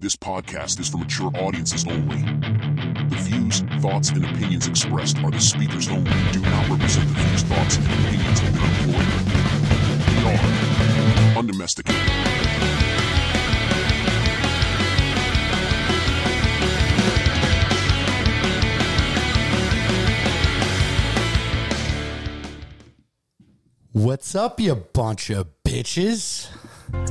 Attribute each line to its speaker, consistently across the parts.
Speaker 1: This podcast is for mature audiences only. The views, thoughts, and opinions expressed are the speakers only and do not represent the views, thoughts, and opinions of their employer. We are undomesticated.
Speaker 2: What's up, you bunch of bitches?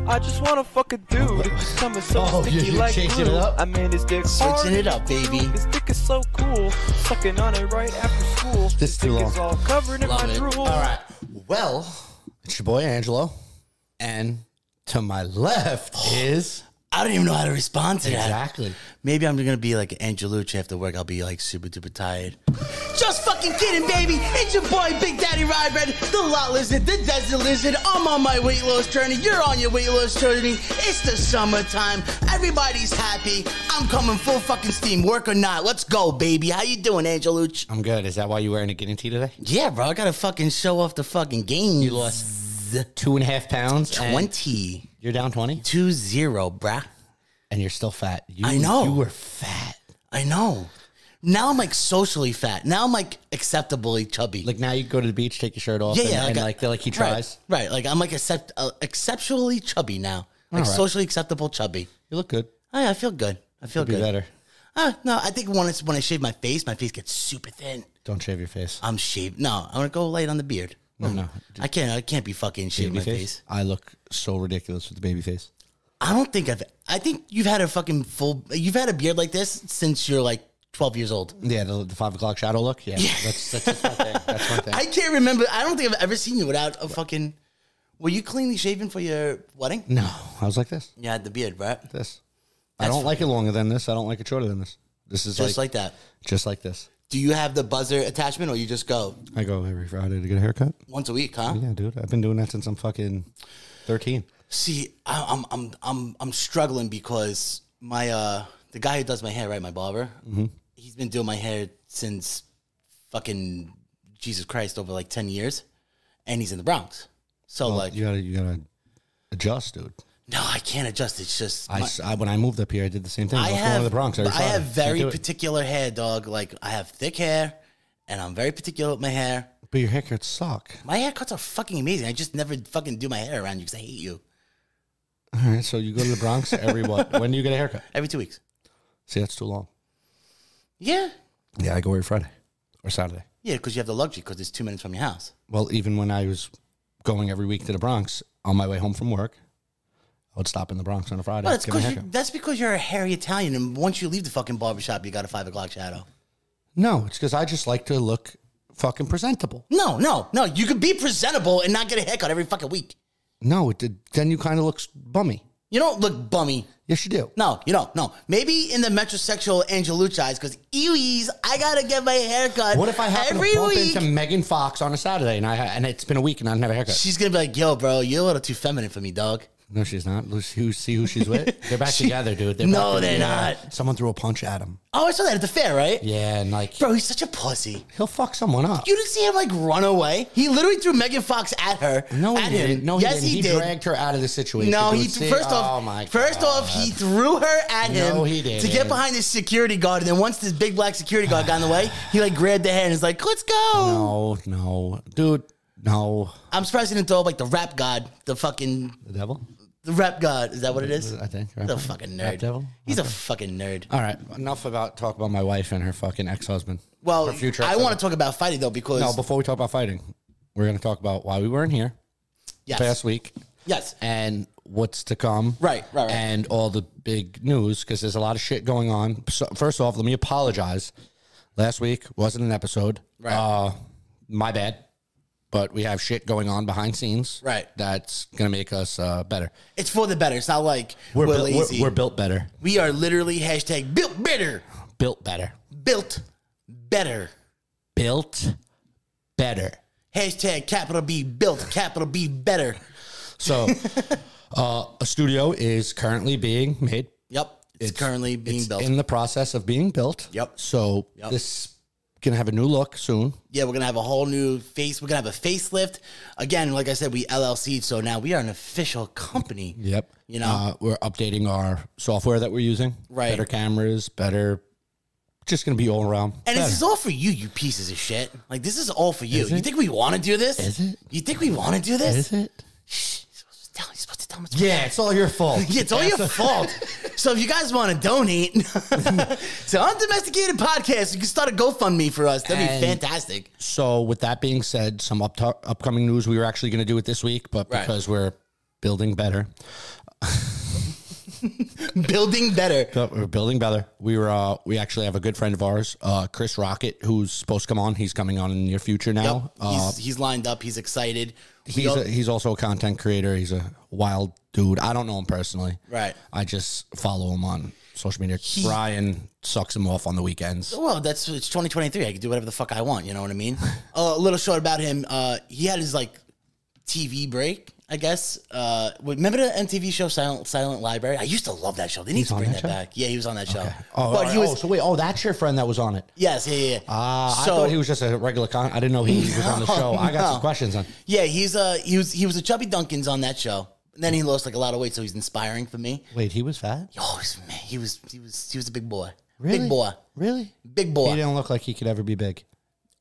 Speaker 3: I just want to fuck a dude. It's coming so
Speaker 2: Oh,
Speaker 3: sticky
Speaker 2: you're
Speaker 3: like
Speaker 2: changing it
Speaker 3: glue.
Speaker 2: up?
Speaker 3: I mean, his dick hard.
Speaker 2: Switching it up, baby.
Speaker 3: His dick is so cool. Sucking on it right after school.
Speaker 2: This
Speaker 3: his
Speaker 2: too
Speaker 3: dick
Speaker 2: long.
Speaker 3: is all covered in my drool.
Speaker 2: All right. Well, it's your boy Angelo, and to my left is
Speaker 4: I don't even know how to respond to that.
Speaker 2: exactly.
Speaker 4: Maybe I'm gonna be like Angelucci after work. I'll be like super duper tired. Just fucking kidding, baby. It's your boy Big Daddy Ride Red, the lot lizard, the desert lizard. I'm on my weight loss journey. You're on your weight loss journey. It's the summertime. Everybody's happy. I'm coming full fucking steam. Work or not, let's go, baby. How you doing, Angelucci?
Speaker 2: I'm good. Is that why you're wearing a guinea tee today?
Speaker 4: Yeah, bro. I gotta fucking show off the fucking game. You lost
Speaker 2: Two and a half pounds. and
Speaker 4: 20
Speaker 2: You're down twenty,
Speaker 4: 2-0, bruh.
Speaker 2: and you're still fat. You,
Speaker 4: I know.
Speaker 2: You were fat.
Speaker 4: I know. Now I'm like socially fat. Now I'm like acceptably chubby.
Speaker 2: Like now, you go to the beach, take your shirt off, and, and,
Speaker 4: I-
Speaker 2: like they're like he
Speaker 4: right,
Speaker 2: tries.
Speaker 4: Right, like I'm like accept uh, exceptionally chubby now, like
Speaker 2: All right.
Speaker 4: socially acceptable chubby. Oh,
Speaker 2: You look good.
Speaker 4: I, I feel good. I feel
Speaker 2: Be
Speaker 4: good.
Speaker 2: better.
Speaker 4: Uh, no, I think when it's when I shave my face, my face gets super thin.
Speaker 2: Don't shave your face.
Speaker 4: I'm shaved. No, I'm gonna go light on the beard.
Speaker 2: No, no.
Speaker 4: I can't. I can't be fucking shaving my face.
Speaker 2: I look so ridiculous with the baby face.
Speaker 4: I don't think I've. I think you've had a fucking full. You've had a beard like this since you're like 12 years old.
Speaker 2: Yeah, the, the five o'clock shadow look. Yeah, that's that's just my thing. That's my thing.
Speaker 4: I can't remember. I don't think I've ever seen you without a fucking. Were you cleanly shaven for your wedding?
Speaker 2: no, I was like this.
Speaker 4: Yeah, I had the beard, right?
Speaker 2: this. I don't like it longer than this. I don't like it shorter than this. This is
Speaker 4: Just
Speaker 2: like,
Speaker 4: like that.
Speaker 2: just like this.
Speaker 4: Do you have the buzzer attachment, or you just go
Speaker 2: I go every Friday to get a haircut.
Speaker 4: once a week, huh?
Speaker 2: Yeah, dude. I've been doing that since I'm fucking thirteen.
Speaker 4: See, I, I'm I'm I'm I'm struggling because my uh the guy who does my hair, right, my barber,
Speaker 2: Mm-hmm.
Speaker 4: he's been doing my hair since fucking Jesus Christ over like ten years, and he's in the Bronx. So like,
Speaker 2: You gotta you gotta adjust, dude.
Speaker 4: no, I can't adjust. It's just
Speaker 2: I,
Speaker 4: my-
Speaker 2: s- I- when I moved up here, I did the same thing. I,
Speaker 4: I
Speaker 2: was going
Speaker 4: have
Speaker 2: to the Bronx. every
Speaker 4: I have
Speaker 2: Friday. Can't
Speaker 4: very
Speaker 2: do it.
Speaker 4: particular hair, dog. Like I have thick hair, and I'm very particular with my hair.
Speaker 2: but your haircuts suck.
Speaker 4: My haircuts are fucking amazing. I just never fucking do my hair around you because I hate you.
Speaker 2: All right, so you go to the Bronx every what? When do you get a haircut?
Speaker 4: Every two weeks.
Speaker 2: See, that's too long.
Speaker 4: Yeah.
Speaker 2: Yeah, I go every Friday or Saturday.
Speaker 4: Yeah, because you have the luxury because it's two minutes from your house.
Speaker 2: Well, even when I was going every week to the Bronx on my way home from work, I would stop in the Bronx on a Friday.
Speaker 4: Well, that's
Speaker 2: get my
Speaker 4: because
Speaker 2: haircut.
Speaker 4: that's because you're a hairy Italian, and once you leave the fucking barbershop, you got a five o'clock shadow.
Speaker 2: No, it's because I just like to look fucking presentable.
Speaker 4: No, no, no. You could be presentable and not get a haircut every fucking week.
Speaker 2: No, it did, then you kind of look s- bummy.
Speaker 4: You don't look bummy.
Speaker 2: Yes, you do.
Speaker 4: No, you don't. No. Maybe in the metrosexual Angelucci eyes, because ewees, I gotta get my haircut.
Speaker 2: What if I happen
Speaker 4: every
Speaker 2: to bump
Speaker 4: week?
Speaker 2: into Megan Fox on a Saturday and I ha- and it's been a week and I didn't have a haircut?
Speaker 4: She's gonna be like, "Yo, bro, you're a little too feminine for me, dog."
Speaker 2: no, she's not. Look Who see who she's with? They're back together, dude. They're
Speaker 4: No,
Speaker 2: back
Speaker 4: they're
Speaker 2: together.
Speaker 4: not.
Speaker 2: Someone threw a punch at him.
Speaker 4: Oh, I saw that at the fair, right?
Speaker 2: Yeah, and like
Speaker 4: Bro, he's such a pussy.
Speaker 2: he'll fuck someone up.
Speaker 4: You didn't see him like run away. He literally threw Megan Fox at her.
Speaker 2: no,
Speaker 4: at
Speaker 2: he
Speaker 4: him.
Speaker 2: didn't. No, he
Speaker 4: yes,
Speaker 2: didn't.
Speaker 4: he, did.
Speaker 2: dragged her out of the situation.
Speaker 4: No,
Speaker 2: dude.
Speaker 4: he
Speaker 2: See?
Speaker 4: first
Speaker 2: Oh
Speaker 4: off,
Speaker 2: my
Speaker 4: first off, he threw her at him
Speaker 2: No, he
Speaker 4: to
Speaker 2: didn't.
Speaker 4: get behind this security guard. And then once this big black security guard got in the way, he like grabbed the hand and was like, "Let's go."
Speaker 2: No, no, dude, no.
Speaker 4: I'm surprised he didn't throw up like the rap god, the fucking
Speaker 2: The devil.
Speaker 4: the rap god. Is that what it is?
Speaker 2: I think.
Speaker 4: The fucking nerd.
Speaker 2: Rap devil?
Speaker 4: He's a fucking nerd.
Speaker 2: All right, enough about talk about my wife and her fucking ex husband.
Speaker 4: Well,
Speaker 2: her future
Speaker 4: I
Speaker 2: ex-husband.
Speaker 4: want to talk about fighting though because
Speaker 2: No, before we talk about fighting, we're going to talk about why we weren't here
Speaker 4: yes,
Speaker 2: past week
Speaker 4: yes,
Speaker 2: and what's to come.
Speaker 4: Right, right, right.
Speaker 2: And all the big news because there's a lot of shit going on. So, first off, let me apologize. Last week wasn't an episode.
Speaker 4: Right.
Speaker 2: Uh, my bad. But we have shit going on behind scenes.
Speaker 4: Right.
Speaker 2: That's going to make us uh, better.
Speaker 4: it's for the better. It's not like
Speaker 2: We're,
Speaker 4: we're,
Speaker 2: built- we're-
Speaker 4: lazy.
Speaker 2: we're built better.
Speaker 4: we are literally hashtag built better,
Speaker 2: Built better.
Speaker 4: built better.
Speaker 2: Built better.
Speaker 4: Hashtag capital B built, capital B better.
Speaker 2: So, uh, a studio is currently being made.
Speaker 4: Yep. It's, currently being
Speaker 2: It's
Speaker 4: built.
Speaker 2: in the process of being built.
Speaker 4: Yep.
Speaker 2: So
Speaker 4: Yep.
Speaker 2: this gonna have a new look soon.
Speaker 4: Yeah, we're gonna have a whole new face. We're gonna have a facelift. Again, like I said, we LLC, so now we are an official company.
Speaker 2: Yep.
Speaker 4: You know?
Speaker 2: uh, we're updating our software that we're using.
Speaker 4: Right.
Speaker 2: Better cameras, better. Just gonna be all around.
Speaker 4: And this
Speaker 2: better.
Speaker 4: is all for you, you pieces of shit. Like this is all for you. You think we want to do this?
Speaker 2: Is it?
Speaker 4: You think we want to do
Speaker 2: Is
Speaker 4: this?
Speaker 2: it?
Speaker 4: Tell- You're supposed to tell me.
Speaker 2: Yeah, it's all your fault.
Speaker 4: Yeah, it's all your fault. So if you guys want to donate to Undomesticated Podcast, you can start a GoFundMe for us. That'd be
Speaker 2: And-
Speaker 4: fantastic.
Speaker 2: So, with that being said, some up upcoming news we were actually going to do it this week, but
Speaker 4: Right.
Speaker 2: because we're building better,
Speaker 4: Building better.
Speaker 2: but we're building better. We were uh, we actually have a good friend of ours, uh, Chris Rocket, who's supposed to come on. He's coming on in the near future
Speaker 4: Yep.
Speaker 2: now. Uh,
Speaker 4: he's, he's lined up. He's excited. We
Speaker 2: he's
Speaker 4: all-
Speaker 2: a, he's also a content creator. He's a wild dude. I don't know him personally.
Speaker 4: Right.
Speaker 2: I just follow him on social media. Brian sucks him off on the weekends.
Speaker 4: Well, that's it's 2023. I can do whatever the fuck I want. You know what I mean? uh, a little short about him. Uh, he had his like TV break, I guess. Uh, remember the MTV show Silent Silent Library? I used to love that show. They need to
Speaker 2: on
Speaker 4: bring that,
Speaker 2: that show?
Speaker 4: back. Yeah, he was on that show.
Speaker 2: Oh,
Speaker 4: but he was.
Speaker 2: oh, so wait. Oh, that's your friend that was on it.
Speaker 4: Yes, yeah, yeah. yeah.
Speaker 2: Uh, I thought he was just a regular con. I didn't know he was on the show. I got
Speaker 4: no.
Speaker 2: some questions on.
Speaker 4: Yeah, he's uh he was he was a chubby Dunkins on that show. And then he lost like a lot of weight, so he's inspiring for me.
Speaker 2: Wait, he was fat.
Speaker 4: Oh man, he was he was he was a big boy.
Speaker 2: Really?
Speaker 4: Big boy.
Speaker 2: Really?
Speaker 4: Big
Speaker 2: He
Speaker 4: boy.
Speaker 2: didn't look like he could ever be big.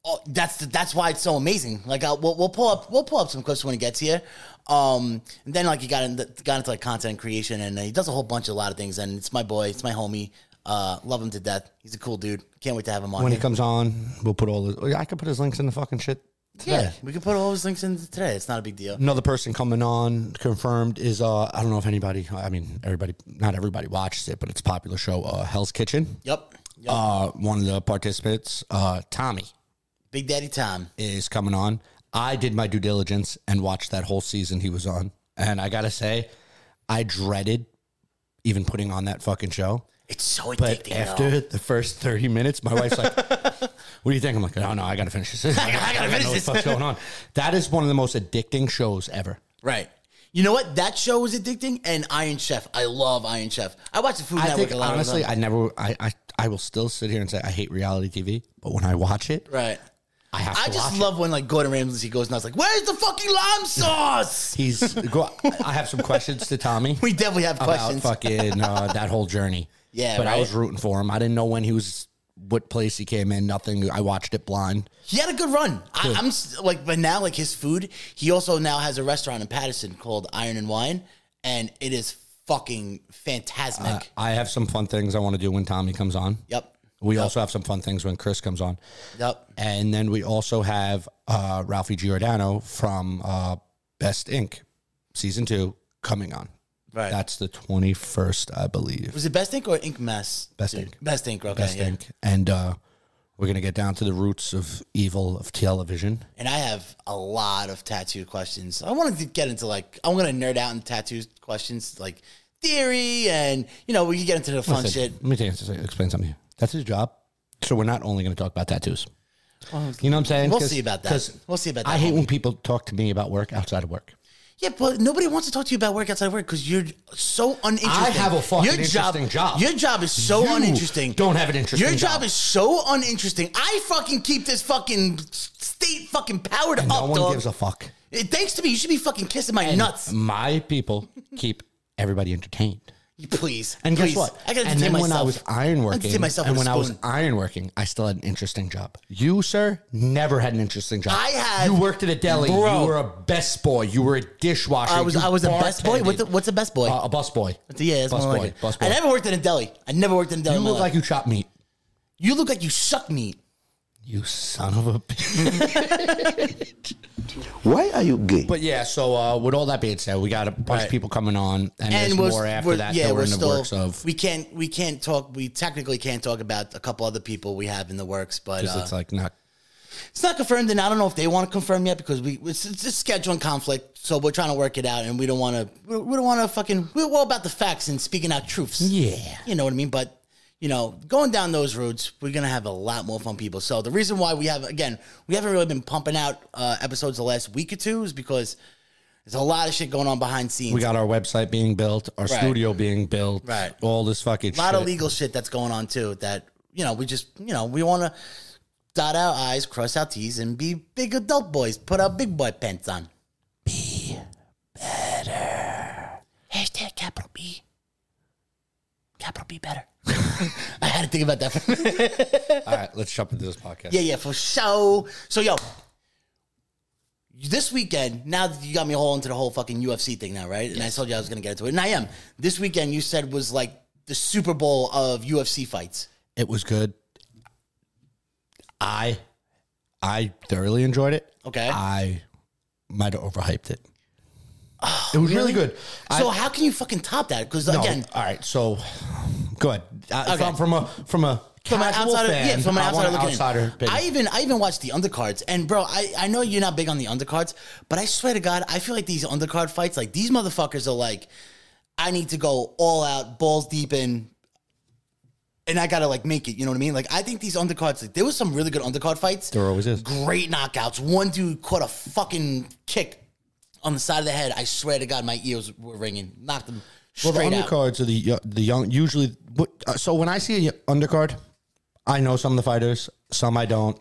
Speaker 4: Oh, that's the, that's why it's so amazing. Like I'll, we'll, we'll pull up we'll pull up some clips when he gets here. Um, and then like he got into, got into like content creation and uh, he does a whole bunch of a lot of things. And it's my boy, it's my homie. Uh, love him to death. He's a cool dude. Can't wait to have him on.
Speaker 2: When he
Speaker 4: here.
Speaker 2: comes on, we'll put all the. I could put his links in the fucking shit. Today.
Speaker 4: yeah, we can put all his links in today. It's not a big deal.
Speaker 2: Another person coming on confirmed is uh I don't know if anybody I mean everybody not everybody watches it but it's a popular show uh Hell's Kitchen.
Speaker 4: Yep. yep.
Speaker 2: Uh one of the participants uh Tommy
Speaker 4: big Daddy Tom.
Speaker 2: is coming on. I did my due diligence and watched that whole season he was on and I got to say I dreaded even putting on that fucking show.
Speaker 4: It's so
Speaker 2: But
Speaker 4: addicting.
Speaker 2: after the first 30 minutes, my wife's like, What do you think? I'm like, No, no, I gotta finish this. I,
Speaker 4: gotta finish
Speaker 2: know
Speaker 4: this."
Speaker 2: What's going on? That is one of the most addicting shows ever.
Speaker 4: Right. You know what? That show was addicting, and Iron Chef. I love Iron Chef. I watch the Food
Speaker 2: I
Speaker 4: Network
Speaker 2: think
Speaker 4: a lot.
Speaker 2: honestly,
Speaker 4: Honestly,
Speaker 2: I never, I, I, I will still sit here and say I hate reality TV, but when I watch it,
Speaker 4: right.
Speaker 2: I have to
Speaker 4: I just
Speaker 2: watch
Speaker 4: love when like Gordon Ramsay goes and I was like, "Where's the fucking lime sauce?"
Speaker 2: it. He's. Go, I have some questions to Tommy
Speaker 4: we definitely have
Speaker 2: about
Speaker 4: questions.
Speaker 2: fucking uh, that whole journey.
Speaker 4: Yeah,
Speaker 2: but I was
Speaker 4: right.
Speaker 2: rooting for him. I didn't know when he was, what place he came in. Nothing. I watched it blind.
Speaker 4: He had a good run. I, I'm s- like, but now like his food. He also now has a restaurant in Patterson called Iron and Wine, and it is fucking fantastic.
Speaker 2: I have some fun things I want to do when Tommy comes on.
Speaker 4: yep.
Speaker 2: We also have some fun things when Chris comes on.
Speaker 4: Yep.
Speaker 2: And then we also have uh, Ralphie Giordano from uh, Best Inc. season two coming on.
Speaker 4: Right.
Speaker 2: That's the 21st, I believe.
Speaker 4: was it Best Ink or Ink Mess?
Speaker 2: Best
Speaker 4: dude?
Speaker 2: Ink.
Speaker 4: Best Ink. Okay.
Speaker 2: Best
Speaker 4: yeah.
Speaker 2: Inc. And uh, we're going to get down to the roots of evil of television.
Speaker 4: and I have a lot of tattoo questions. I wanted to get into like I'm gonna nerd out in tattoo questions, like theory, and you know we can get into the fun
Speaker 2: Listen,
Speaker 4: shit.
Speaker 2: Let me tell you- explain something. to you. That's his job. So we're not only going to talk about tattoos. You know what I'm saying?
Speaker 4: We'll
Speaker 2: 'Cause-
Speaker 4: see about that.
Speaker 2: 'cause
Speaker 4: We'll see about
Speaker 2: I
Speaker 4: that,
Speaker 2: hate
Speaker 4: homie.
Speaker 2: when people talk to me about work outside of work.
Speaker 4: Yeah, but nobody wants to talk to you about work outside of work because you're so uninteresting.
Speaker 2: I have a fucking
Speaker 4: your job,
Speaker 2: interesting job.
Speaker 4: Your job is so
Speaker 2: You
Speaker 4: uninteresting.
Speaker 2: don't have an interesting
Speaker 4: Your job
Speaker 2: job.
Speaker 4: is so uninteresting. I fucking keep this fucking state fucking powered
Speaker 2: And
Speaker 4: up,
Speaker 2: no one
Speaker 4: Oh, dog.
Speaker 2: gives a fuck.
Speaker 4: It- Thanks to me, you should be fucking kissing my nuts,
Speaker 2: My people keep everybody entertained.
Speaker 4: please.
Speaker 2: And
Speaker 4: please.
Speaker 2: guess what?
Speaker 4: I gotta
Speaker 2: and
Speaker 4: entertain
Speaker 2: then
Speaker 4: myself.
Speaker 2: when I was
Speaker 4: I
Speaker 2: ironworking,
Speaker 4: entertain myself
Speaker 2: and when
Speaker 4: with a
Speaker 2: I was
Speaker 4: spoon.
Speaker 2: ironworking, I still had an interesting job. You, sir, never had an interesting job.
Speaker 4: I had-
Speaker 2: You worked at a deli.
Speaker 4: Bro.
Speaker 2: You were a best boy. You were a dishwasher.
Speaker 4: I was
Speaker 2: You
Speaker 4: I was a best boy. What the,
Speaker 2: bartended.
Speaker 4: what's a best boy?
Speaker 2: Uh, a bus boy.
Speaker 4: Yeah, that's
Speaker 2: bus
Speaker 4: more
Speaker 2: boy.
Speaker 4: like it.
Speaker 2: Bus boy.
Speaker 4: I never worked in a deli. I never worked in a deli.
Speaker 2: you
Speaker 4: in my
Speaker 2: look
Speaker 4: life.
Speaker 2: like you chop meat.
Speaker 4: you look like you suck meat.
Speaker 2: You son of a. bitch.
Speaker 5: Why are you gay?
Speaker 2: but yeah, so uh, with all that being said, we got a bunch
Speaker 4: Right.
Speaker 2: of people coming on, and, there's
Speaker 4: And we're,
Speaker 2: more after
Speaker 4: we're-
Speaker 2: that.
Speaker 4: yeah,
Speaker 2: that
Speaker 4: we're
Speaker 2: in the
Speaker 4: still
Speaker 2: works of.
Speaker 4: we can't we can't talk. We technically can't talk about a couple other people we have in the works, but
Speaker 2: 'cause
Speaker 4: uh,
Speaker 2: it's like not
Speaker 4: it's not confirmed, and I don't know if they want to confirm yet because we it's, it's a scheduling conflict. So we're trying to work it out, and we don't want to we we don't want to fucking we're all about the facts and speaking out truths.
Speaker 2: Yeah.
Speaker 4: you know what I mean. But you know, going down those routes, we're gonna have a lot more fun, people. So the reason why we have again we haven't really been pumping out uh, episodes the last week or two is because there's a lot of shit going on behind scenes.
Speaker 2: We got our website being built, our studio being built,
Speaker 4: Right.
Speaker 2: all this fucking
Speaker 4: a lot
Speaker 2: shit.
Speaker 4: of legal shit that's going on too that you know we just you know we want to dot our I's, cross our T's, and be big adult boys. Put our big boy pants on. Be better. Hashtag capital B. Capital B better. I had to think about that for a minute.
Speaker 2: All right, let's jump into this podcast.
Speaker 4: Yeah, yeah, for sure. So, yo, this weekend, now that you got me all into the whole fucking UFC thing now, right? And I told you I was going to get into it. And I am. This weekend, you said was like the Super Bowl of UFC fights.
Speaker 2: It was good. I I thoroughly enjoyed it.
Speaker 4: Okay.
Speaker 2: I might have overhyped it. it was really, good.
Speaker 4: Oh, so, how can you fucking top that? Because,
Speaker 2: No,
Speaker 4: again,
Speaker 2: all right. So, go ahead. Uh,
Speaker 4: Okay.
Speaker 2: From, from a from a
Speaker 4: from an
Speaker 2: casual
Speaker 4: outsider,
Speaker 2: fan,
Speaker 4: yeah, from an
Speaker 2: I want
Speaker 4: outsider looking in.
Speaker 2: outsider opinion.
Speaker 4: I even I even watched the undercards, and bro, I I know you're not big on the undercards, but I swear to God, I feel like these undercard fights, like these motherfuckers are like, I need to go all out, balls deep in. And I gotta like make it, you know what I mean? Like I think these undercards, like there was some really good undercard fights.
Speaker 2: There always is.
Speaker 4: Great knockouts. One dude caught a fucking kick on the side of the head. I swear to God, my ears were ringing. Knocked him
Speaker 2: Well, the
Speaker 4: straight out.
Speaker 2: undercards are the yo- the young. Usually, what- uh, so when I see a y- undercard, I know some of the fighters, some I don't.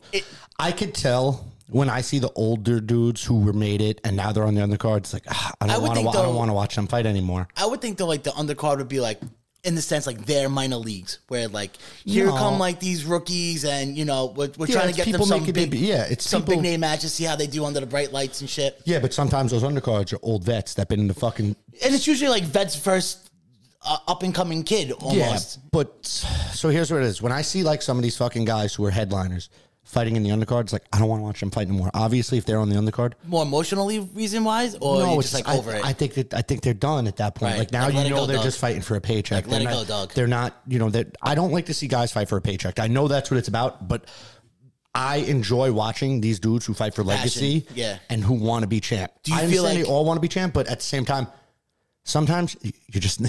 Speaker 2: I could tell when I see the older dudes who were made it and now they're on the undercard. It's like ah, I
Speaker 4: I
Speaker 2: don't
Speaker 4: would
Speaker 2: want to.
Speaker 4: think
Speaker 2: I don't
Speaker 4: though-
Speaker 2: want to watch them fight anymore.
Speaker 4: I would think though, like the undercard would be like, in the sense, like their minor leagues, where like here
Speaker 2: No.
Speaker 4: come like these rookies, and you know we're, we're
Speaker 2: Yeah,
Speaker 4: trying to
Speaker 2: it's
Speaker 4: get them
Speaker 2: people
Speaker 4: some
Speaker 2: making
Speaker 4: big,
Speaker 2: debut- yeah, it's
Speaker 4: some big
Speaker 2: people-
Speaker 4: name matches, see how they do under the bright lights and shit.
Speaker 2: Yeah, but sometimes those undercards are old vets that been in the fucking
Speaker 4: And it's usually like vets first, uh, up and coming kid almost.
Speaker 2: Yeah, but so here's what it is. When I see like some of these fucking guys who are headliners fighting in the undercard, it's like I don't want to watch them fight anymore. Obviously, if they're on the undercard,
Speaker 4: More emotionally reason wise, or you're just like
Speaker 2: I,
Speaker 4: over it.
Speaker 2: I think that I think they're done at that point.
Speaker 4: Right.
Speaker 2: Like now
Speaker 4: Like, let it
Speaker 2: you know
Speaker 4: go,
Speaker 2: they're
Speaker 4: dog.
Speaker 2: just fighting for a paycheck.
Speaker 4: Like, let
Speaker 2: They're
Speaker 4: it
Speaker 2: not-
Speaker 4: go, dog.
Speaker 2: They're not, you know, that I don't like to see guys fight for a paycheck. I know that's what it's about, but I enjoy watching these dudes who fight for legacy
Speaker 4: yeah.
Speaker 2: and who want to be champ.
Speaker 4: you
Speaker 2: I understand
Speaker 4: feel like-
Speaker 2: they all want to be champ, but at the same time, sometimes you just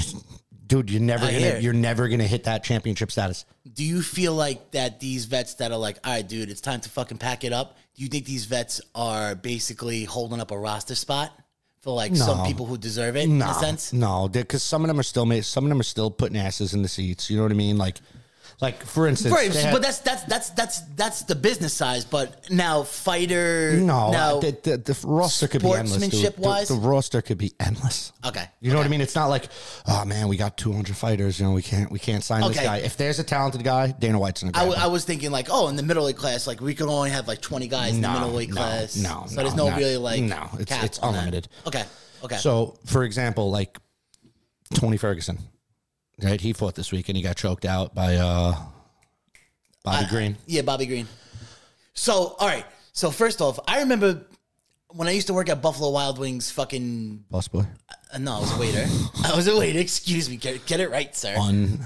Speaker 2: dude, you're never
Speaker 4: I hear
Speaker 2: gonna
Speaker 4: it.
Speaker 2: you're never gonna hit that championship status.
Speaker 4: do you feel like that these vets that are like, all right, dude, it's time to fucking pack it up? Do you think these vets are basically holding up a roster spot for like some
Speaker 2: No.
Speaker 4: people who deserve it in
Speaker 2: No,
Speaker 4: a sense?
Speaker 2: no, because some of them are still ma- some of them are still putting asses in the seats. You know what I mean? Like, like for instance,
Speaker 4: Right,
Speaker 2: they had-
Speaker 4: but that's that's that's that's that's the business size. But now fighter,
Speaker 2: No,
Speaker 4: now,
Speaker 2: the, the, the roster could be endless. Dude.
Speaker 4: sportsmanship-wise?
Speaker 2: the, the roster could be endless.
Speaker 4: okay,
Speaker 2: You know what I mean? It's not like, oh man, we got 200 fighters. You know, we can't we can't sign
Speaker 4: Okay.
Speaker 2: this guy. If there's a talented guy, Dana White's gonna
Speaker 4: I,
Speaker 2: grab
Speaker 4: w-
Speaker 2: him.
Speaker 4: I was thinking like, oh, in the middleweight class, like we could only have like twenty guys in the
Speaker 2: No,
Speaker 4: middleweight
Speaker 2: no,
Speaker 4: class.
Speaker 2: no,
Speaker 4: so
Speaker 2: no,
Speaker 4: there's no
Speaker 2: not-
Speaker 4: really like
Speaker 2: no, it's-
Speaker 4: cap
Speaker 2: it's
Speaker 4: on that.
Speaker 2: unlimited.
Speaker 4: Okay, okay.
Speaker 2: So, for example, like Tony Ferguson, right? He fought this week and he got choked out by uh, Bobby
Speaker 4: I-
Speaker 2: Green.
Speaker 4: Yeah, Bobby Green. So, all right. So, first off, I remember when I used to work at Buffalo Wild Wings, fucking.
Speaker 2: Boss boy,
Speaker 4: Uh, no, I was a waiter. I was a waiter. Excuse me. Get, get it right, sir.
Speaker 2: un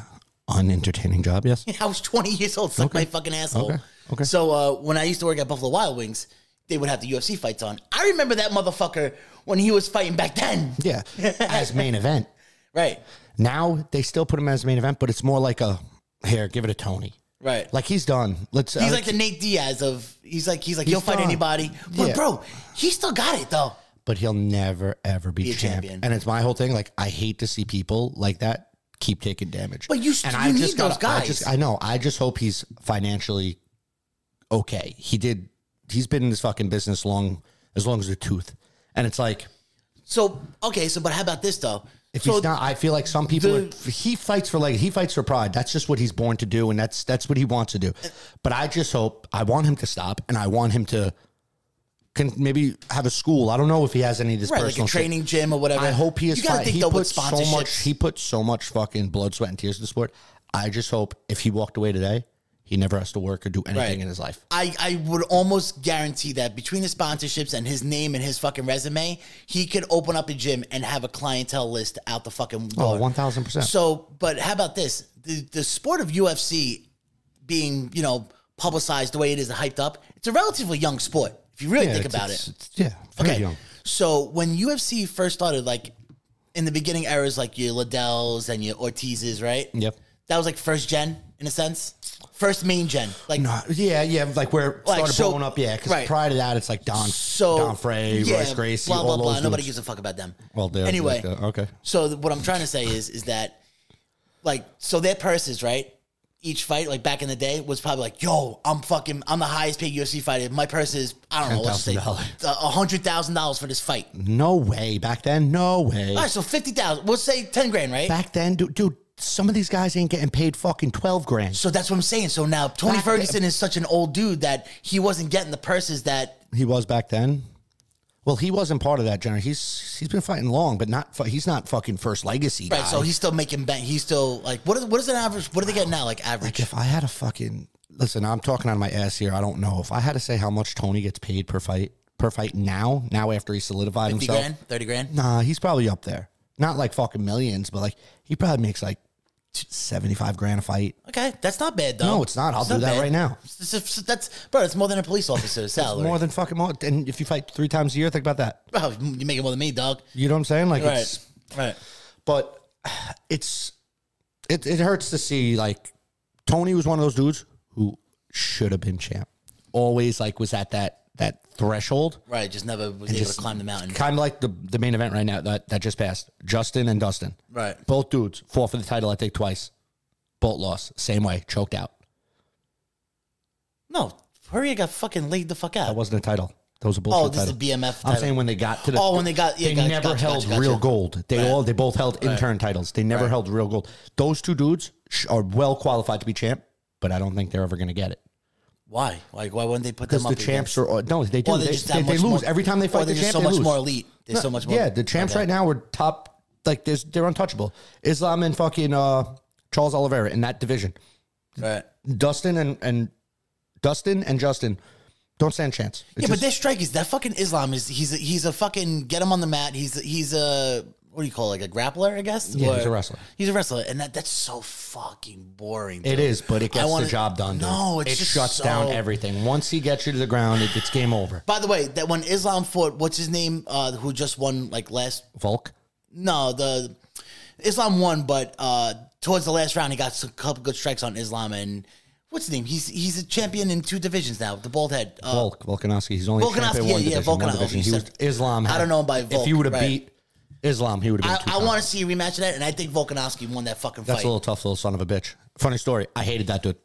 Speaker 2: unentertaining job. Yes.
Speaker 4: I was 20 years old. Suck my fucking asshole.
Speaker 2: Okay. Okay.
Speaker 4: So, uh, when I used to work at Buffalo Wild Wings, they would have the UFC fights on. I remember that motherfucker when he was fighting back then.
Speaker 2: Yeah. As main event.
Speaker 4: Right.
Speaker 2: Now they still put him as main event, but it's more like a here, give it a Tony.
Speaker 4: Right.
Speaker 2: Like he's done. Let's. uh,
Speaker 4: he's like the Nate Diaz of. He's like he's like
Speaker 2: He's
Speaker 4: he'll fight
Speaker 2: gone.
Speaker 4: anybody, but
Speaker 2: Yeah.
Speaker 4: bro, he still got it though.
Speaker 2: but he'll never ever be,
Speaker 4: Be a
Speaker 2: champ.
Speaker 4: champion.
Speaker 2: And it's my whole thing. Like I hate to see people like that keep taking damage.
Speaker 4: But you-
Speaker 2: and
Speaker 4: you
Speaker 2: I
Speaker 4: need
Speaker 2: just gotta-
Speaker 4: those guys.
Speaker 2: I, just, I know. I just hope he's financially okay. He did. He's been in this fucking business long as long as a tooth. And it's like
Speaker 4: So okay, so but how about this though?
Speaker 2: if
Speaker 4: so
Speaker 2: he's not, I feel like some people.
Speaker 4: the-
Speaker 2: are, he fights for like he fights for pride. That's just what he's born to do, and that's that's what he wants to do. But I just hope I want him to stop, and I want him to. Can maybe have a school. I don't know if he has any of this
Speaker 4: right, like a
Speaker 2: personal shit.
Speaker 4: training gym or whatever.
Speaker 2: I hope he is.
Speaker 4: You gotta
Speaker 2: fine.
Speaker 4: think
Speaker 2: he
Speaker 4: though
Speaker 2: put
Speaker 4: with
Speaker 2: so
Speaker 4: sponsorships.
Speaker 2: much. He put so much fucking blood, sweat, and tears in the sport. I just hope if he walked away today, he never has to work or do anything
Speaker 4: Right.
Speaker 2: in his life.
Speaker 4: I, I would almost guarantee that between the sponsorships and his name and his fucking resume, he could open up a gym and have a clientele list out the fucking door.
Speaker 2: Oh, 1000%.
Speaker 4: So, but how about this? The the sport of UFC being you know publicized the way it is and hyped up, it's a relatively young sport if you really
Speaker 2: Yeah,
Speaker 4: think
Speaker 2: it's-
Speaker 4: about
Speaker 2: it's-
Speaker 4: it.
Speaker 2: it's- yeah, very
Speaker 4: Okay.
Speaker 2: young.
Speaker 4: So when UFC first started, like in the beginning eras, like your Liddells and your Ortizes, right?
Speaker 2: Yep.
Speaker 4: That was like first gen in a sense, first main gen. Like
Speaker 2: No, yeah, yeah. Like where it
Speaker 4: Like,
Speaker 2: started
Speaker 4: so-
Speaker 2: blowing up, yeah. Because
Speaker 4: right.
Speaker 2: prior to that, it's like Don,
Speaker 4: so
Speaker 2: Don Frey,
Speaker 4: yeah,
Speaker 2: Royce Gracie,
Speaker 4: blah blah
Speaker 2: all
Speaker 4: blah.
Speaker 2: those
Speaker 4: Nobody
Speaker 2: dudes.
Speaker 4: gives a fuck about them.
Speaker 2: Well, they're-
Speaker 4: anyway,
Speaker 2: they're- okay.
Speaker 4: So th- what I'm trying to say is, is that like so their purses, right? each fight, like back in the day, was probably like, "Yo, I'm fucking, I'm the highest paid UFC fighter. My purse is, I don't know, let's say,
Speaker 2: $10,000.
Speaker 4: a hundred thousand dollars for this fight.
Speaker 2: No way. Back then, no way.
Speaker 4: All right, so fifty thousand. We'll say ten grand, right?
Speaker 2: Back then, dude, dude, some of these guys ain't getting paid fucking 12 grand.
Speaker 4: so that's what I'm saying. So now Tony
Speaker 2: Back then-
Speaker 4: Ferguson is such an old dude that he wasn't getting the purses that
Speaker 2: He was back then. Well, he wasn't part of that generation. He's he's been fighting long, but not fu- he's not fucking first legacy guy.
Speaker 4: right. So he's still making bank. He's still like, what is what is an average? What do they get now? Like
Speaker 2: like
Speaker 4: average?
Speaker 2: if I had a fucking listen, I'm talking out of my ass here. I don't know if I had to say how much Tony gets paid per fight per fight now. Now after he solidified
Speaker 4: Fifty
Speaker 2: himself,
Speaker 4: grand, thirty grand.
Speaker 2: nah, he's probably up there. Not like fucking millions, but like he probably makes like seventy five grand a fight.
Speaker 4: Okay, that's Oh, not bad though.
Speaker 2: No, it's not. I'll do that right now.
Speaker 4: It's- it's- that's bro. It's more than a police officer's salary.
Speaker 2: More than fucking more. And if you fight three times a year, think about that.
Speaker 4: bro, you make it more than me, dog.
Speaker 2: You know what I'm saying? Like
Speaker 4: Right,
Speaker 2: it's
Speaker 4: right.
Speaker 2: but it's it it hurts to see like Tony was one of those dudes who should have been champ. Always like was at that that threshold.
Speaker 4: Right, just never was able
Speaker 2: just-
Speaker 4: to climb the mountain.
Speaker 2: Kind of like the the main event right now that that just passed. Justin and Dustin.
Speaker 4: Right.
Speaker 2: Both dudes fought for the title I think twice. Both lost. Same way, choked out.
Speaker 4: No, Poirier got fucking laid the fuck out.
Speaker 2: That wasn't a title. That was a bullshit
Speaker 4: oh, this is
Speaker 2: title.
Speaker 4: the BMF.
Speaker 2: I'm
Speaker 4: title.
Speaker 2: saying when they got to the
Speaker 4: Oh, when they got- yeah,
Speaker 2: they
Speaker 4: gotcha,
Speaker 2: never
Speaker 4: gotcha,
Speaker 2: held
Speaker 4: gotcha,
Speaker 2: real
Speaker 4: gotcha.
Speaker 2: gold. They all they both held intern titles. They never held real gold. Those two dudes sh- are well qualified to be champ, but I don't think they're ever going to get it
Speaker 4: why? Like, why wouldn't they put them
Speaker 2: because the
Speaker 4: up?
Speaker 2: champs
Speaker 4: against-
Speaker 2: are no, they do.
Speaker 4: Or
Speaker 2: they
Speaker 4: just
Speaker 2: they,
Speaker 4: that
Speaker 2: they
Speaker 4: much
Speaker 2: lose
Speaker 4: more-
Speaker 2: every time they
Speaker 4: or
Speaker 2: fight
Speaker 4: they're
Speaker 2: the champ.
Speaker 4: just so
Speaker 2: they
Speaker 4: much
Speaker 2: lose.
Speaker 4: more elite. There's so much more.
Speaker 2: Yeah, the champs right now were top. Like there's, they're on touchable. Islam and fucking uh, Charles Oliveira in that division.
Speaker 4: Right.
Speaker 2: Dustin and and Dustin and Justin don't stand a chance. It's
Speaker 4: Yeah, but
Speaker 2: just-
Speaker 4: their strikers, that fucking Islam is he's a, he's a fucking get him on the mat. He's a, he's a what do you call it, like a grappler, I guess.
Speaker 2: Yeah, he's a wrestler.
Speaker 4: He's a wrestler, and that that's so fucking boring.
Speaker 2: it
Speaker 4: dude.
Speaker 2: is, but it
Speaker 4: I
Speaker 2: gets
Speaker 4: wanna-
Speaker 2: the job done. Dude.
Speaker 4: No, it's
Speaker 2: it
Speaker 4: just
Speaker 2: shuts
Speaker 4: so-
Speaker 2: down everything. Once he gets you to the ground, it, it's game over.
Speaker 4: By the way, that when Islam fought, what's his name? Uh, who just won like last
Speaker 2: Volk.
Speaker 4: No, the Islam won, but uh, towards the last round, he got a couple good strikes on Islam. And what's his name? He's he's a champion in two divisions now. The bald head. Uh,
Speaker 2: Volk, Volkanovski. He's only
Speaker 4: Volkanovski,
Speaker 2: champion
Speaker 4: yeah,
Speaker 2: one
Speaker 4: yeah,
Speaker 2: division, one
Speaker 4: Volkanovski,
Speaker 2: division. He
Speaker 4: you
Speaker 2: was
Speaker 4: said-
Speaker 2: Islam.
Speaker 4: I
Speaker 2: had-
Speaker 4: don't know him by
Speaker 2: If
Speaker 4: Volk,
Speaker 2: he would have
Speaker 4: right.
Speaker 2: beat Islam, he would have
Speaker 4: I,
Speaker 2: been.
Speaker 4: I want to see a rematch of that, and I think Volkanovski won that fucking
Speaker 2: That's
Speaker 4: fight.
Speaker 2: a little tough, little son of a bitch. Funny story. I hated that dude.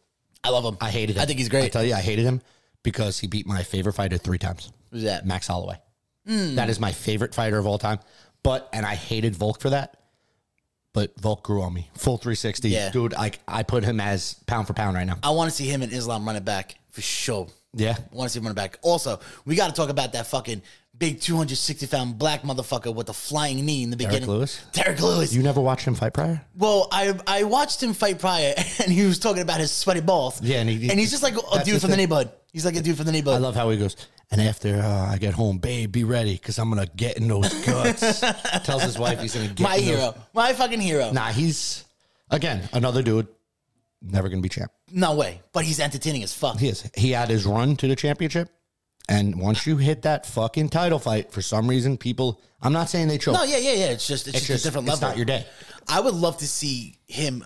Speaker 4: I love him.
Speaker 2: I hated him.
Speaker 4: I think he's
Speaker 2: I
Speaker 4: great.
Speaker 2: tell you, I hated him because he beat my favorite fighter three times.
Speaker 4: Who's that?
Speaker 2: Max Holloway. That is my favorite fighter of all time. But and I hated Volk for that. But Volk grew on me. Full 360.
Speaker 4: Yeah.
Speaker 2: Dude, I I put him as pound for pound right now.
Speaker 4: I want to see him and Islam run it back for sure.
Speaker 2: Yeah.
Speaker 4: I want to see him run it back. Also, we got to talk about that fucking big 260 pound black motherfucker with the flying knee in the beginning.
Speaker 2: Lewis?
Speaker 4: Derek Lewis.
Speaker 2: You never watched him fight prior?
Speaker 4: Well, I I watched him fight prior, and he was talking about his sweaty balls.
Speaker 2: Yeah, and he-
Speaker 4: he's just like a
Speaker 2: that's
Speaker 4: dude
Speaker 2: the
Speaker 4: from the
Speaker 2: thing.
Speaker 4: neighborhood. He's like a dude from the
Speaker 2: I
Speaker 4: neighborhood.
Speaker 2: love how he goes. And after uh, I get home, babe, be ready because I'm gonna get in those guts. Tells his wife he's gonna get
Speaker 4: my
Speaker 2: in those-
Speaker 4: hero, my fucking hero.
Speaker 2: Nah, he's again another dude. Never gonna be champ.
Speaker 4: No way, but he's entertaining as fuck.
Speaker 2: He is. He had his run to the championship, and once you hit that fucking title fight, for some reason, people. I'm not saying they choke.
Speaker 4: No, yeah, yeah, yeah. It's just it's,
Speaker 2: it's
Speaker 4: just,
Speaker 2: just
Speaker 4: a different
Speaker 2: it's
Speaker 4: level.
Speaker 2: not your day.
Speaker 4: I would love to see him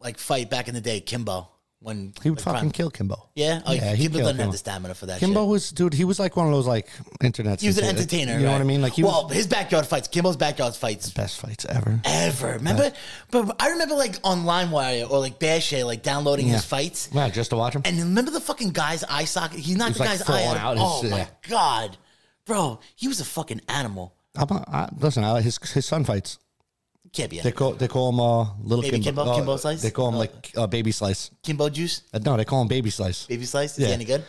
Speaker 4: like fight back in the day, Kimbo. When
Speaker 2: He would
Speaker 4: like,
Speaker 2: fucking
Speaker 4: prime-
Speaker 2: kill Kimbo.
Speaker 4: yeah, like,
Speaker 2: yeah, he'd
Speaker 4: Kimbo
Speaker 2: kill
Speaker 4: doesn't have
Speaker 2: Kimbo.
Speaker 4: the stamina for that.
Speaker 2: Kimbo
Speaker 4: shit.
Speaker 2: was dude. He was like one of those like internet.
Speaker 4: he was an
Speaker 2: sensa-
Speaker 4: entertainer.
Speaker 2: You know what
Speaker 4: right?
Speaker 2: I mean? Like he
Speaker 4: well,
Speaker 2: was
Speaker 4: his backyard fights, Kimbo's backyard fights
Speaker 2: best fights ever.
Speaker 4: ever. Remember, but I remember like on LimeWire or like Bashay, like downloading his fights.
Speaker 2: Yeah, just to watch him.
Speaker 4: And remember the fucking guy's eye socket? He
Speaker 2: He's,
Speaker 4: knocked the
Speaker 2: like,
Speaker 4: guy's eye
Speaker 2: falling
Speaker 4: out.
Speaker 2: out.
Speaker 4: oh
Speaker 2: It's-
Speaker 4: my
Speaker 2: yeah.
Speaker 4: god, bro, he was a fucking animal.
Speaker 2: I'm a, I, uh, listen, I, his his son fights.
Speaker 4: Can't be
Speaker 2: They
Speaker 4: a
Speaker 2: call they call him uh, little
Speaker 4: Baby
Speaker 2: Kimbo.
Speaker 4: Kimbo?
Speaker 2: Uh,
Speaker 4: Kimbo Slice?
Speaker 2: They call him
Speaker 4: Oh.
Speaker 2: like uh, baby slice.
Speaker 4: Kimbo juice,
Speaker 2: Uh, no, they call him baby slice.
Speaker 4: baby slice. Is he
Speaker 2: Yeah.
Speaker 4: any good?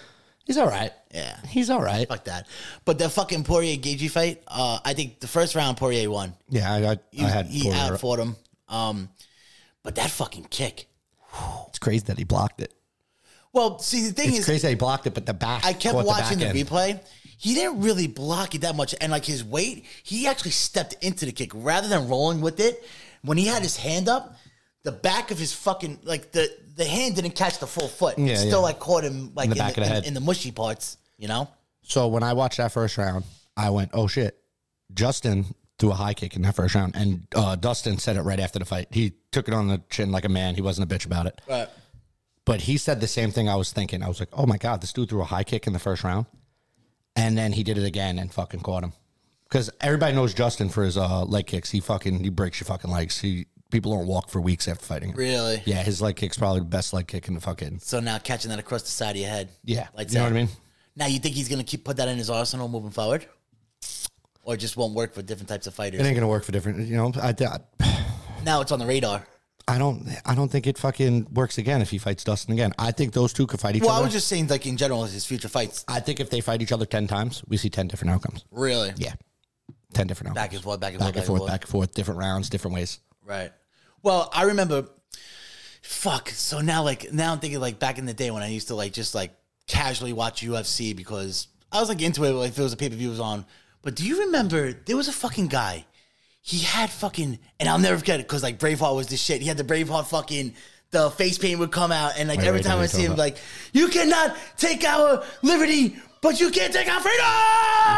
Speaker 2: He's all right.
Speaker 4: Yeah.
Speaker 2: he's all right.
Speaker 4: Fuck that. But the fucking Poirier Gagey fight, uh, I think the first round Poirier won.
Speaker 2: Yeah, I I,
Speaker 4: He,
Speaker 2: I had
Speaker 4: he
Speaker 2: Poirier.
Speaker 4: outfought him. Um, but that fucking kick.
Speaker 2: It's crazy that he blocked it.
Speaker 4: Well, see the thing
Speaker 2: It's
Speaker 4: is,
Speaker 2: crazy that he blocked it, but the back.
Speaker 4: I kept
Speaker 2: caught
Speaker 4: watching the,
Speaker 2: back end.
Speaker 4: replay. He didn't really block it that much, and like his weight, he actually stepped into the kick rather than rolling with it. When he had his hand up, the back of his fucking like the the hand didn't catch the full foot.
Speaker 2: Yeah,
Speaker 4: it still
Speaker 2: yeah.
Speaker 4: like caught him like in
Speaker 2: the back of the
Speaker 4: in-
Speaker 2: head.
Speaker 4: in the mushy parts. You know,
Speaker 2: So when I watched that first round, I went, "Oh shit!" Justin threw a high kick in that first round, and uh, Dustin said it right after the fight. He took it on the chin like a man. He wasn't a bitch about it.
Speaker 4: right?
Speaker 2: But he said the same thing I was thinking. I was like, "Oh my god, this dude threw a high kick in the first round," and then he did it again and fucking caught him. Because everybody knows Justin for his uh, leg kicks. He fucking he breaks your fucking legs. He people don't walk for weeks after fighting him.
Speaker 4: Really?
Speaker 2: Yeah, his leg kick's probably the best leg kick in the fucking.
Speaker 4: So now catching that across the side of your head.
Speaker 2: Yeah,
Speaker 4: Like
Speaker 2: you know what I mean.
Speaker 4: Now you think he's gonna keep put that in his arsenal moving forward, or it just won't work for different types of
Speaker 2: It
Speaker 4: fighters?
Speaker 2: ain't gonna work for different. You know, I,
Speaker 4: Now it's on the radar.
Speaker 2: I don't, I don't think it fucking works again if he fights Dustin again. I think those two could fight each
Speaker 4: Well, I
Speaker 2: other.
Speaker 4: was just saying, like in general, his future fights.
Speaker 2: I think if they fight each other ten times, we see ten different outcomes.
Speaker 4: Really?
Speaker 2: Yeah, ten different outcomes.
Speaker 4: Back and forth, back and
Speaker 2: back and forth,
Speaker 4: forth.
Speaker 2: back and forth, different rounds, different ways.
Speaker 4: Right. Well, I remember. Fuck. So now, like now, I'm thinking like back in the day when I used to like just like casually watch UFC because I was like into it. Like if it was a pay per view was on. But do you remember there was a fucking guy? He had fucking, and I'll never forget it because like Braveheart was the shit. He had the Braveheart fucking. The face paint would come out, and like
Speaker 2: Wait,
Speaker 4: every
Speaker 2: wait,
Speaker 4: time
Speaker 2: wait,
Speaker 4: I see him,
Speaker 2: wait.
Speaker 4: like, you cannot take our liberty, but you can't take our freedom.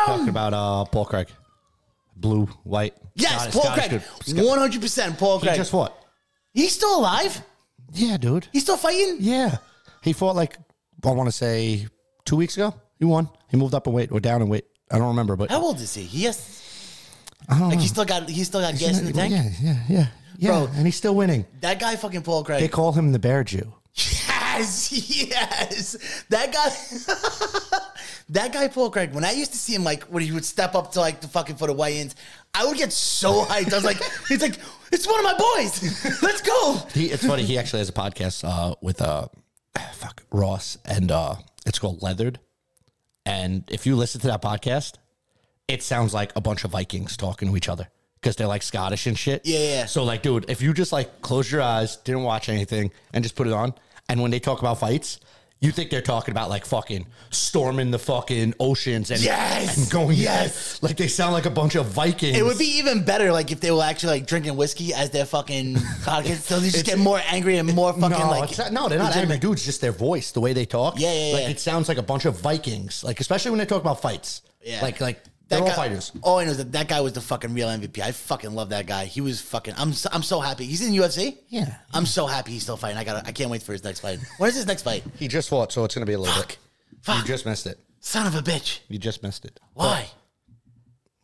Speaker 2: Talking about uh, Paul Craig, blue, white.
Speaker 4: Yes,
Speaker 2: Scottish-
Speaker 4: Paul
Speaker 2: Scottish
Speaker 4: Craig,
Speaker 2: dude. Sc-
Speaker 4: one hundred percent. Paul
Speaker 2: He
Speaker 4: Craig.
Speaker 2: just fought.
Speaker 4: He's still alive.
Speaker 2: Yeah, dude.
Speaker 4: He's still fighting.
Speaker 2: Yeah, he fought like I want to say two weeks ago. He won. He moved up in weight or down in weight. I don't remember, but
Speaker 4: How old is he? He has.
Speaker 2: I don't
Speaker 4: Like
Speaker 2: know.
Speaker 4: he still got he still got gas in the tank.
Speaker 2: Yeah, yeah, yeah, yeah.
Speaker 4: Bro.
Speaker 2: and he's still winning.
Speaker 4: That guy fucking Paul
Speaker 2: They
Speaker 4: Craig.
Speaker 2: call him the Bear Jew.
Speaker 4: Yes, yes. That guy. that guy Paul Craig. When I used to see him, like when he would step up to like the fucking for the weigh-ins, I would get so hyped. I was like, he's like, it's one of my boys. Let's go.
Speaker 2: He, it's funny. He actually has a podcast uh, with uh, fuck Ross, and uh, it's called Leathered. And if you listen to that podcast, it sounds like a bunch of Vikings talking to each other because they're like Scottish and shit.
Speaker 4: Yeah, yeah.
Speaker 2: So like, dude, if you just like close your eyes, didn't watch anything, and just put it on, and when they talk about fights. You think they're talking about like fucking storming the fucking oceans and,
Speaker 4: Yes!
Speaker 2: and going
Speaker 4: Yes!
Speaker 2: like they sound like a bunch of Vikings.
Speaker 4: It would be even better like if they were actually like drinking whiskey as their fucking podcast. So they just
Speaker 2: It's-
Speaker 4: get more angry and more fucking
Speaker 2: no,
Speaker 4: like
Speaker 2: it's not- no, they're not angry
Speaker 4: legitimate.
Speaker 2: dudes. Just their voice, the way they talk.
Speaker 4: Yeah, yeah,
Speaker 2: Like
Speaker 4: yeah.
Speaker 2: it sounds like a bunch of Vikings. Like especially when they talk about fights.
Speaker 4: Yeah.
Speaker 2: Like like
Speaker 4: That
Speaker 2: they're all
Speaker 4: guy-
Speaker 2: fighters.
Speaker 4: All I know is that that guy was the fucking real MVP. I fucking love that guy. He was fucking. I'm so, I'm so happy. He's in UFC.
Speaker 2: Yeah.
Speaker 4: I'm so happy he's still fighting. I got. to I can't wait for his next fight. When is his next fight?
Speaker 2: He just fought, so it's gonna be a little
Speaker 4: Fuck.
Speaker 2: bit.
Speaker 4: Fuck.
Speaker 2: You just missed it.
Speaker 4: Son of a bitch.
Speaker 2: You just missed it.
Speaker 4: Why?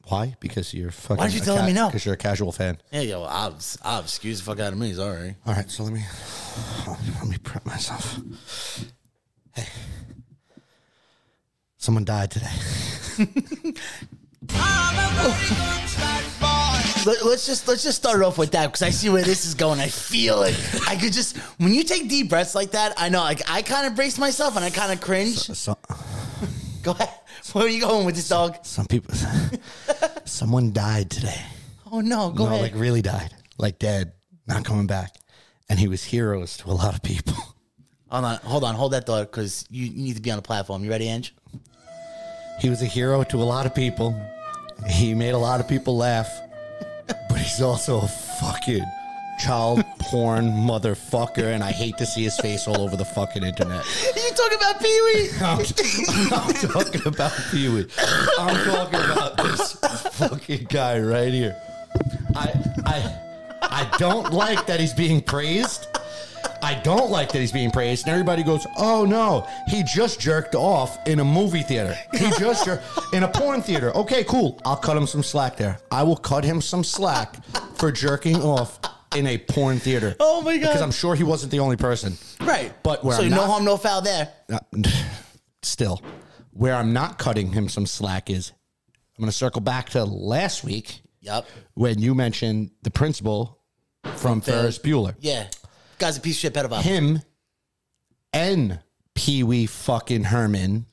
Speaker 2: Why? Because you're fucking.
Speaker 4: aren't you telling me no?
Speaker 2: Because you're a casual fan.
Speaker 4: Yeah, yo, I'll, I'll excuse the fuck out of me. Sorry.
Speaker 2: All right, so let me let me prep myself. Hey, someone died today.
Speaker 4: Let, us just let's just start off with that because I see where this is going. I feel it. I could just when you take deep breaths like that. I know. Like I kind of brace myself and I kind of cringe.
Speaker 2: So,
Speaker 4: Go ahead. Where are you going with this dog?
Speaker 2: some people, someone died today.
Speaker 4: Oh no. Go
Speaker 2: no,
Speaker 4: ahead.
Speaker 2: like really died, like dead, not coming back. And he was heroes to a lot of people.
Speaker 4: Hold on, hold on, hold that thought because you, you need to be on a platform. You ready, Ange?
Speaker 2: He was a hero to a lot of people. He made a lot of people laugh, but he's also a fucking child porn motherfucker, and I hate to see his face all over the fucking internet.
Speaker 4: You talking about Pee Wee?
Speaker 2: I'm, I'm talking about Pee Wee. I'm talking about this fucking guy right here. I I I don't like that he's being praised. I don't like that he's being praised, and everybody goes, "Oh no, he just jerked off in a movie theater. He just jer- in a porn theater." Okay, cool. I'll cut him some slack there. I will cut him some slack for jerking off in a porn theater.
Speaker 4: Oh, my God.
Speaker 2: Because I'm sure he wasn't the only person.
Speaker 4: Right.
Speaker 2: But where
Speaker 4: so
Speaker 2: I'm
Speaker 4: no
Speaker 2: not-
Speaker 4: harm, no foul there.
Speaker 2: Uh, still, where I'm not cutting him some slack is I'm going to circle back to last week
Speaker 4: Yup.
Speaker 2: when you mentioned the principal from Ferris Bueller.
Speaker 4: Yeah. Guy's a piece of shit pedophile.
Speaker 2: Him and Pee Wee fucking Herman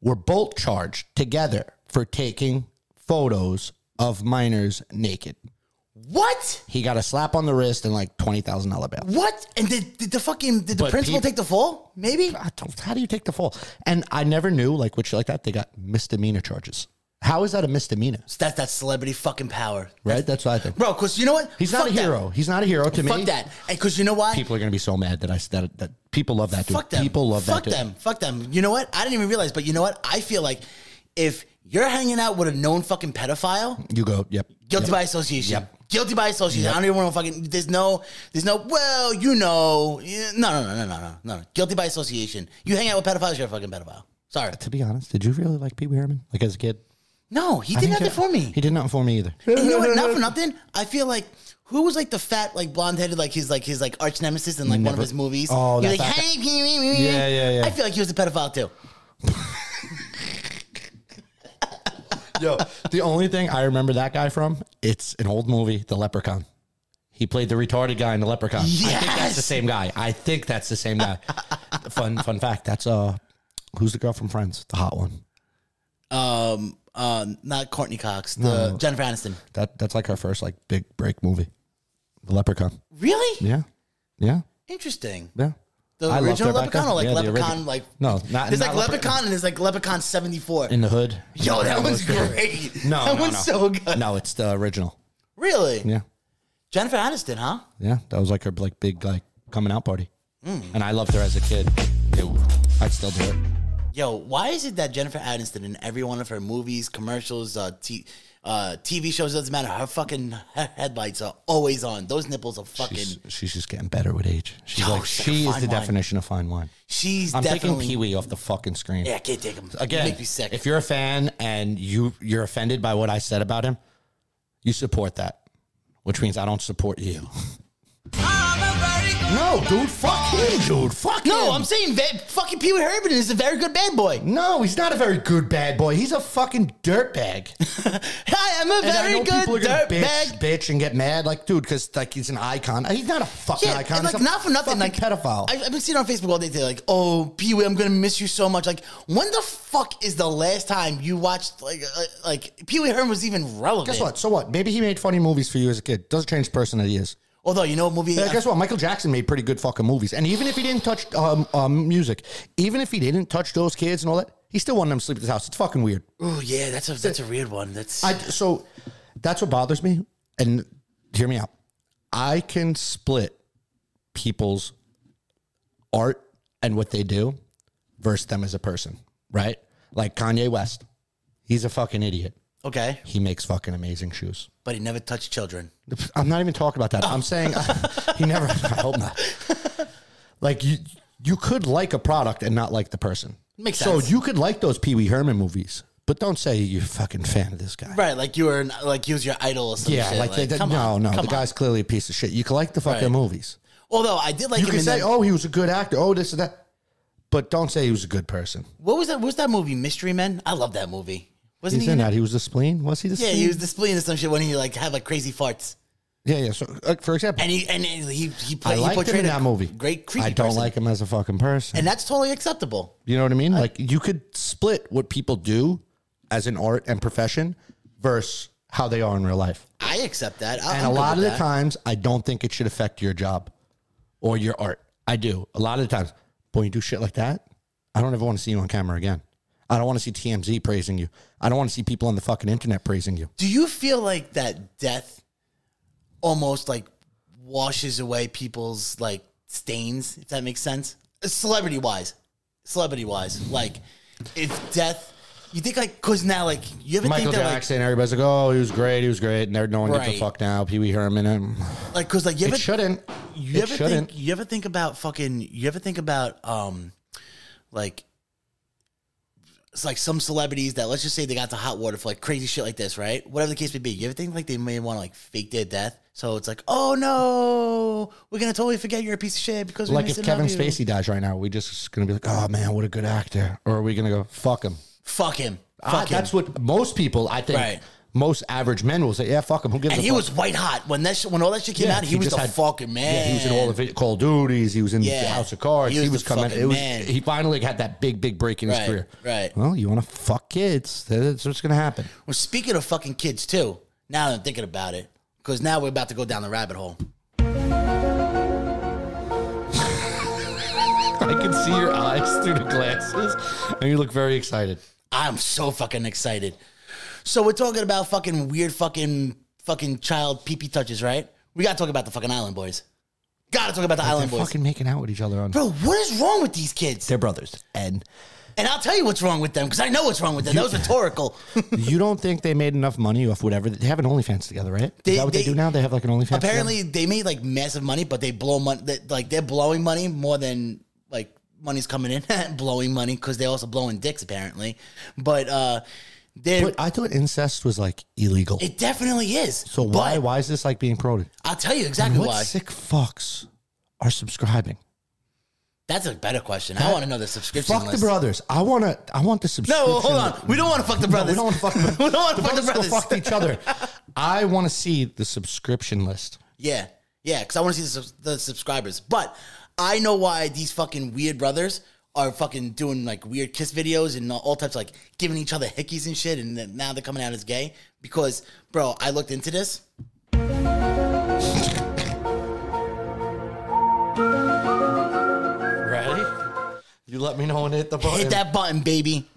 Speaker 2: were both charged together for taking photos of minors naked.
Speaker 4: What?
Speaker 2: He got a slap on the wrist and like $20,000 bail.
Speaker 4: What? And did, did the fucking did the
Speaker 2: But
Speaker 4: principal
Speaker 2: peop-
Speaker 4: take the fall? Maybe.
Speaker 2: I don't- how do you take the fall? And I never knew, like, with shit like that, they got misdemeanor charges. How is that a misdemeanor?
Speaker 4: That's that celebrity fucking power,
Speaker 2: Right? That's what I think.
Speaker 4: bro. Because you know what?
Speaker 2: He's not
Speaker 4: Fuck
Speaker 2: a
Speaker 4: that.
Speaker 2: hero. He's not a hero to me.
Speaker 4: Fuck that. And because you know why?
Speaker 2: People are going to be so mad that I s- that, that people love that dude.
Speaker 4: Fuck them.
Speaker 2: People love
Speaker 4: Fuck
Speaker 2: that dude.
Speaker 4: them. Fuck them. You know what? I didn't even realize, but you know what? I feel like if you're hanging out with a known fucking pedophile,
Speaker 2: You go, yep.
Speaker 4: Guilty
Speaker 2: yep.
Speaker 4: by association.
Speaker 2: Yep.
Speaker 4: Guilty by association. I don't even want to fucking. There's no. There's no. Well, you know. eh, No, no, no, no, no, no, no. Guilty by association. You hang out with pedophiles, you're a fucking pedophile. Sorry.
Speaker 2: To be honest, did you really like Pee Wee Herman? Like as a kid?
Speaker 4: No, he
Speaker 2: I
Speaker 4: did
Speaker 2: think
Speaker 4: nothing
Speaker 2: that-
Speaker 4: for me.
Speaker 2: He did nothing for me either.
Speaker 4: And you know what? Not for nothing. I feel like Who was like the fat, like blonde headed, like his like his like arch nemesis in like one of
Speaker 2: Never-
Speaker 4: his movies?
Speaker 2: Oh,
Speaker 4: He
Speaker 2: that
Speaker 4: was like,
Speaker 2: fat
Speaker 4: hey,
Speaker 2: Yeah, yeah, yeah.
Speaker 4: I feel like he was a pedophile too.
Speaker 2: Yo, the only thing I remember that guy from, it's an old movie, The Leprechaun. He played the retarded guy in The Leprechaun. I think that's the
Speaker 4: Yes!
Speaker 2: same guy. I think that's the same guy. fun fun fact, that's uh who's the girl from Friends? The hot one.
Speaker 4: Um, uh, not Courtney Cox, the Jennifer Aniston.
Speaker 2: That that's like her first like big break movie. The Leprechaun.
Speaker 4: Really
Speaker 2: Yeah. Yeah.
Speaker 4: interesting.
Speaker 2: Yeah.
Speaker 4: The
Speaker 2: I loved
Speaker 4: original
Speaker 2: her back
Speaker 4: Leprechaun,
Speaker 2: then.
Speaker 4: or like
Speaker 2: Yeah, the
Speaker 4: Leprechaun,
Speaker 2: origi-
Speaker 4: like
Speaker 2: No, not-
Speaker 4: there's
Speaker 2: not
Speaker 4: like
Speaker 2: Lepre-
Speaker 4: Leprechaun and there's like Leprechaun seventy four.
Speaker 2: In the hood.
Speaker 4: Yo, that one's great.
Speaker 2: No,
Speaker 4: that
Speaker 2: no,
Speaker 4: one's
Speaker 2: no.
Speaker 4: so good.
Speaker 2: No, it's the original.
Speaker 4: Really,
Speaker 2: Yeah.
Speaker 4: Jennifer Aniston, huh?
Speaker 2: Yeah, that was like her like big like coming out party,
Speaker 4: Mm.
Speaker 2: and I loved her as a kid. It- I'd still do it.
Speaker 4: Yo, why is it that Jennifer Aniston in every one of her movies, commercials, uh, t- uh, TV shows doesn't matter? Her fucking he- headlights are always on. Those nipples are fucking.
Speaker 2: She's,
Speaker 4: She's,
Speaker 2: she's just getting better with age. She's
Speaker 4: Yo,
Speaker 2: like
Speaker 4: she's
Speaker 2: she is
Speaker 4: like a
Speaker 2: the
Speaker 4: fine wine.
Speaker 2: definition of fine wine. I'm
Speaker 4: definitely.
Speaker 2: taking Pee Wee off the fucking screen.
Speaker 4: yeah, I can't take them
Speaker 2: Again,
Speaker 4: Make me sick.
Speaker 2: if you're a fan and you you're offended by what I said about him, you support that, which means I don't support you. no, dude, fuck him, dude, fuck
Speaker 4: no,
Speaker 2: him.
Speaker 4: I'm saying va- fucking Pee Wee Herman is a very good bad boy.
Speaker 2: no, he's not a very good bad boy. He's a fucking dirtbag.
Speaker 4: I am a
Speaker 2: And I
Speaker 4: very
Speaker 2: know people are
Speaker 4: good
Speaker 2: gonna bitch,
Speaker 4: dirtbag.
Speaker 2: bitch, and get mad. Like, dude, because like he's an icon. He's not a fucking
Speaker 4: Yeah,
Speaker 2: icon.
Speaker 4: and, like
Speaker 2: He's a
Speaker 4: not for nothing,
Speaker 2: fucking
Speaker 4: like
Speaker 2: pedophile.
Speaker 4: I've, I've been seeing on Facebook all day today, like, "Oh, Pee Wee, I'm gonna miss you so much." Like, when the fuck is the last time you watched like uh, like Pee Wee Herman was even relevant?
Speaker 2: guess what? So what? Maybe he made funny movies for you as a kid. Doesn't change the person that he is.
Speaker 4: Although you know, what movie
Speaker 2: Yeah, guess what? Michael Jackson made pretty good fucking movies. And even if he didn't touch um, um, music, even if he didn't touch those kids and all that, he still wanted them to sleep at his house. It's fucking weird.
Speaker 4: Oh yeah, that's a that's a weird one. That's
Speaker 2: I, so that's what bothers me. And hear me out. I can split people's art and what they do versus them as a person, right? Like Kanye West, he's a fucking idiot.
Speaker 4: okay,
Speaker 2: He makes fucking amazing shoes.
Speaker 4: but he never touched children.
Speaker 2: I'm not even talking about that. I'm saying he never. I hope not. Like you, you could like a product and not like the person.
Speaker 4: Makes
Speaker 2: So
Speaker 4: sense.
Speaker 2: you could like those Pee Wee Herman movies, but don't say you're a fucking fan of this guy.
Speaker 4: Right, like you were an, like he was your idol or some
Speaker 2: Yeah,
Speaker 4: shit.
Speaker 2: like, they,
Speaker 4: come
Speaker 2: no,
Speaker 4: on,
Speaker 2: no, the
Speaker 4: come on.
Speaker 2: guy's clearly a piece of shit. You can like the fucking
Speaker 4: Right.
Speaker 2: movies.
Speaker 4: Although I did like
Speaker 2: You
Speaker 4: him
Speaker 2: can
Speaker 4: in
Speaker 2: say,
Speaker 4: that-
Speaker 2: oh, he was a good actor. Oh, this and that. But don't say he was a good person.
Speaker 4: what was that? What was that movie Mystery Men? I love that movie. Wasn't
Speaker 2: He's
Speaker 4: he?
Speaker 2: in
Speaker 4: in
Speaker 2: that. He was the spleen. Was he the
Speaker 4: it? Yeah,
Speaker 2: spleen?
Speaker 4: he was displaying or some shit when he like had like crazy farts.
Speaker 2: yeah, yeah. So, like, for example,
Speaker 4: And he and he he,
Speaker 2: I
Speaker 4: played, he
Speaker 2: liked him
Speaker 4: portrayed
Speaker 2: in
Speaker 4: a
Speaker 2: that movie.
Speaker 4: Great creepy.
Speaker 2: I don't
Speaker 4: person.
Speaker 2: like him as a fucking person.
Speaker 4: and that's totally acceptable.
Speaker 2: You know what I mean? Like you could split what people do as an art and profession versus how they are in real life.
Speaker 4: I accept that. I,
Speaker 2: And
Speaker 4: I'm
Speaker 2: a
Speaker 4: good
Speaker 2: lot of
Speaker 4: with
Speaker 2: the
Speaker 4: that.
Speaker 2: times, I don't think it should affect your job or your art. I do a lot of the times. But when you do shit like that, I don't ever want to see you on camera again. I don't want to see TMZ praising you. I don't want to see people on the fucking internet praising you.
Speaker 4: Do you feel like that death almost like washes away people's like stains, if that makes sense? Celebrity wise. Celebrity wise. Like if death you think like cause now like you ever
Speaker 2: Michael
Speaker 4: think that
Speaker 2: Jackson, everybody's like, "Oh, he was great. He was great." And they're no one gives a
Speaker 4: Right.
Speaker 2: fuck now. Pee Wee Herman. um,
Speaker 4: like like cause like you
Speaker 2: It
Speaker 4: ever
Speaker 2: shouldn't.
Speaker 4: you
Speaker 2: it
Speaker 4: ever
Speaker 2: shouldn't.
Speaker 4: think you ever think about fucking you ever think about um like it's like some celebrities that let's just say they got the hot water for like crazy shit like this, right? Whatever the case may be, you ever think like they may want to like fake their death? So it's like, oh no, we're gonna totally forget you're a piece of shit because we
Speaker 2: like if
Speaker 4: missed
Speaker 2: Kevin
Speaker 4: out on you."
Speaker 2: Spacey dies right now, are we just gonna be like, oh man, what a good actor, or are we gonna go fuck him?
Speaker 4: fuck him, fuck
Speaker 2: Ah,
Speaker 4: him.
Speaker 2: that's what most people, I think,
Speaker 4: Right.
Speaker 2: most average men will say. Yeah, fuck him. Who gives
Speaker 4: and
Speaker 2: a
Speaker 4: he
Speaker 2: fuck?
Speaker 4: was white hot when that sh- when all that shit came
Speaker 2: Yeah,
Speaker 4: out. He, was
Speaker 2: just
Speaker 4: the
Speaker 2: had-
Speaker 4: fucking man.
Speaker 2: Yeah, he was in all the vi- Call of Duties. He was in
Speaker 4: Yeah.
Speaker 2: the House of Cards.
Speaker 4: He
Speaker 2: He
Speaker 4: was
Speaker 2: was,
Speaker 4: the
Speaker 2: coming.
Speaker 4: fucking
Speaker 2: It was,
Speaker 4: man.
Speaker 2: he finally had that big, big break in
Speaker 4: Right,
Speaker 2: his career.
Speaker 4: right.
Speaker 2: Well, you want to fuck kids? That's what's gonna happen.
Speaker 4: Well, speaking of fucking kids too, now that I'm thinking about it, because now we're about to go down the rabbit hole.
Speaker 2: I can see your eyes through the glasses, and you look very excited.
Speaker 4: I'm so fucking excited. So we're talking about fucking weird fucking fucking child pee pee touches, right? We gotta talk about the fucking Island Boys. Gotta talk about the Island
Speaker 2: They're
Speaker 4: Boys.
Speaker 2: fucking making out with each other on.
Speaker 4: Bro, what is wrong with these kids?
Speaker 2: They're brothers, and
Speaker 4: And I'll tell you what's wrong with them because I know what's wrong with them. That was rhetorical.
Speaker 2: you don't think they made enough money off whatever they have an OnlyFans together, right?
Speaker 4: They-
Speaker 2: Is that what they,
Speaker 4: they-
Speaker 2: do now? They have like an OnlyFans. together?
Speaker 4: Apparently, they made like massive money, but they blow money. That, like they're blowing money more than like money's coming in. blowing money because they're also blowing dicks apparently. But uh They're-
Speaker 2: But I thought incest was like illegal.
Speaker 4: it definitely is.
Speaker 2: so why why is this like being promoted?
Speaker 4: I'll tell you exactly
Speaker 2: What
Speaker 4: why.
Speaker 2: sick fucks are subscribing?
Speaker 4: That's a better question. I want to know the subscription
Speaker 2: Fuck the
Speaker 4: list.
Speaker 2: brothers. I want to. I want the subscription.
Speaker 4: No, hold on. We don't want to fuck the
Speaker 2: No, we
Speaker 4: brothers.
Speaker 2: don't want to fuck.
Speaker 4: we don't want
Speaker 2: the
Speaker 4: to fuck the
Speaker 2: brothers
Speaker 4: brothers.
Speaker 2: go fuck each other. I want to see the subscription list.
Speaker 4: Yeah, yeah, because I want to see the, subs- the subscribers. But I know why these fucking weird brothers are fucking doing like weird kiss videos and all types like giving each other hickeys and shit. And then now they're coming out as gay because, bro, I looked into this.
Speaker 2: Ready? You let me know when to hit the button.
Speaker 4: Hit that button, baby.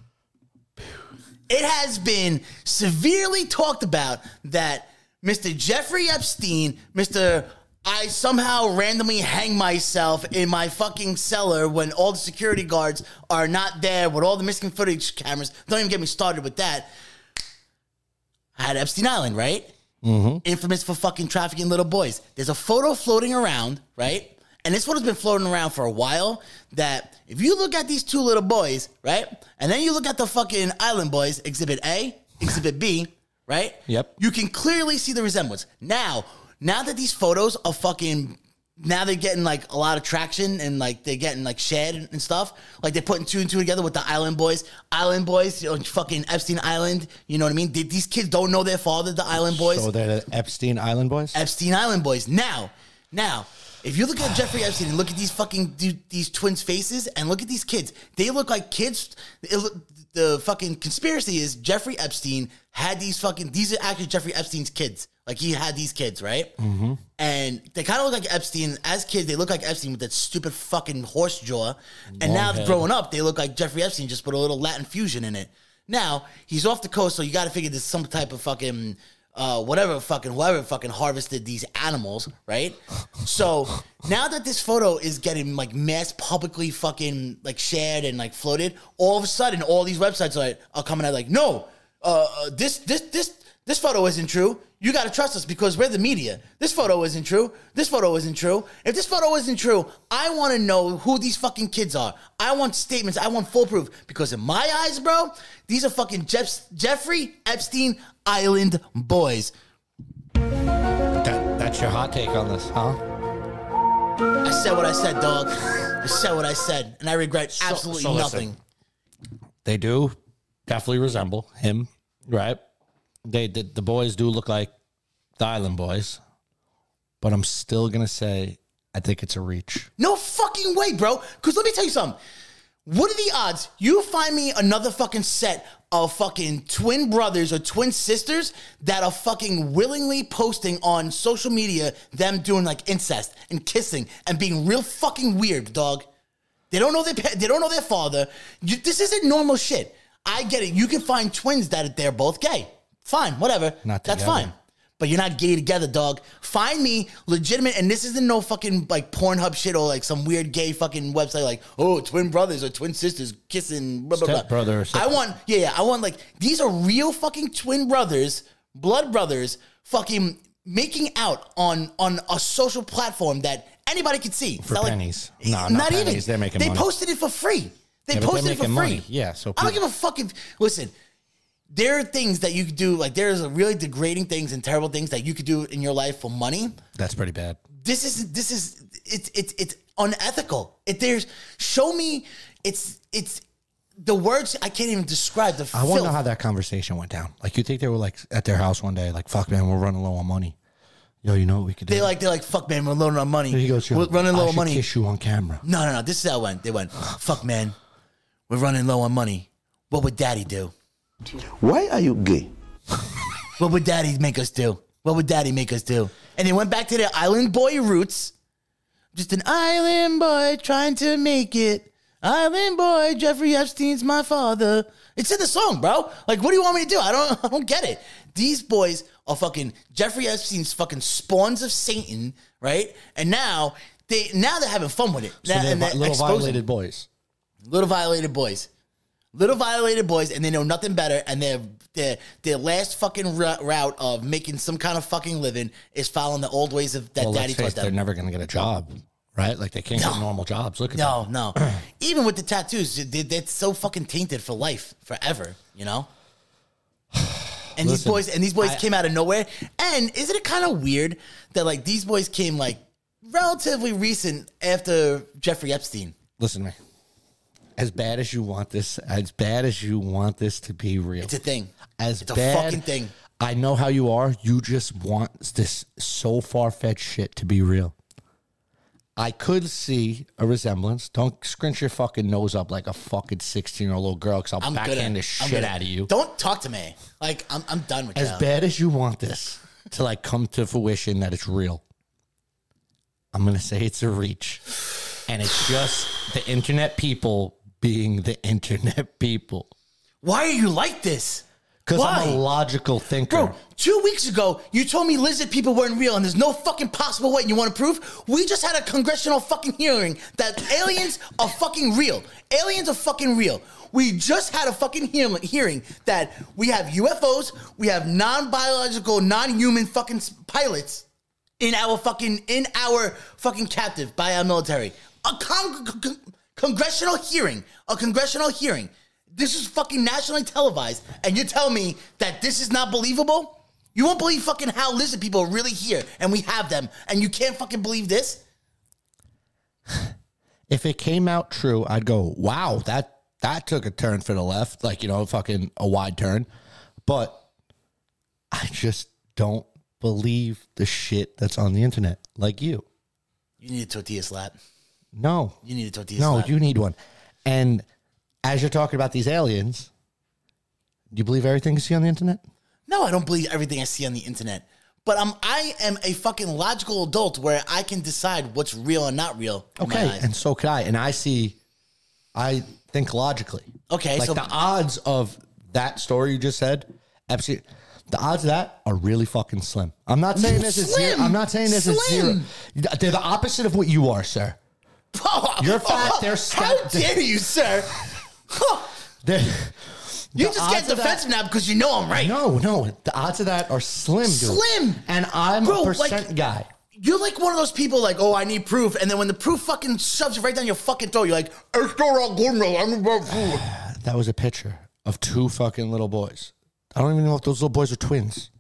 Speaker 4: It has been severely talked about that Mr. Jeffrey Epstein, Mr. I somehow randomly hang myself in my fucking cellar when all the security guards are not there with all the missing footage cameras. Don't even get me started with that. I had Epstein Island, right? Infamous for fucking trafficking little boys. There's a photo floating around, right? And this one has been floating around for a while. That if you look at these two little boys, right? And then you look at the fucking island boys, exhibit A, exhibit B, right?
Speaker 2: Yep.
Speaker 4: You can clearly see the resemblance. Now, now that these photos are fucking now they're getting like a lot of traction and like they're getting like shared and, and stuff. Like they're putting two and two together with the Island Boys. Island Boys, you know, fucking Epstein Island. You know what I mean? Th- These kids don't know their father, the Island Boys.
Speaker 2: So they're the Epstein Island boys.
Speaker 4: Epstein Island Boys. Now, now, if you look at Jeffrey Epstein and look at these fucking du- these twins' faces and look at these kids, they look like kids. It look, the fucking conspiracy is Jeffrey Epstein had these fucking. These are actually Jeffrey Epstein's kids. Like he had these kids, right? Mm-hmm. And they kind of look like Epstein as kids. They look like Epstein with that stupid fucking horse jaw. And now growing up, they look like Jeffrey Epstein just put a little Latin fusion in it. Now he's off the coast, so you got to figure there's some type of fucking uh, whatever fucking whoever fucking harvested these animals, right? So now that this photo is getting like mass publicly fucking like shared and like floated, all of a sudden all these websites are, are coming out like, no, uh, uh, this this this this photo isn't true. You gotta trust us because we're the media. This photo isn't true. This photo isn't true. If this photo isn't true, I wanna know who these fucking kids are. I want statements. I want full proof because in my eyes, bro, these are fucking Jeff- Jeffrey Epstein Island boys.
Speaker 2: That, that's your hot take on this, huh?
Speaker 4: I said what I said, dog. I said what I said, and I regret absolutely
Speaker 2: so listen.
Speaker 4: nothing.
Speaker 2: They do definitely resemble him, right? They the, the boys do look like the Island boys, but I'm still gonna say I think it's a reach.
Speaker 4: No fucking way, bro. Because let me tell you something. What are the odds you find me another fucking set of fucking twin brothers or twin sisters that are fucking willingly posting on social media them doing like incest and kissing and being real fucking weird, dog? They don't know their pa- they don't know their father. You, this isn't normal shit. I get it. You can find twins that they're both gay. Fine, whatever.
Speaker 2: Not
Speaker 4: That's
Speaker 2: together.
Speaker 4: fine. But you're not gay together, dog. Find me legitimate, and this isn't no fucking like Pornhub shit or like some weird gay fucking website like oh twin brothers or twin sisters kissing. Blah, blah, blah.
Speaker 2: Stepbrother or
Speaker 4: I want yeah, yeah. I want like these are real fucking twin brothers, blood brothers, fucking making out on on a social platform that anybody could see e,
Speaker 2: For pennies. No, not pennies. They're making
Speaker 4: they
Speaker 2: money.
Speaker 4: posted it for free. They
Speaker 2: Yeah, but they're
Speaker 4: posted it for free.
Speaker 2: making money. Yeah, so
Speaker 4: I don't
Speaker 2: people-
Speaker 4: give a fucking listen. There are things that you could do, like there's really degrading things and terrible things that you could do in your life for money.
Speaker 2: That's pretty bad.
Speaker 4: This is this is it's it's it's unethical. It there's show me it's it's the words I can't even describe the
Speaker 2: I want to
Speaker 4: filth.
Speaker 2: know how that conversation went down. Like you think they were like at their house one day, like fuck man, we're running low on money. Yo, you know what we could do?
Speaker 4: they like they're like fuck man, we're low on money.
Speaker 2: he goes, "Yo,
Speaker 4: we're running
Speaker 2: I
Speaker 4: low on
Speaker 2: should
Speaker 4: money.
Speaker 2: Kiss you on camera.
Speaker 4: No, no, no. This is how it went. They went, fuck, man. We're running low on money. What would daddy do?
Speaker 5: Why are you gay?
Speaker 4: What would daddy make us do? What would daddy make us do? And they went back to their island boy roots. Just an island boy trying to make it. Island boy, Jeffrey Epstein's my father. It's in the song, bro. Like, what do you want me to do? I don't, I don't get it. These boys are fucking Jeffrey Epstein's fucking spawns of Satan, right? And now they, now they're having fun with it.
Speaker 2: So
Speaker 4: Now-
Speaker 2: they're
Speaker 4: and
Speaker 2: vi-
Speaker 4: they're
Speaker 2: little
Speaker 4: exposing-
Speaker 2: violated boys.
Speaker 4: little violated boys, little violated boys, and they know nothing better. And their their their last fucking ru- route of making some kind of fucking living is following the old ways of that
Speaker 2: Well,
Speaker 4: daddy
Speaker 2: let's face,
Speaker 4: taught
Speaker 2: it, they're
Speaker 4: them.
Speaker 2: never going to get a job, right? Like they can't get normal jobs. Look at
Speaker 4: No, no. Even with the tattoos, they, they're so fucking tainted for life, forever. You know.
Speaker 2: Listen,
Speaker 4: And these boys and these boys
Speaker 2: I-
Speaker 4: came out of nowhere. And isn't it kind of weird that like these boys came like relatively recent after Jeffrey Epstein?
Speaker 2: Listen to me. As bad as you want this, as bad as you want this to be real,
Speaker 4: It's a thing.
Speaker 2: as
Speaker 4: It's a
Speaker 2: bad-
Speaker 4: fucking thing.
Speaker 2: I know how you are. You just want this so far fetched shit to be real. I could see a resemblance. Don't scrunch your fucking nose up like a fucking sixteen year old little girl, because I'll
Speaker 4: I'm
Speaker 2: backhand
Speaker 4: gonna
Speaker 2: the
Speaker 4: I'm
Speaker 2: shit
Speaker 4: gonna-
Speaker 2: out of you.
Speaker 4: Don't talk to me. Like I'm I'm done with
Speaker 2: as
Speaker 4: you.
Speaker 2: bad as you want this to like come to fruition that it's real, I'm gonna say it's a reach, and it's just the internet people being the internet people.
Speaker 4: Why are you like this?
Speaker 2: Because I'm
Speaker 4: Why?
Speaker 2: a logical thinker.
Speaker 4: Bro, two weeks ago, you told me lizard people weren't real and there's no fucking possible way. And you want to prove? We just had a congressional fucking hearing that aliens are fucking real. Aliens are fucking real. We just had a fucking hear- hearing that we have UFOs, we have non biological, non human fucking s- pilots in our fucking, in our fucking captive by our military. A con- con- congressional hearing. A congressional hearing. This is fucking nationally televised, and you tell me that this is not believable? You won't believe fucking how lizard people are really here, and we have them, and you can't fucking believe this?
Speaker 2: if it came out true, I'd go, wow, that that took a turn for the left, like you know, fucking a wide turn. But I just don't believe the shit that's on the internet, like you.
Speaker 4: You need a tortilla slap.
Speaker 2: No,
Speaker 4: You need a tortilla
Speaker 2: no,
Speaker 4: slap.
Speaker 2: you need one. And as you're talking about these aliens, do you believe everything you see on the internet?
Speaker 4: No, I don't believe everything I see on the internet. But I'm, I am a fucking logical adult where I can decide what's real and not real. in my
Speaker 2: Okay,
Speaker 4: eyes.
Speaker 2: and so could I. And I see, I think logically.
Speaker 4: Okay,
Speaker 2: like
Speaker 4: so-
Speaker 2: the odds of that story you just said, absolutely, the odds of that are really fucking slim. I'm not saying this is zero.
Speaker 4: Slim.
Speaker 2: I'm not saying this is zero.
Speaker 4: Slim.
Speaker 2: They're the opposite of what you are, sir. You're fat, they're
Speaker 4: Oh, How
Speaker 2: stout.
Speaker 4: dare you, sir?
Speaker 2: They're-
Speaker 4: you
Speaker 2: the
Speaker 4: just get
Speaker 2: odds of that-
Speaker 4: defensive now because you know I'm right.
Speaker 2: No, no, the odds of that are slim, dude.
Speaker 4: Slim.
Speaker 2: And I'm
Speaker 4: Bro,
Speaker 2: a
Speaker 4: like-
Speaker 2: percent guy.
Speaker 4: You're like one of those people, like, oh, I need proof, and then when the proof fucking shoves it right down your fucking throat, you're like, it's not all good, no, I'm about food.
Speaker 2: That was a picture of two fucking little boys. I don't even know if those little boys are twins.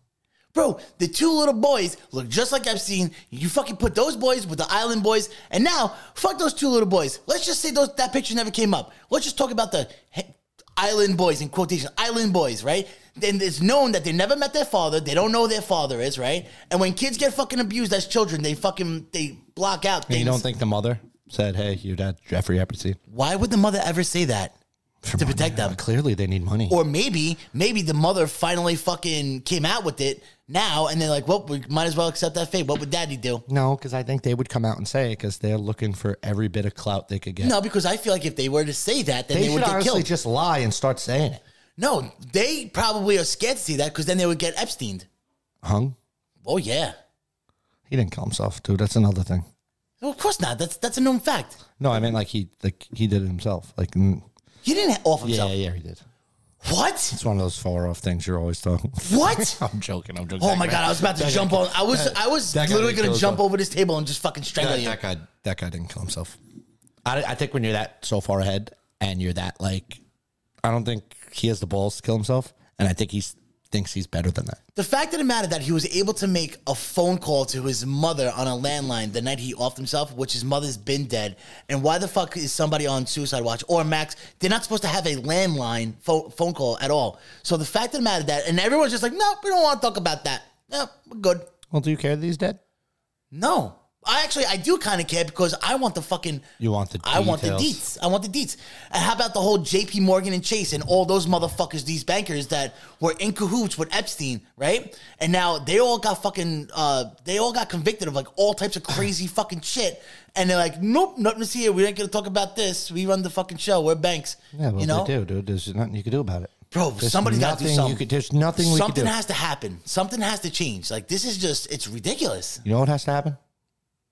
Speaker 4: Bro, the two little boys look just like Epstein. You fucking put those boys with the island boys, and now fuck those two little boys. Let's just say those that picture never came up. Let's just talk about the he- island boys in quotation, island boys, right? Then it's known that they never met their father. They don't know who their father is, right? And when kids get fucking abused as children, they fucking they block out
Speaker 2: And
Speaker 4: things.
Speaker 2: you don't think the mother said, "Hey, your dad, Jeffrey Epstein."
Speaker 4: Why would the mother ever say that to protect them?
Speaker 2: Clearly, they need money.
Speaker 4: Or maybe, maybe the mother finally fucking came out with it now, and they're like, "Well, we might as well accept that fate." What would daddy do?
Speaker 2: No, because I think they would come out and say it because they're looking for every bit of clout they could get.
Speaker 4: No, because I feel like if they were to say that, then
Speaker 2: they,
Speaker 4: they, would
Speaker 2: should
Speaker 4: get
Speaker 2: honestly
Speaker 4: killed.
Speaker 2: just lie and start saying it.
Speaker 4: no, they probably are scared to see that because then they would get Epsteined.
Speaker 2: Hung?
Speaker 4: Oh yeah,
Speaker 2: He didn't kill himself, dude. That's another thing.
Speaker 4: well, of course not. That's that's a known fact.
Speaker 2: No, I mean like he like he did it himself. Like mm,
Speaker 4: He didn't ha- off
Speaker 2: yeah,
Speaker 4: himself.
Speaker 2: yeah, he did.
Speaker 4: What?
Speaker 2: It's one of those far off things you're always talking.
Speaker 4: What?
Speaker 2: I'm joking. I'm joking.
Speaker 4: Oh
Speaker 2: That
Speaker 4: my
Speaker 2: guy-
Speaker 4: god! I was about to jump on. I was I was
Speaker 2: that guy
Speaker 4: literally
Speaker 2: didn't
Speaker 4: gonna
Speaker 2: kill
Speaker 4: jump
Speaker 2: himself.
Speaker 4: over this table and just fucking strangle
Speaker 2: That,
Speaker 4: you.
Speaker 2: that guy. That guy didn't kill himself. I, I think when you're that so far ahead and you're that like, I don't think he has the balls to kill himself, and I think he thinks he's better than that.
Speaker 4: The fact of the matter that he was able to make a phone call to his mother on a landline the night he offed himself, which his mother's been dead, and why the fuck is somebody on suicide watch or Max? They're not supposed to have a landline pho- phone call at all. So the fact of the matter that, and everyone's just like, no, we don't want to talk about that. No, we're good.
Speaker 2: Well, do you care that he's dead?
Speaker 4: No, I actually I do kind of care because I want the fucking
Speaker 2: You want the
Speaker 4: I want the
Speaker 2: details.
Speaker 4: deets. I want the deets. And how about the whole J.P. Morgan and Chase and all those motherfuckers, these bankers that were in cahoots with Epstein, right? And now they all got fucking, uh, they all got convicted of like all types of crazy fucking shit. And they're like, nope, nothing to see here. We ain't gonna talk about this. We run the fucking show. We're banks.
Speaker 2: Yeah, but
Speaker 4: you know,
Speaker 2: they do, dude. There's nothing you can do about it.
Speaker 4: bro.
Speaker 2: There's
Speaker 4: somebody's got to
Speaker 2: nothing
Speaker 4: do
Speaker 2: you
Speaker 4: something.
Speaker 2: could- there's nothing we could
Speaker 4: Something
Speaker 2: do.
Speaker 4: has to happen. Something has to change. Like this is just, it's ridiculous.
Speaker 2: You know what has to happen?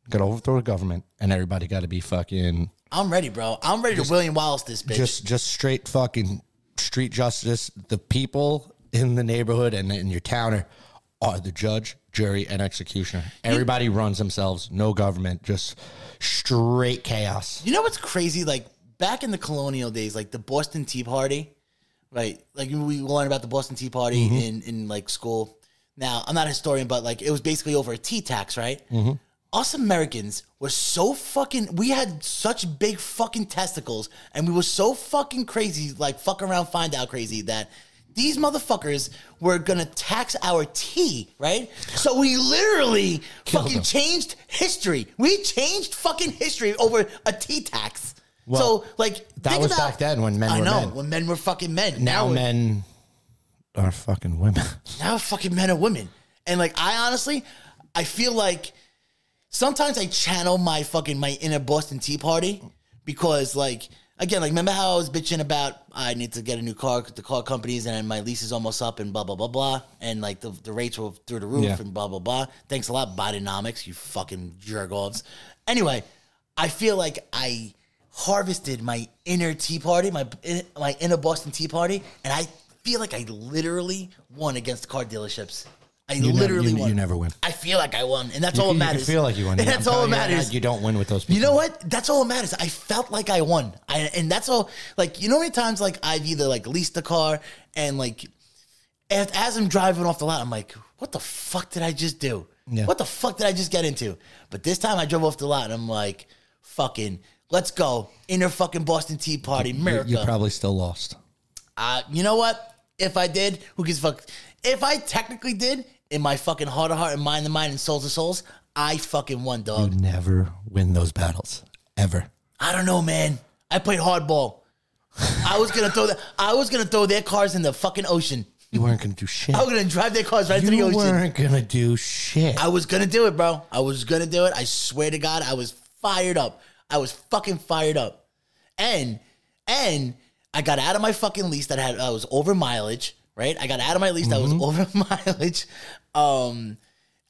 Speaker 2: Got to overthrow the government, and everybody got to be fucking
Speaker 4: I'm ready, bro. I'm ready to William Wallace this bitch.
Speaker 2: just just straight fucking street justice. The people in the neighborhood and in your town are, are the judge, jury, and executioner. Everybody runs themselves. No government. Just straight chaos.
Speaker 4: You know what's crazy? Like back in the colonial days, like the Boston Tea Party Right. Like we learned about the Boston Tea Party in, in like school. Now, I'm not a historian, but like it was basically over a tea tax, right? Us Americans were so fucking, we had such big fucking testicles and we were so fucking crazy, like fuck around, find out crazy that these motherfuckers were gonna tax our tea, right? So we literally fucking changed history. We changed fucking history over a tea tax.
Speaker 2: Well,
Speaker 4: so like
Speaker 2: that
Speaker 4: think
Speaker 2: was
Speaker 4: about,
Speaker 2: back then when men
Speaker 4: I
Speaker 2: were
Speaker 4: know
Speaker 2: men.
Speaker 4: when men were fucking men.
Speaker 2: Now
Speaker 4: we're-
Speaker 2: men are fucking women.
Speaker 4: now fucking men and women. And like I honestly, I feel like sometimes I channel my fucking my inner Boston Tea Party because like again, like remember how I was bitching about I need to get a new car with the car companies and my lease is almost up and blah blah blah blah and like the, the rates were through the roof
Speaker 2: Yeah.
Speaker 4: and blah blah blah. Thanks a lot, Bidenomics, you fucking jerk offs. Anyway, I feel like I harvested my inner Tea Party, my my inner Boston Tea Party, and I feel like I literally won against car dealelerships. I
Speaker 2: never-
Speaker 4: literally
Speaker 2: you-
Speaker 4: won.
Speaker 2: you never win.
Speaker 4: I feel like I won, and that's all
Speaker 2: You-
Speaker 4: that
Speaker 2: you
Speaker 4: matters.
Speaker 2: feel like you won.
Speaker 4: That's
Speaker 2: I'm telling
Speaker 4: all that
Speaker 2: you right now,
Speaker 4: matters.
Speaker 2: You don't win with those people.
Speaker 4: You know what? That's all that matters. I felt like I won. I, and that's all. Like you know, how many times like I've either like leased the car and like as, as I'm driving off the lot, I'm like, what the fuck did I just do?
Speaker 2: Yeah.
Speaker 4: What the fuck did I just get into? But this time I drove off the lot and I'm like, fucking, let's go. Inner fucking Boston Tea Party, America.
Speaker 2: You probably still lost.
Speaker 4: Uh, you know what? If I did, who gives a fuck? If I technically did, in my fucking heart of heart and mind to mind and souls to souls, I fucking won, dog.
Speaker 2: Never win those battles ever.
Speaker 4: I don't know, man. I played hardball. I was gonna throw that. I was gonna throw their cars in the fucking ocean.
Speaker 2: You weren't gonna do shit.
Speaker 4: I was gonna drive their cars right to the
Speaker 2: You
Speaker 4: ocean.
Speaker 2: weren't gonna do shit.
Speaker 4: I was gonna do it, bro. I was gonna do it. I swear to God, I was fired up. I was fucking fired up. And and I got out of my fucking lease that I had I was over mileage, right? I got out of my lease that was
Speaker 2: Mm-hmm.
Speaker 4: over mileage. Um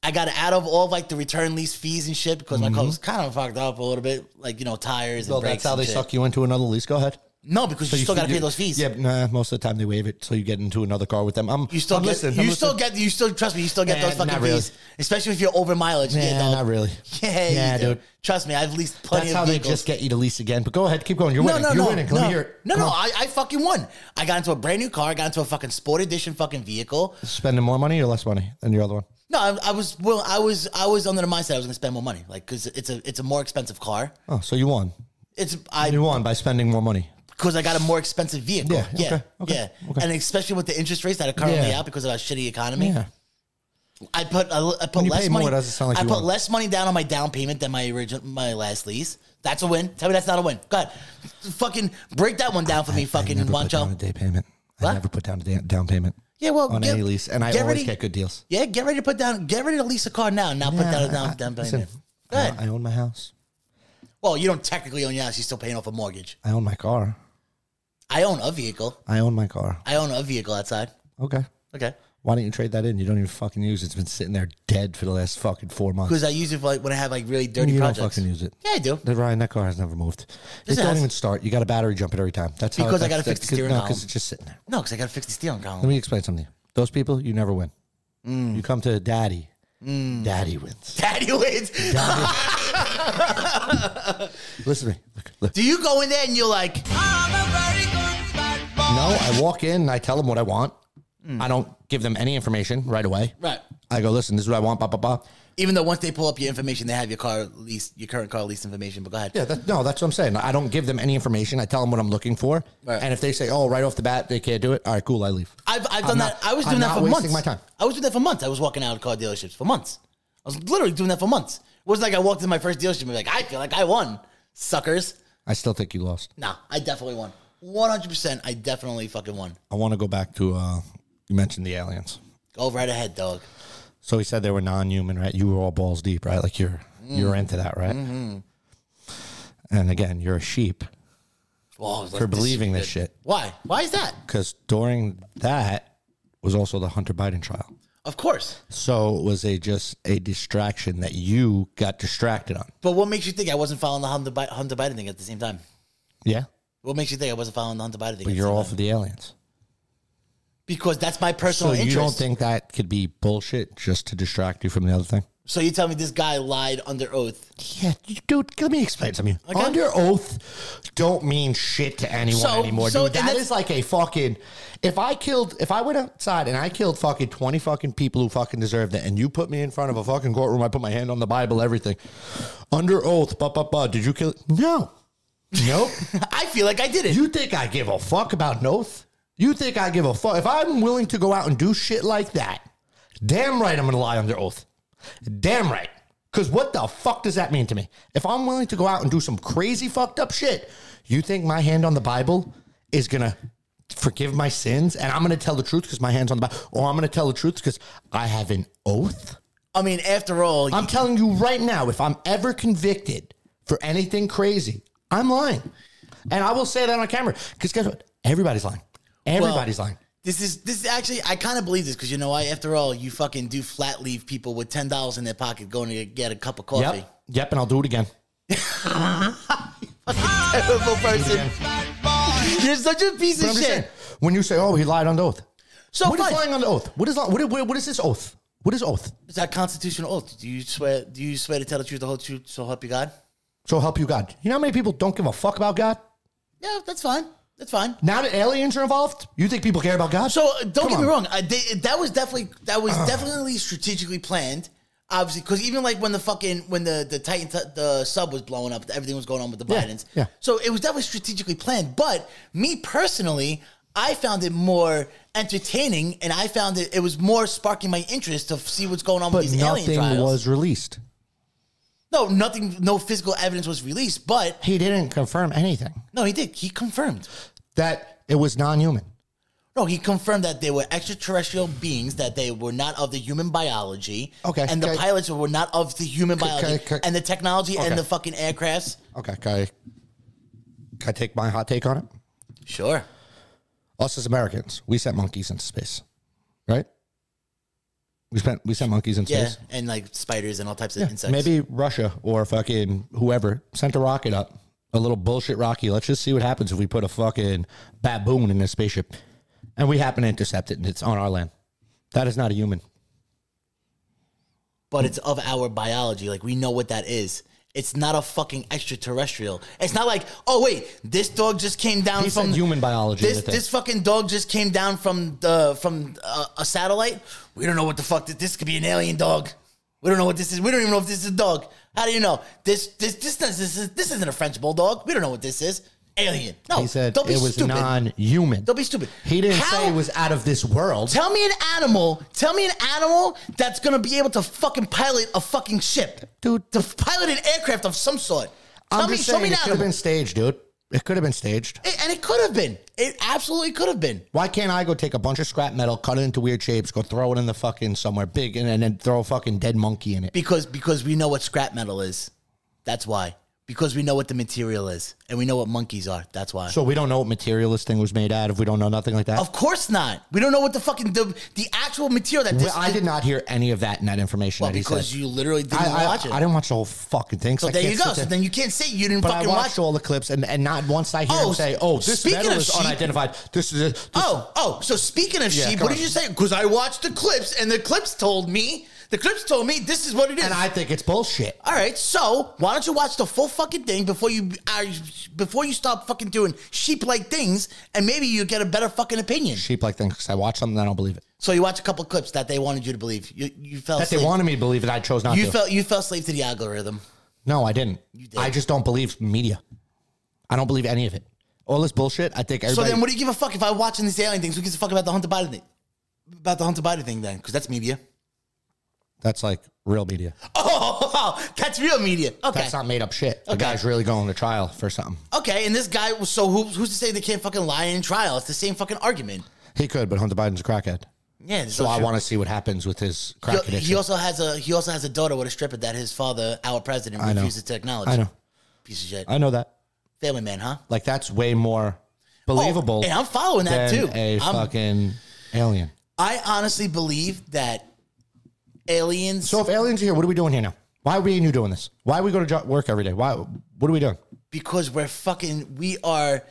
Speaker 4: I got out of all like the return lease fees and shit because my car was kind of fucked up a little bit, like you know tires and
Speaker 2: Mm-hmm. well, that's
Speaker 4: brakes.
Speaker 2: how
Speaker 4: and
Speaker 2: they
Speaker 4: shit.
Speaker 2: suck you into another lease. Go ahead.
Speaker 4: No, because you still got to pay those fees.
Speaker 2: Yeah, but nah, most of the time they waive it, so you get into another car with them. I'm,
Speaker 4: You still
Speaker 2: I'm
Speaker 4: get,
Speaker 2: listening,
Speaker 4: you
Speaker 2: I'm
Speaker 4: still
Speaker 2: listening.
Speaker 4: get, you still trust me. You still get
Speaker 2: Nah,
Speaker 4: those fucking
Speaker 2: not really.
Speaker 4: fees, especially if you're over mileage.
Speaker 2: Nah,
Speaker 4: dog.
Speaker 2: not really.
Speaker 4: Yeah,
Speaker 2: Yeah,
Speaker 4: you do.
Speaker 2: dude.
Speaker 4: Trust me, I've leased plenty
Speaker 2: That's
Speaker 4: of
Speaker 2: how they
Speaker 4: vehicles.
Speaker 2: just get you to lease again. But go ahead, keep going. You're
Speaker 4: no,
Speaker 2: winning.
Speaker 4: no,
Speaker 2: You're
Speaker 4: no,
Speaker 2: winning.
Speaker 4: no,
Speaker 2: Let me hear it.
Speaker 4: no,
Speaker 2: Come
Speaker 4: no.
Speaker 2: on.
Speaker 4: I, I fucking won. I got into a brand new car. I got into a fucking sport edition fucking vehicle.
Speaker 2: Spending more money or less money than your other one?
Speaker 4: No, I, I was well. I was I was under the mindset I was going to spend more money, like because it's a it's a more expensive car.
Speaker 2: Oh, so you won.
Speaker 4: It's I
Speaker 2: You won by spending more money.
Speaker 4: because I got a more expensive vehicle. Yeah,
Speaker 2: Yeah, okay, okay,
Speaker 4: yeah,
Speaker 2: okay.
Speaker 4: and especially with the interest rates that are currently
Speaker 2: Yeah.
Speaker 4: out because of our shitty economy.
Speaker 2: Yeah.
Speaker 4: I put I, I put
Speaker 2: When you
Speaker 4: less
Speaker 2: pay more,
Speaker 4: money.
Speaker 2: it doesn't sound like
Speaker 4: I
Speaker 2: you
Speaker 4: put
Speaker 2: won.
Speaker 4: less money down on my down payment than my original my last lease. That's a win. Tell me that's not a win. Go ahead. Fucking break that one down for me, fucking
Speaker 2: I never put down a
Speaker 4: Wancho.
Speaker 2: day payment.
Speaker 4: What?
Speaker 2: I never put down a da- down payment.
Speaker 4: Yeah, well,
Speaker 2: on
Speaker 4: get-
Speaker 2: any lease, and I
Speaker 4: get
Speaker 2: always
Speaker 4: ready-
Speaker 2: get good deals.
Speaker 4: Yeah, get ready to put down. Get ready to lease a car now. Now put
Speaker 2: Yeah,
Speaker 4: down a down,
Speaker 2: I-
Speaker 4: down payment.
Speaker 2: listen,
Speaker 4: Go ahead.
Speaker 2: I I own my house.
Speaker 4: well, you don't technically own your house. You're still paying off a mortgage.
Speaker 2: I own my car.
Speaker 4: I own a vehicle.
Speaker 2: I own my car.
Speaker 4: I own a vehicle outside.
Speaker 2: Okay.
Speaker 4: Okay.
Speaker 2: Why don't you trade that in? You don't even fucking use it. It's been sitting there dead for the last fucking four months.
Speaker 4: Because I use it for like when I have like really dirty
Speaker 2: you
Speaker 4: projects.
Speaker 2: don't fucking use it.
Speaker 4: yeah, I do.
Speaker 2: The- Ryan, that car has never moved.
Speaker 4: Yes,
Speaker 2: It
Speaker 4: it
Speaker 2: don't
Speaker 4: has.
Speaker 2: even start. You got a battery jump it every time. That's how
Speaker 4: Because I
Speaker 2: that's-
Speaker 4: gotta fix
Speaker 2: that's-
Speaker 4: the steering
Speaker 2: No,
Speaker 4: column.
Speaker 2: because it's just sitting there.
Speaker 4: No, because I got to fix the steering
Speaker 2: Let
Speaker 4: column.
Speaker 2: me explain something. to you. Those people, you never win.
Speaker 4: Mm.
Speaker 2: You come to daddy. Daddy wins.
Speaker 4: Daddy wins.
Speaker 2: Listen to me. Look, look.
Speaker 4: Do you go in there and you're like,
Speaker 2: No, I walk in and I tell them what I want.
Speaker 4: Mm.
Speaker 2: I don't give them any information right away.
Speaker 4: right?
Speaker 2: I go, listen, this is what I want, blah, blah, blah.
Speaker 4: Even though once they pull up your information, they have your car lease, your current car lease information. But go ahead.
Speaker 2: Yeah, that, no, that's what I'm saying. I don't give them any information. I tell them what I'm looking for.
Speaker 4: Right.
Speaker 2: And if they say, oh, right off the bat, they can't do it, all right, cool, I leave.
Speaker 4: I've, I've
Speaker 2: I'm
Speaker 4: done
Speaker 2: not-
Speaker 4: that. I was
Speaker 2: I'm
Speaker 4: doing that
Speaker 2: not
Speaker 4: for
Speaker 2: wasting
Speaker 4: months.
Speaker 2: my time.
Speaker 4: I was doing that for months. I was walking out of car dealerships for months. I was literally doing that for months. It wasn't like I walked in my first dealership and be like, I feel like I won, suckers.
Speaker 2: I still think you lost.
Speaker 4: Nah, I definitely won. 100%. I definitely fucking won.
Speaker 2: I want to go back to, uh, you mentioned the aliens.
Speaker 4: Go right ahead, dog.
Speaker 2: So he said they were non-human, right? You were all balls deep, right? Like you're you're into that, right? And again, you're a sheep
Speaker 4: Oh, I was like,
Speaker 2: for believing this
Speaker 4: good.
Speaker 2: shit
Speaker 4: Why? Why is that?
Speaker 2: because during that was also the Hunter Biden trial.
Speaker 4: Of course.
Speaker 2: So it was a just a distraction that you got distracted on.
Speaker 4: But what makes you think I wasn't following the Hunter, Bi- Hunter Biden thing at the same time?
Speaker 2: Yeah,
Speaker 4: What makes you think I wasn't following the Hunter Biden thing?
Speaker 2: but
Speaker 4: at the
Speaker 2: you're
Speaker 4: same
Speaker 2: all
Speaker 4: time?
Speaker 2: for the aliens.
Speaker 4: because that's my
Speaker 2: So
Speaker 4: personal
Speaker 2: you
Speaker 4: interest.
Speaker 2: don't think that could be bullshit just to distract you from the other thing?
Speaker 4: So you tell me this guy lied under oath.
Speaker 2: Yeah, dude, let me explain something.
Speaker 4: Okay.
Speaker 2: Under oath don't mean shit to anyone
Speaker 4: So-
Speaker 2: anymore,
Speaker 4: so-
Speaker 2: dude.
Speaker 4: and
Speaker 2: That
Speaker 4: that's-
Speaker 2: is like a fucking. If I killed, if I went outside and I killed fucking 20 fucking people who fucking deserved it, and you put me in front of a fucking courtroom, I put my hand on the Bible, everything. Under oath, ba ba ba, did you kill? No. Nope.
Speaker 4: I feel like I did it.
Speaker 2: you think I give a fuck about an oath? You think I give a fuck? If I'm willing to go out and do shit like that, damn right I'm gonna lie under oath. Damn right. Because what the fuck does that mean to me? If I'm willing to go out and do some crazy fucked up shit, you think my hand on the Bible is gonna forgive my sins and I'm gonna tell the truth because my hand's on the Bible? Or I'm gonna tell the truth because I have an oath?
Speaker 4: I mean, after all,
Speaker 2: I'm telling you right now, if I'm ever convicted for anything crazy, I'm lying. And I will say that on camera. Because guess what? Everybody's lying. Everybody's lying.
Speaker 4: This is this is actually I kind of believe this because you know why? After all, you fucking do flat leave people with ten dollars in their pocket going to get a cup of coffee.
Speaker 2: Yep. Yep. And I'll do it again.
Speaker 4: Terrible person. You're such a piece
Speaker 2: But I'm
Speaker 4: of
Speaker 2: just saying,
Speaker 4: shit.
Speaker 2: when you say, oh, he lied on the oath.
Speaker 4: So
Speaker 2: what is
Speaker 4: fine.
Speaker 2: lying on the oath? What is, li- what, what, what is this oath? What is oath?
Speaker 4: Is that constitutional oath? Do you swear? Do you swear to tell the truth, the whole truth, so help you God?
Speaker 2: So help you God. You know how many people don't give a fuck about God?
Speaker 4: Yeah, that's fine. That's fine.
Speaker 2: Now that aliens are involved, you think people care about God?
Speaker 4: So uh,
Speaker 2: Come
Speaker 4: don't get me
Speaker 2: on.
Speaker 4: wrong. I, they, that was definitely that was definitely strategically planned. Obviously, because even like when the fucking when the the Titan the sub was blowing up, everything was going on with the
Speaker 2: Yeah,
Speaker 4: Bidens.
Speaker 2: yeah.
Speaker 4: So it was that was strategically planned. But me personally, I found it more entertaining, and I found it it was more sparking my interest to see what's going on
Speaker 2: but
Speaker 4: with these alien
Speaker 2: nothing
Speaker 4: trials.
Speaker 2: was released.
Speaker 4: no, nothing. No physical evidence was released, but
Speaker 2: He didn't confirm anything
Speaker 4: no, he did. He confirmed.
Speaker 2: that it was non human.
Speaker 4: No, he confirmed that they were extraterrestrial beings, that they were not of the human biology.
Speaker 2: Okay,
Speaker 4: And the
Speaker 2: okay.
Speaker 4: pilots were not of the human
Speaker 2: Okay,
Speaker 4: biology.
Speaker 2: okay.
Speaker 4: And the technology
Speaker 2: Okay.
Speaker 4: and the fucking aircrafts.
Speaker 2: Okay, can I, can I take my hot take on it?
Speaker 4: Sure.
Speaker 2: Us as Americans, we sent monkeys into space, right? We spent we sent monkeys into
Speaker 4: Yeah.
Speaker 2: space.
Speaker 4: And like spiders and all types of insects.
Speaker 2: Maybe Russia or fucking whoever sent a rocket up, a little bullshit rocky. Let's just see what happens if we put a fucking baboon in a spaceship, and we happen to intercept it, and it's on our land. That is not a human.
Speaker 4: But it's of our biology. Like we know what that is. It's not a fucking extraterrestrial. It's not like, oh wait, this dog just came down
Speaker 2: He
Speaker 4: from
Speaker 2: said human biology.
Speaker 4: This
Speaker 2: that they-
Speaker 4: this fucking dog just came down from the from uh, a satellite. We don't know what the fuck this, this could be an alien dog. We don't know what this is. We don't even know if this is a dog. How do you know this this this this this, is, this isn't a French bulldog? We don't know what this is. Alien. No,
Speaker 2: he said
Speaker 4: Oh, don't be
Speaker 2: it was
Speaker 4: stupid.
Speaker 2: non-human.
Speaker 4: Don't be stupid.
Speaker 2: He didn't
Speaker 4: How-
Speaker 2: say it was out of this world.
Speaker 4: Tell me an animal. Tell me an animal that's gonna be able to fucking pilot a fucking ship,
Speaker 2: Dude.
Speaker 4: To pilot an aircraft of some sort. Tell
Speaker 2: I'm
Speaker 4: me,
Speaker 2: just
Speaker 4: show
Speaker 2: saying
Speaker 4: me an
Speaker 2: it could have
Speaker 4: animal.
Speaker 2: been staged, dude. It could have been staged.
Speaker 4: It- and it could have been. It absolutely could have been.
Speaker 2: Why can't I go take a bunch of scrap metal, cut it into weird shapes, go throw it in the fucking somewhere big, and, and then throw a fucking dead monkey in it?
Speaker 4: Because because we know what scrap metal is. That's why. Because we know what the material is, and we know what monkeys are. That's why.
Speaker 2: So we don't know what material this thing was made out of. We don't know nothing like that.
Speaker 4: of course not. We don't know what the fucking the, the actual material that this.
Speaker 2: Well, I did not hear any of that in that information
Speaker 4: Well,
Speaker 2: that he
Speaker 4: because
Speaker 2: said.
Speaker 4: you literally didn't
Speaker 2: I, I,
Speaker 4: watch it.
Speaker 2: I didn't watch the whole fucking thing.
Speaker 4: so there you go. So then you can't say you didn't
Speaker 2: but I
Speaker 4: fucking watch.
Speaker 2: watched all the clips, and, and not once I hear
Speaker 4: Oh,
Speaker 2: him say, "Oh, this
Speaker 4: speaking
Speaker 2: metal
Speaker 4: of
Speaker 2: is
Speaker 4: sheep-
Speaker 2: unidentified. This is a, this
Speaker 4: Oh, oh. So speaking of
Speaker 2: Yeah,
Speaker 4: sheep,
Speaker 2: come
Speaker 4: what did
Speaker 2: on.
Speaker 4: you say? Because I watched the clips, and the clips told me the clips told me this is what it is.
Speaker 2: and I think it's bullshit."
Speaker 4: All right, so why don't you watch the full fucking thing before you uh, before you stop fucking doing sheep like things, and maybe you get a better fucking opinion.
Speaker 2: Sheep like things. 'cause I watch something, I don't believe it.
Speaker 4: So you watch a couple clips that they wanted you to believe. You you fell
Speaker 2: That they
Speaker 4: asleep.
Speaker 2: wanted me to believe it, I chose not
Speaker 4: you
Speaker 2: to.
Speaker 4: fell you fell asleep to the algorithm.
Speaker 2: No, I didn't.
Speaker 4: did.
Speaker 2: I just don't believe media. I don't believe any of it. All this bullshit. I think
Speaker 4: So
Speaker 2: everybody.
Speaker 4: then, what do you give a fuck if I'm watching these alien things? Who gives a fuck about the Hunter Biden thing? About the Hunter Biden thing, then, because that's media.
Speaker 2: that's like real media.
Speaker 4: Oh, that's real media. Okay,
Speaker 2: That's not made up shit. The
Speaker 4: Okay.
Speaker 2: guy's really going to trial for something.
Speaker 4: okay. And this guy was so who, who's to say they can't fucking lie in trial? It's the same fucking argument.
Speaker 2: He could, but Hunter Biden's a crackhead.
Speaker 4: Yeah.
Speaker 2: So I want to see what happens with his crack
Speaker 4: He,
Speaker 2: addiction.
Speaker 4: he also has a he also has a daughter with a stripper that his father, our president,
Speaker 2: I know.
Speaker 4: refuses to acknowledge.
Speaker 2: I know.
Speaker 4: Piece of shit.
Speaker 2: I know that.
Speaker 4: Family man, huh?
Speaker 2: Like that's way more believable.
Speaker 4: and Oh, I'm following that,
Speaker 2: than
Speaker 4: too.
Speaker 2: A
Speaker 4: I'm-
Speaker 2: fucking alien.
Speaker 4: I honestly believe that aliens.
Speaker 2: So if aliens are here, what are we doing here now? Why are we and you doing this? Why are we going to jo- work every day? Why? What are we doing?
Speaker 4: because we're fucking we are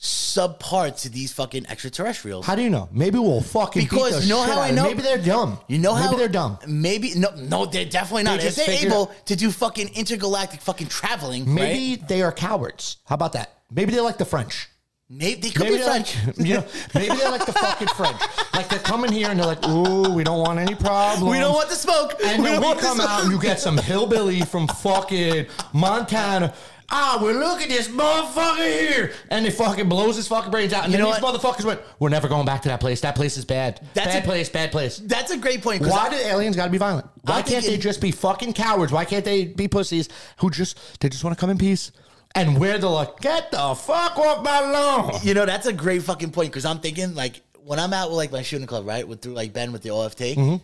Speaker 4: subpar to these fucking extraterrestrials.
Speaker 2: How do you know? Maybe we'll fucking beat
Speaker 4: Because
Speaker 2: the
Speaker 4: you know
Speaker 2: shit
Speaker 4: how
Speaker 2: out
Speaker 4: I
Speaker 2: of them.
Speaker 4: know?
Speaker 2: Maybe they're dumb.
Speaker 4: You know
Speaker 2: maybe
Speaker 4: how
Speaker 2: they're dumb.
Speaker 4: Maybe no, no, they're definitely not.
Speaker 2: They
Speaker 4: if
Speaker 2: just
Speaker 4: they're
Speaker 2: figured-
Speaker 4: able to do fucking intergalactic fucking traveling, maybe
Speaker 2: Maybe they are cowards. How about that? Maybe they like the French.
Speaker 4: maybe they could
Speaker 2: maybe
Speaker 4: be
Speaker 2: they're
Speaker 4: French.
Speaker 2: Like, you know, maybe they like the fucking French. Like they're coming here and they're like, "Ooh, we don't want any problems.
Speaker 4: we don't want the smoke.
Speaker 2: And
Speaker 4: we
Speaker 2: then
Speaker 4: don't
Speaker 2: we
Speaker 4: want the
Speaker 2: come
Speaker 4: smoke.
Speaker 2: out and you get some hillbilly from fucking Montana. Ah, well, look at this motherfucker here. And it fucking blows his fucking brains out. And
Speaker 4: You
Speaker 2: then
Speaker 4: know
Speaker 2: these
Speaker 4: what?
Speaker 2: motherfuckers went, we're never going back to that place. That place is bad.
Speaker 4: That's
Speaker 2: bad
Speaker 4: a-
Speaker 2: place, bad place.
Speaker 4: That's a great point. 'cause
Speaker 2: Why
Speaker 4: I-
Speaker 2: do aliens got to be violent? Why
Speaker 4: I think
Speaker 2: can't they
Speaker 4: it-
Speaker 2: just be fucking cowards? Why can't they be pussies who just, they just want to come in peace? And where they're like, get the fuck off my lawn.
Speaker 4: You know, that's a great fucking point because I'm thinking like when I'm out with like my shooting club, right, with through like Ben with the OFT.
Speaker 2: Mm-hmm.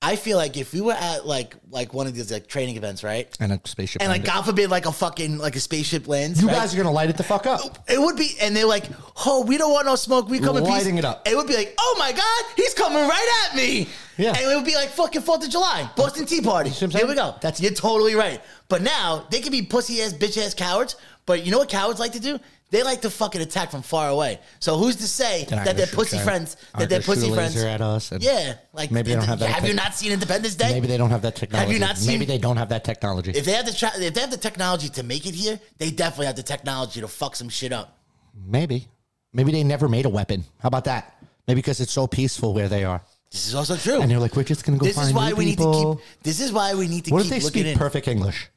Speaker 4: I feel like if we were at like like one of these like training events, right,
Speaker 2: And a spaceship.
Speaker 4: and like
Speaker 2: landed.
Speaker 4: God forbid, like a fucking like a spaceship lands,
Speaker 2: you
Speaker 4: right?
Speaker 2: guys are going to light it the fuck up.
Speaker 4: It would be, and they're like, "Oh, we don't want no smoke. We come in peace."
Speaker 2: Lighting it up.
Speaker 4: It would be like, "Oh my God, he's coming right at me!"
Speaker 2: Yeah.
Speaker 4: and it would be like fucking Fourth of July, Boston Tea Party.
Speaker 2: see what I'm
Speaker 4: Here we
Speaker 2: saying?
Speaker 4: go. That's you're totally right. But now they could be pussy ass, bitch ass cowards. But you know what cowards like to do? They like to fucking attack from far away. So who's to say
Speaker 2: Then I
Speaker 4: that
Speaker 2: go
Speaker 4: their
Speaker 2: shoot
Speaker 4: pussy
Speaker 2: a-
Speaker 4: friends,
Speaker 2: I
Speaker 4: that
Speaker 2: go
Speaker 4: their pussy
Speaker 2: shoot a
Speaker 4: friends,
Speaker 2: laser at us and-
Speaker 4: yeah, like
Speaker 2: Maybe they don't have that
Speaker 4: Have
Speaker 2: tech-
Speaker 4: you not seen Independence Day?
Speaker 2: Maybe they don't have that technology.
Speaker 4: not seen-
Speaker 2: Maybe they don't have that technology.
Speaker 4: If they have the tra- if they have the technology to make it here, they definitely have the technology to fuck some shit up.
Speaker 2: Maybe. Maybe they never made a weapon. How about that? Maybe because it's so peaceful where they are.
Speaker 4: This is also true.
Speaker 2: And they're like, we're just going to go
Speaker 4: this
Speaker 2: find
Speaker 4: is why
Speaker 2: new
Speaker 4: we
Speaker 2: people.
Speaker 4: need to keep. This is why we need to
Speaker 2: what if
Speaker 4: keep
Speaker 2: they
Speaker 4: looking
Speaker 2: speak
Speaker 4: in.
Speaker 2: perfect English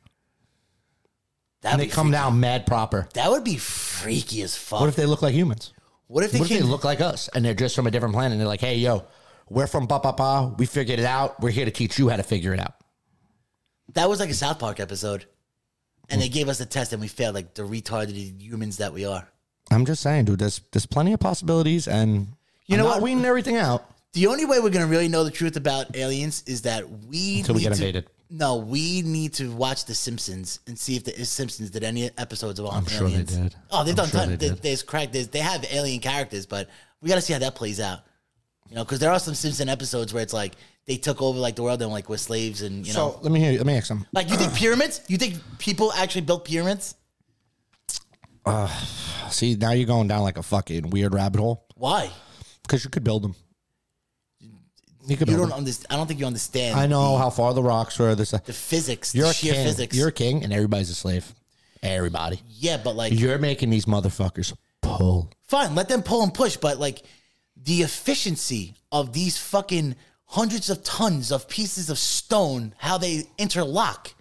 Speaker 4: That'd
Speaker 2: and they
Speaker 4: be
Speaker 2: come
Speaker 4: freaky.
Speaker 2: down mad proper?
Speaker 4: That would be freaky as fuck.
Speaker 2: What if they look like humans?
Speaker 4: What if they
Speaker 2: What if
Speaker 4: came?
Speaker 2: they look like us and they're just from a different planet and they're like, hey, yo, we're from ba ba ba. We figured it out. We're here to teach you how to figure it out.
Speaker 4: that was like a South Park episode, and they gave us a test and we failed, like the retarded humans that we are.
Speaker 2: I'm just saying, dude, there's, there's plenty of possibilities and you
Speaker 4: know
Speaker 2: know
Speaker 4: what?
Speaker 2: what? Weeding everything out.
Speaker 4: The only way we're gonna really know the truth about aliens is that we
Speaker 2: Until we
Speaker 4: need
Speaker 2: get
Speaker 4: to-
Speaker 2: invaded.
Speaker 4: No, we need to watch The Simpsons and see if The Simpsons did any episodes about
Speaker 2: I'm
Speaker 4: aliens.
Speaker 2: sure they did.
Speaker 4: Oh, they've
Speaker 2: I'm
Speaker 4: done
Speaker 2: sure
Speaker 4: tons.
Speaker 2: they
Speaker 4: They
Speaker 2: did.
Speaker 4: there's crack. There's, they have alien characters, but we got to see how that plays out. You know, because there are some Simpson episodes where it's like they took over like the world and like we're slaves and you know,
Speaker 2: So let me hear you. Let me ask them.
Speaker 4: like you think pyramids? You think people actually built pyramids?
Speaker 2: See, now you're going down like a fucking weird rabbit hole.
Speaker 4: Why?
Speaker 2: Because you could build them. You could
Speaker 4: You
Speaker 2: build
Speaker 4: don't
Speaker 2: them.
Speaker 4: understand. I don't think you understand.
Speaker 2: I know how far the rocks were. This
Speaker 4: the physics,
Speaker 2: you're
Speaker 4: the
Speaker 2: a
Speaker 4: sheer
Speaker 2: king.
Speaker 4: physics.
Speaker 2: You're a king, and everybody's a slave. Everybody.
Speaker 4: yeah, but like
Speaker 2: You're making these motherfuckers pull.
Speaker 4: fine, let them pull and push, but like the efficiency of these fucking hundreds of tons of pieces of stone, how they interlock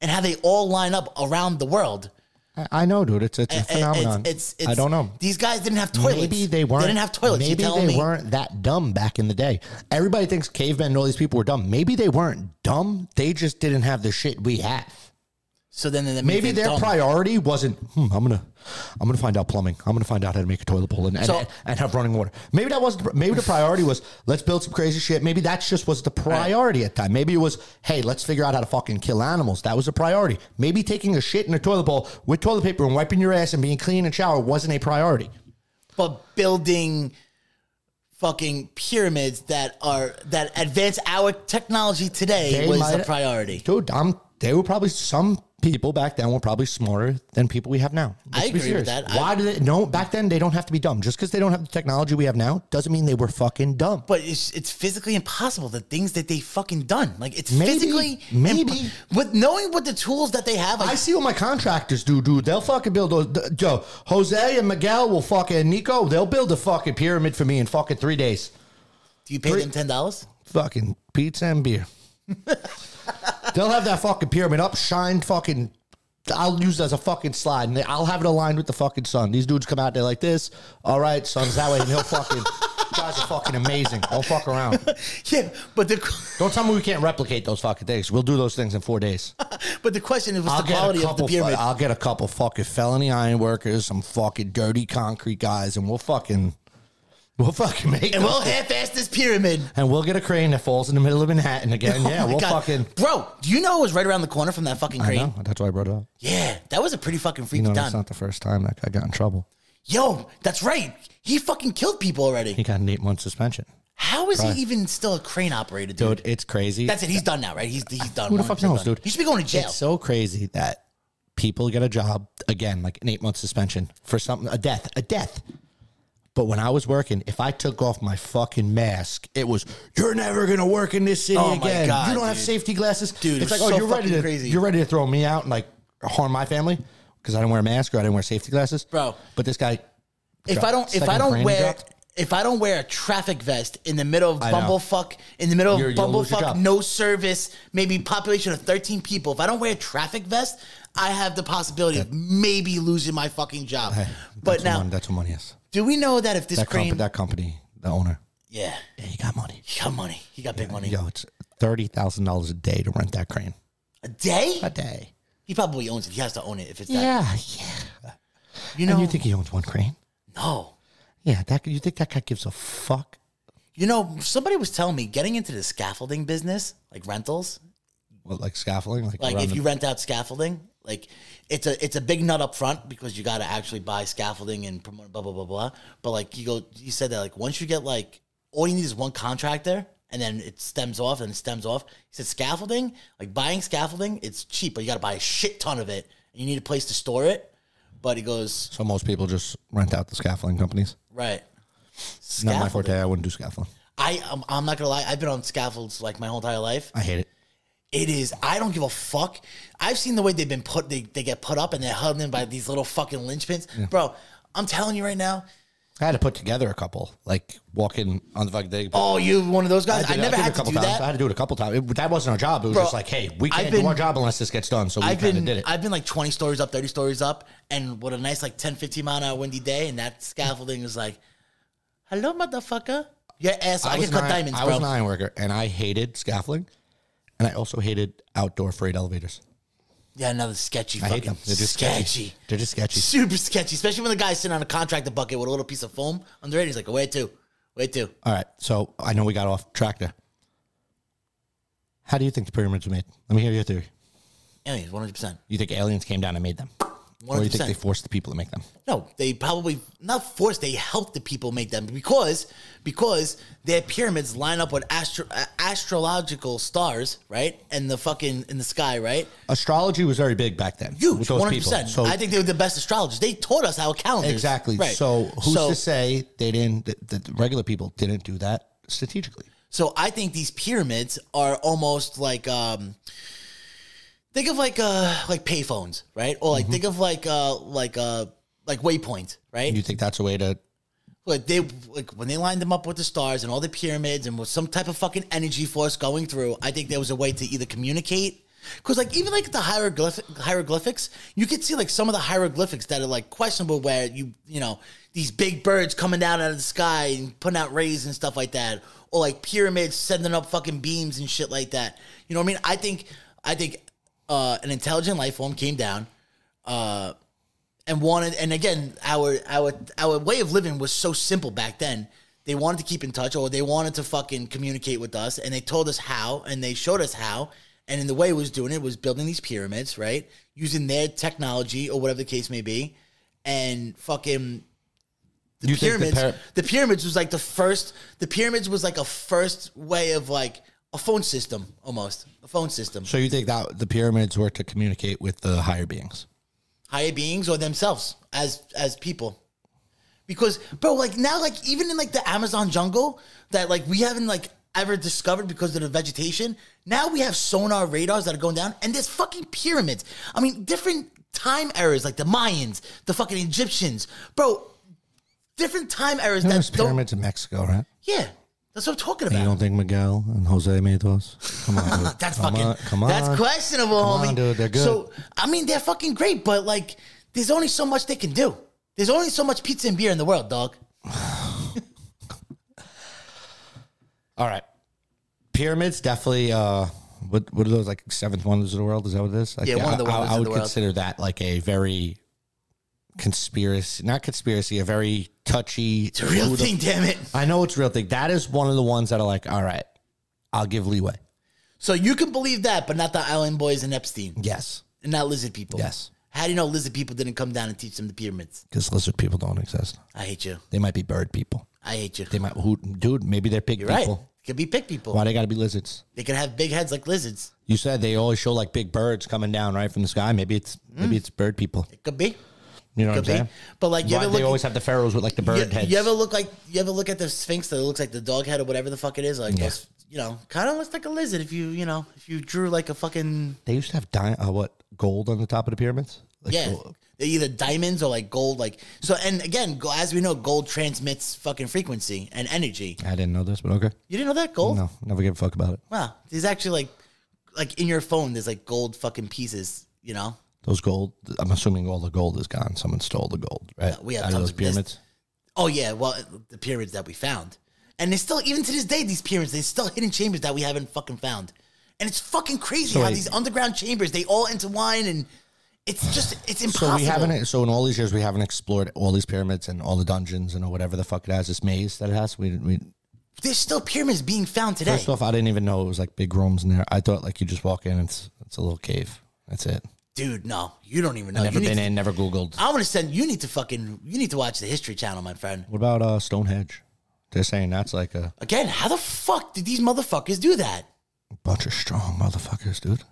Speaker 4: and how they all line up around the world.
Speaker 2: I, I know, dude. It's Eh, it's a
Speaker 4: It's-
Speaker 2: phenomenon.
Speaker 4: It's, it's,
Speaker 2: I don't know.
Speaker 4: These guys didn't have toilets.
Speaker 2: Maybe they weren't.
Speaker 4: They didn't have toilets. you
Speaker 2: Maybe
Speaker 4: telling
Speaker 2: they
Speaker 4: me?
Speaker 2: weren't that dumb back in the day. Everybody thinks cavemen and all these people were dumb. Maybe they weren't dumb. They just didn't have the shit we have.
Speaker 4: So then, then
Speaker 2: Maybe their priority wasn't. Hmm, I'm gonna, I'm gonna find out plumbing. I'm gonna find out how to make a toilet bowl and and,
Speaker 4: So-
Speaker 2: and have running water. Maybe that wasn't. Maybe the priority was let's build some crazy shit. Maybe that's just was the priority at the time. Maybe it was hey, let's figure out how to fucking kill animals. That was a priority. Maybe taking a shit in a toilet bowl with toilet paper and wiping your ass and being clean and shower wasn't a priority.
Speaker 4: But building fucking pyramids that are that advance our technology today was a
Speaker 2: might-
Speaker 4: priority.
Speaker 2: Dude, I'm. They were probably some people back then were probably smarter than people we have now.
Speaker 4: I
Speaker 2: be
Speaker 4: agree with that. I-
Speaker 2: Why do they? No, back then they don't have to be dumb. Just because they don't have the technology we have now doesn't mean they were fucking dumb.
Speaker 4: But it's it's physically impossible. The things that they fucking done, like it's
Speaker 2: Maybe,
Speaker 4: physically
Speaker 2: maybe.
Speaker 4: impo- with knowing what the tools that they have. Like,
Speaker 2: I see what my contractors do, dude. They'll fucking build those. th- Yo, Jose and Miguel will fucking Nico. They'll build a fucking pyramid for me in fucking three days.
Speaker 4: do you pay them ten dollars?
Speaker 2: Fucking pizza and beer. They'll have that fucking pyramid up, shine fucking. I'll use it as a fucking slide, and they- I'll have it aligned with the fucking sun. These dudes come out there like this. All right, sun's that way, and he'll fucking. Guys are fucking amazing. Don't fuck around.
Speaker 4: Yeah, but the
Speaker 2: Don't tell me we can't replicate those fucking things. We'll do those things in four days.
Speaker 4: but the question is, what's
Speaker 2: I'll
Speaker 4: the
Speaker 2: get a
Speaker 4: quality
Speaker 2: couple.
Speaker 4: of the
Speaker 2: fu-
Speaker 4: pyramid?
Speaker 2: I'll get a couple fucking felony iron workers, some fucking dirty concrete guys, and we'll fucking, we'll fucking make.
Speaker 4: and
Speaker 2: them.
Speaker 4: we'll half-ass this pyramid.
Speaker 2: and we'll get a crane that falls in the middle of Manhattan again.
Speaker 4: Oh
Speaker 2: yeah,
Speaker 4: my
Speaker 2: we'll
Speaker 4: God.
Speaker 2: fucking.
Speaker 4: bro. Do you know it was right around the corner from that fucking
Speaker 2: I
Speaker 4: crane?
Speaker 2: know. That's why I brought it up.
Speaker 4: Yeah, that was a pretty fucking freaky
Speaker 2: You know,
Speaker 4: done.
Speaker 2: that's not the first time that guy got in trouble.
Speaker 4: Yo, that's right. He fucking killed people already.
Speaker 2: He got an eight month suspension.
Speaker 4: How is he even still a crane operator, dude?
Speaker 2: Dude, it's crazy.
Speaker 4: That's it. He's done now, right? He's he's done.
Speaker 2: Who the fuck
Speaker 4: 100%
Speaker 2: knows,
Speaker 4: done.
Speaker 2: dude?
Speaker 4: He should be going to jail.
Speaker 2: It's so crazy that people get a job again, like an eight month suspension for something, a death, a death. But when I was working, if I took off my fucking mask, it was you're never gonna work in this city
Speaker 4: Oh my
Speaker 2: again.
Speaker 4: God,
Speaker 2: you don't have
Speaker 4: dude.
Speaker 2: safety glasses,
Speaker 4: Dude, it
Speaker 2: It's like
Speaker 4: was
Speaker 2: oh,
Speaker 4: so
Speaker 2: you're ready
Speaker 4: fucking
Speaker 2: to
Speaker 4: crazy.
Speaker 2: you're ready to throw me out and like harm my family because I didn't wear a mask or I didn't wear safety glasses,
Speaker 4: Bro.
Speaker 2: But this guy,
Speaker 4: if
Speaker 2: Drop-
Speaker 4: I don't if
Speaker 2: second
Speaker 4: I don't
Speaker 2: frame
Speaker 4: wear
Speaker 2: drop.
Speaker 4: if I don't wear a traffic vest in the middle of
Speaker 2: I know.
Speaker 4: bumblefuck in the middle of
Speaker 2: You're- you'll lose your
Speaker 4: bumblefuck
Speaker 2: job.
Speaker 4: no service maybe population of 13 people if I don't wear a traffic vest I have the possibility of maybe losing my fucking job. but
Speaker 2: that's
Speaker 4: now
Speaker 2: what mon- that's what money is.
Speaker 4: do we know that if this
Speaker 2: That,
Speaker 4: crane
Speaker 2: comp- that company, the owner,
Speaker 4: yeah
Speaker 2: yeah, he got money.
Speaker 4: he got money he got big money
Speaker 2: Yo, it's thirty thousand dollars a day to rent that crane.
Speaker 4: a day
Speaker 2: A day.
Speaker 4: he probably owns it he has to own it if it's that
Speaker 2: Yeah, yeah.
Speaker 4: you
Speaker 2: And
Speaker 4: know
Speaker 2: you think he owns one crane?
Speaker 4: no
Speaker 2: Yeah, that you think that guy gives a fuck?
Speaker 4: you know somebody was telling me getting into the scaffolding business like rentals
Speaker 2: What, like scaffolding? Like,
Speaker 4: like
Speaker 2: around
Speaker 4: if
Speaker 2: the-
Speaker 4: you rent out scaffolding like it's a it's a big nut up front because you got to actually buy scaffolding and promote blah blah blah blah but like you go you said that like once you get like all you need is one contractor and then it stems off and it stems off he said scaffolding like buying scaffolding it's cheap but you got to buy a shit ton of it you need a place to store it but he goes
Speaker 2: so most people just rent out the scaffolding companies.
Speaker 4: right
Speaker 2: Not my
Speaker 4: Scaffolding.
Speaker 2: forte. I wouldn't do scaffolding.
Speaker 4: I I'm, I'm not gonna lie I've been on scaffolds like my whole entire life
Speaker 2: I hate it.
Speaker 4: It is. I don't give a fuck. I've seen the way they've been put. They, they get put up and they're held in by these little fucking linchpins, bro. I'm telling you right now.
Speaker 2: I had to put together a couple, like walking on the fucking day.
Speaker 4: Oh, you one of those guys. I,
Speaker 2: did it-
Speaker 4: never
Speaker 2: did it
Speaker 4: had to do
Speaker 2: times. I had
Speaker 4: that.
Speaker 2: to do it a couple times. It- that wasn't our job. It was
Speaker 4: Bro,
Speaker 2: just like, hey, we
Speaker 4: I've
Speaker 2: can't
Speaker 4: been-
Speaker 2: do our job unless this gets done. So we
Speaker 4: I've
Speaker 2: kind
Speaker 4: been
Speaker 2: of did it.
Speaker 4: I've been like 20 stories up, 30 stories up, and with a nice like 10, 15 mile an hour windy day, and that scaffolding is like, "Hello, motherfucker, your ass." I,
Speaker 2: was
Speaker 4: get
Speaker 2: an
Speaker 4: cut
Speaker 2: iron-
Speaker 4: diamonds,
Speaker 2: I
Speaker 4: bro.
Speaker 2: was an iron worker, and I hated scaffolding, and I also hated outdoor freight elevators.
Speaker 4: yeah, another sketchy.
Speaker 2: I
Speaker 4: fucking
Speaker 2: hate them. They're just sketchy.
Speaker 4: sketchy.
Speaker 2: They're just sketchy.
Speaker 4: Super sketchy, especially when the guy's sitting on a contractor bucket with a little piece of foam under it. He's like, "Wait, two, wait, two.
Speaker 2: All right. So I know we got off track there. How do you think the pyramids were made? Let me hear your theory.
Speaker 4: Anyways, 100. percent
Speaker 2: You think aliens came down and made them? Or you think
Speaker 4: 100%.
Speaker 2: they forced the people to make them?
Speaker 4: No, they probably not forced. They helped the people make them because because their pyramids line up with astro, uh, astrological stars, right? And the fucking in the sky, right?
Speaker 2: Astrology was very big back then.
Speaker 4: Huge,
Speaker 2: with those
Speaker 4: one hundred
Speaker 2: people.
Speaker 4: percent.
Speaker 2: So
Speaker 4: I think they were the best astrologers. They taught us how calendars
Speaker 2: exactly. So who's to say they didn't? That, that the regular people didn't do that strategically.
Speaker 4: So I think these pyramids are almost like um think of like uh like payphones, right? Or
Speaker 2: Mm-hmm.
Speaker 4: like think of like uh like uh like waypoints, right?
Speaker 2: You think that's a way to?
Speaker 4: like they like when they lined them up with the stars and all the pyramids and with some type of fucking energy force going through, I think there was a way to either communicate. Cause like even like the hieroglyphic hieroglyphics, you could see like some of the hieroglyphics that are like questionable, where you you know these big birds coming down out of the sky and putting out rays and stuff like that, or like pyramids sending up fucking beams and shit like that. You know what I mean? I think I think uh, an intelligent life form came down, uh, and wanted and again our our our way of living was so simple back then they wanted to keep in touch or they wanted to fucking communicate with us and they told us how and they showed us how and in the way it was doing it was building these pyramids right using their technology or whatever the case may be and fucking the
Speaker 2: You think the
Speaker 4: pyramids
Speaker 2: par-
Speaker 4: the pyramids was like the first the pyramids was like a first way of like a phone system almost a phone system
Speaker 2: So you think that the pyramids were to communicate with the higher beings?
Speaker 4: higher beings or themselves as as people. Because bro, like now, like even in like the Amazon jungle that like we haven't like ever discovered because of the vegetation. Now we have sonar radars that are going down, and there's fucking pyramids. I mean, different time eras like the Mayans, the fucking Egyptians, bro. Different time eras
Speaker 2: There's
Speaker 4: that don't.
Speaker 2: pyramids in Mexico, right?
Speaker 4: Yeah, that's what I'm talking
Speaker 2: You
Speaker 4: about.
Speaker 2: don't think Miguel and Jose made those? Come on, dude.
Speaker 4: That's
Speaker 2: come
Speaker 4: fucking.
Speaker 2: On, come on,
Speaker 4: That's questionable,
Speaker 2: Come
Speaker 4: homie.
Speaker 2: on, dude. They're good.
Speaker 4: So I mean, they're fucking great, but like, there's only so much they can do. There's only so much pizza and beer in the world, dog.
Speaker 2: All right. Pyramids definitely. Uh, what what are those like seventh wonders of the world? Is that what it is? Like,
Speaker 4: Yeah, one of the
Speaker 2: I- I-
Speaker 4: wonders
Speaker 2: I,
Speaker 4: of
Speaker 2: would
Speaker 4: the world.
Speaker 2: consider that like a very conspiracy, not conspiracy, a very touchy.
Speaker 4: It's a real thing, damn it.
Speaker 2: I know it's a real thing. That is one of the ones that are like, all right, I'll give leeway.
Speaker 4: So you can believe that, but not the Island Boys and Epstein,
Speaker 2: Yes,
Speaker 4: and not lizard people.
Speaker 2: Yes.
Speaker 4: How do you know lizard people didn't come down and teach them the pyramids?
Speaker 2: because lizard people don't exist.
Speaker 4: I hate you.
Speaker 2: They might be bird people.
Speaker 4: I hate you.
Speaker 2: They might, who, dude. Maybe they're pig
Speaker 4: You're right.
Speaker 2: people.
Speaker 4: could be big people.
Speaker 2: Why they gotta be lizards?
Speaker 4: They could have big heads like lizards.
Speaker 2: You said they always show like big birds coming down right from the sky. Maybe it's maybe it's bird people.
Speaker 4: It could be.
Speaker 2: You know what I'm
Speaker 4: Mm. Could be.
Speaker 2: saying?
Speaker 4: But like you
Speaker 2: Why
Speaker 4: ever
Speaker 2: they
Speaker 4: look
Speaker 2: always have the pharaohs with like the bird
Speaker 4: you,
Speaker 2: heads.
Speaker 4: you ever look like you ever look at the Sphinx that looks like the dog head or whatever the fuck it is? Like those- you know, kind of looks like a lizard if you you know if you drew like a fucking
Speaker 2: they used to have di- uh, what gold on the top of the pyramids. Like,
Speaker 4: yeah.
Speaker 2: oh,
Speaker 4: They're either diamonds or like gold, like so. And again, go- as we know, gold transmits fucking frequency and energy.
Speaker 2: I didn't know this, but okay.
Speaker 4: You didn't know that gold?
Speaker 2: No, never give a fuck about it.
Speaker 4: Wow, there's actually like, like in your phone, there's like gold fucking pieces. You know,
Speaker 2: Those gold. I'm assuming all the gold is gone. Someone stole the gold, right?
Speaker 4: we have
Speaker 2: Out of
Speaker 4: tons
Speaker 2: those
Speaker 4: of this-
Speaker 2: pyramids.
Speaker 4: Oh yeah, well the pyramids that we found, and there's still even to this day these pyramids. There's still hidden chambers that we haven't fucking found, and it's fucking crazy
Speaker 2: So
Speaker 4: how
Speaker 2: wait.
Speaker 4: these underground chambers they all intertwine, and it's just it's
Speaker 2: So
Speaker 4: impossible.
Speaker 2: we haven't. So in all these years, we haven't explored all these pyramids and all the dungeons and whatever the fuck it has. This maze that it has. We we
Speaker 4: There's still pyramids being found today.
Speaker 2: e- first off, I didn't even know it was like big rooms in there. I thought like you just walk in. It's it's a little cave. That's it.
Speaker 4: Dude, no, you don't even know.
Speaker 2: never
Speaker 4: You need
Speaker 2: been
Speaker 4: to-
Speaker 2: in. Never googled.
Speaker 4: I want to send you need to fucking you need to watch the History Channel, my friend.
Speaker 2: What about uh, Stonehenge? They're saying that's like a
Speaker 4: Again, how the fuck did these motherfuckers do that?
Speaker 2: bunch of strong motherfuckers, dude.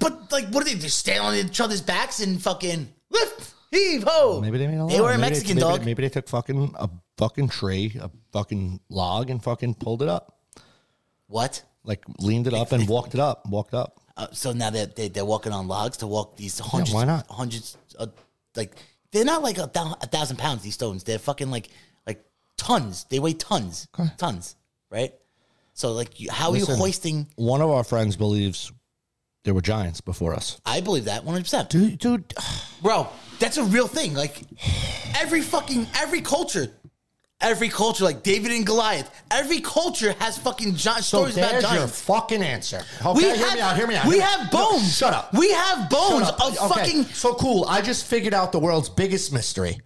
Speaker 4: But like, what are they? They're standing on each other's backs and fucking lift, heave, ho.
Speaker 2: Maybe they made a lot.
Speaker 4: They were a
Speaker 2: Maybe
Speaker 4: Mexican
Speaker 2: maybe-
Speaker 4: dog.
Speaker 2: Maybe they took fucking a fucking tree, a fucking log, and fucking pulled it up,
Speaker 4: What?
Speaker 2: like leaned it up and walked it up, walked up.
Speaker 4: Uh, so now they're, they they're walking on logs to walk these hundreds.
Speaker 2: why not?
Speaker 4: Hundreds, uh, like they're not like a, thou- a thousand pounds. These stones, they're fucking like like tons. They weigh tons, tons, right? So like, you, how are
Speaker 2: Listen.
Speaker 4: you hoisting?
Speaker 2: One of our friends believes there were giants before us.
Speaker 4: I believe that one hundred percent,
Speaker 2: Dude, dude,
Speaker 4: bro. That's a real thing. Like every fucking every culture. Every culture, like David and Goliath, every culture has fucking
Speaker 2: so
Speaker 4: gi- stories about
Speaker 2: there's your
Speaker 4: giants.
Speaker 2: fucking answer. Okay,
Speaker 4: We
Speaker 2: hear
Speaker 4: have-
Speaker 2: me out. Hear me out.
Speaker 4: we
Speaker 2: hear me-
Speaker 4: have
Speaker 2: No,
Speaker 4: bones.
Speaker 2: shut up.
Speaker 4: We have bones
Speaker 2: Shut up.
Speaker 4: of
Speaker 2: Okay,
Speaker 4: fucking
Speaker 2: So cool. I just figured out the world's biggest mystery.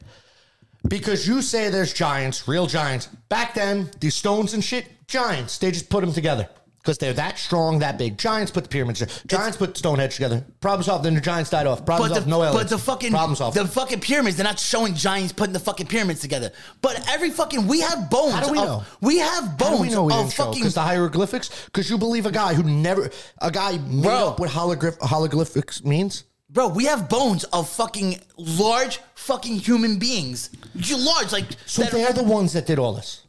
Speaker 2: Because you say there's giants, real giants. Back then, these stones and shit, giants. They just put them together because they're that strong, that big. Giants put the pyramids together. Giants put Stonehenge together. Problem solved. Then the giants died off. Problem
Speaker 4: But the,
Speaker 2: solved. no aliens.
Speaker 4: but the fucking
Speaker 2: problem solved.
Speaker 4: the fucking pyramids. They're not showing giants putting the fucking pyramids together. But every fucking we have bones.
Speaker 2: How do we
Speaker 4: of-
Speaker 2: know?
Speaker 4: We have bones
Speaker 2: How do we know we
Speaker 4: of
Speaker 2: didn't fucking
Speaker 4: fucking.
Speaker 2: because the hieroglyphics? Because you believe a guy who never a guy made
Speaker 4: Bro.
Speaker 2: up what holograph, hologlyphics means.
Speaker 4: bro, we have bones of fucking large fucking human beings. You large like
Speaker 2: So
Speaker 4: that-
Speaker 2: they're the ones that did all this.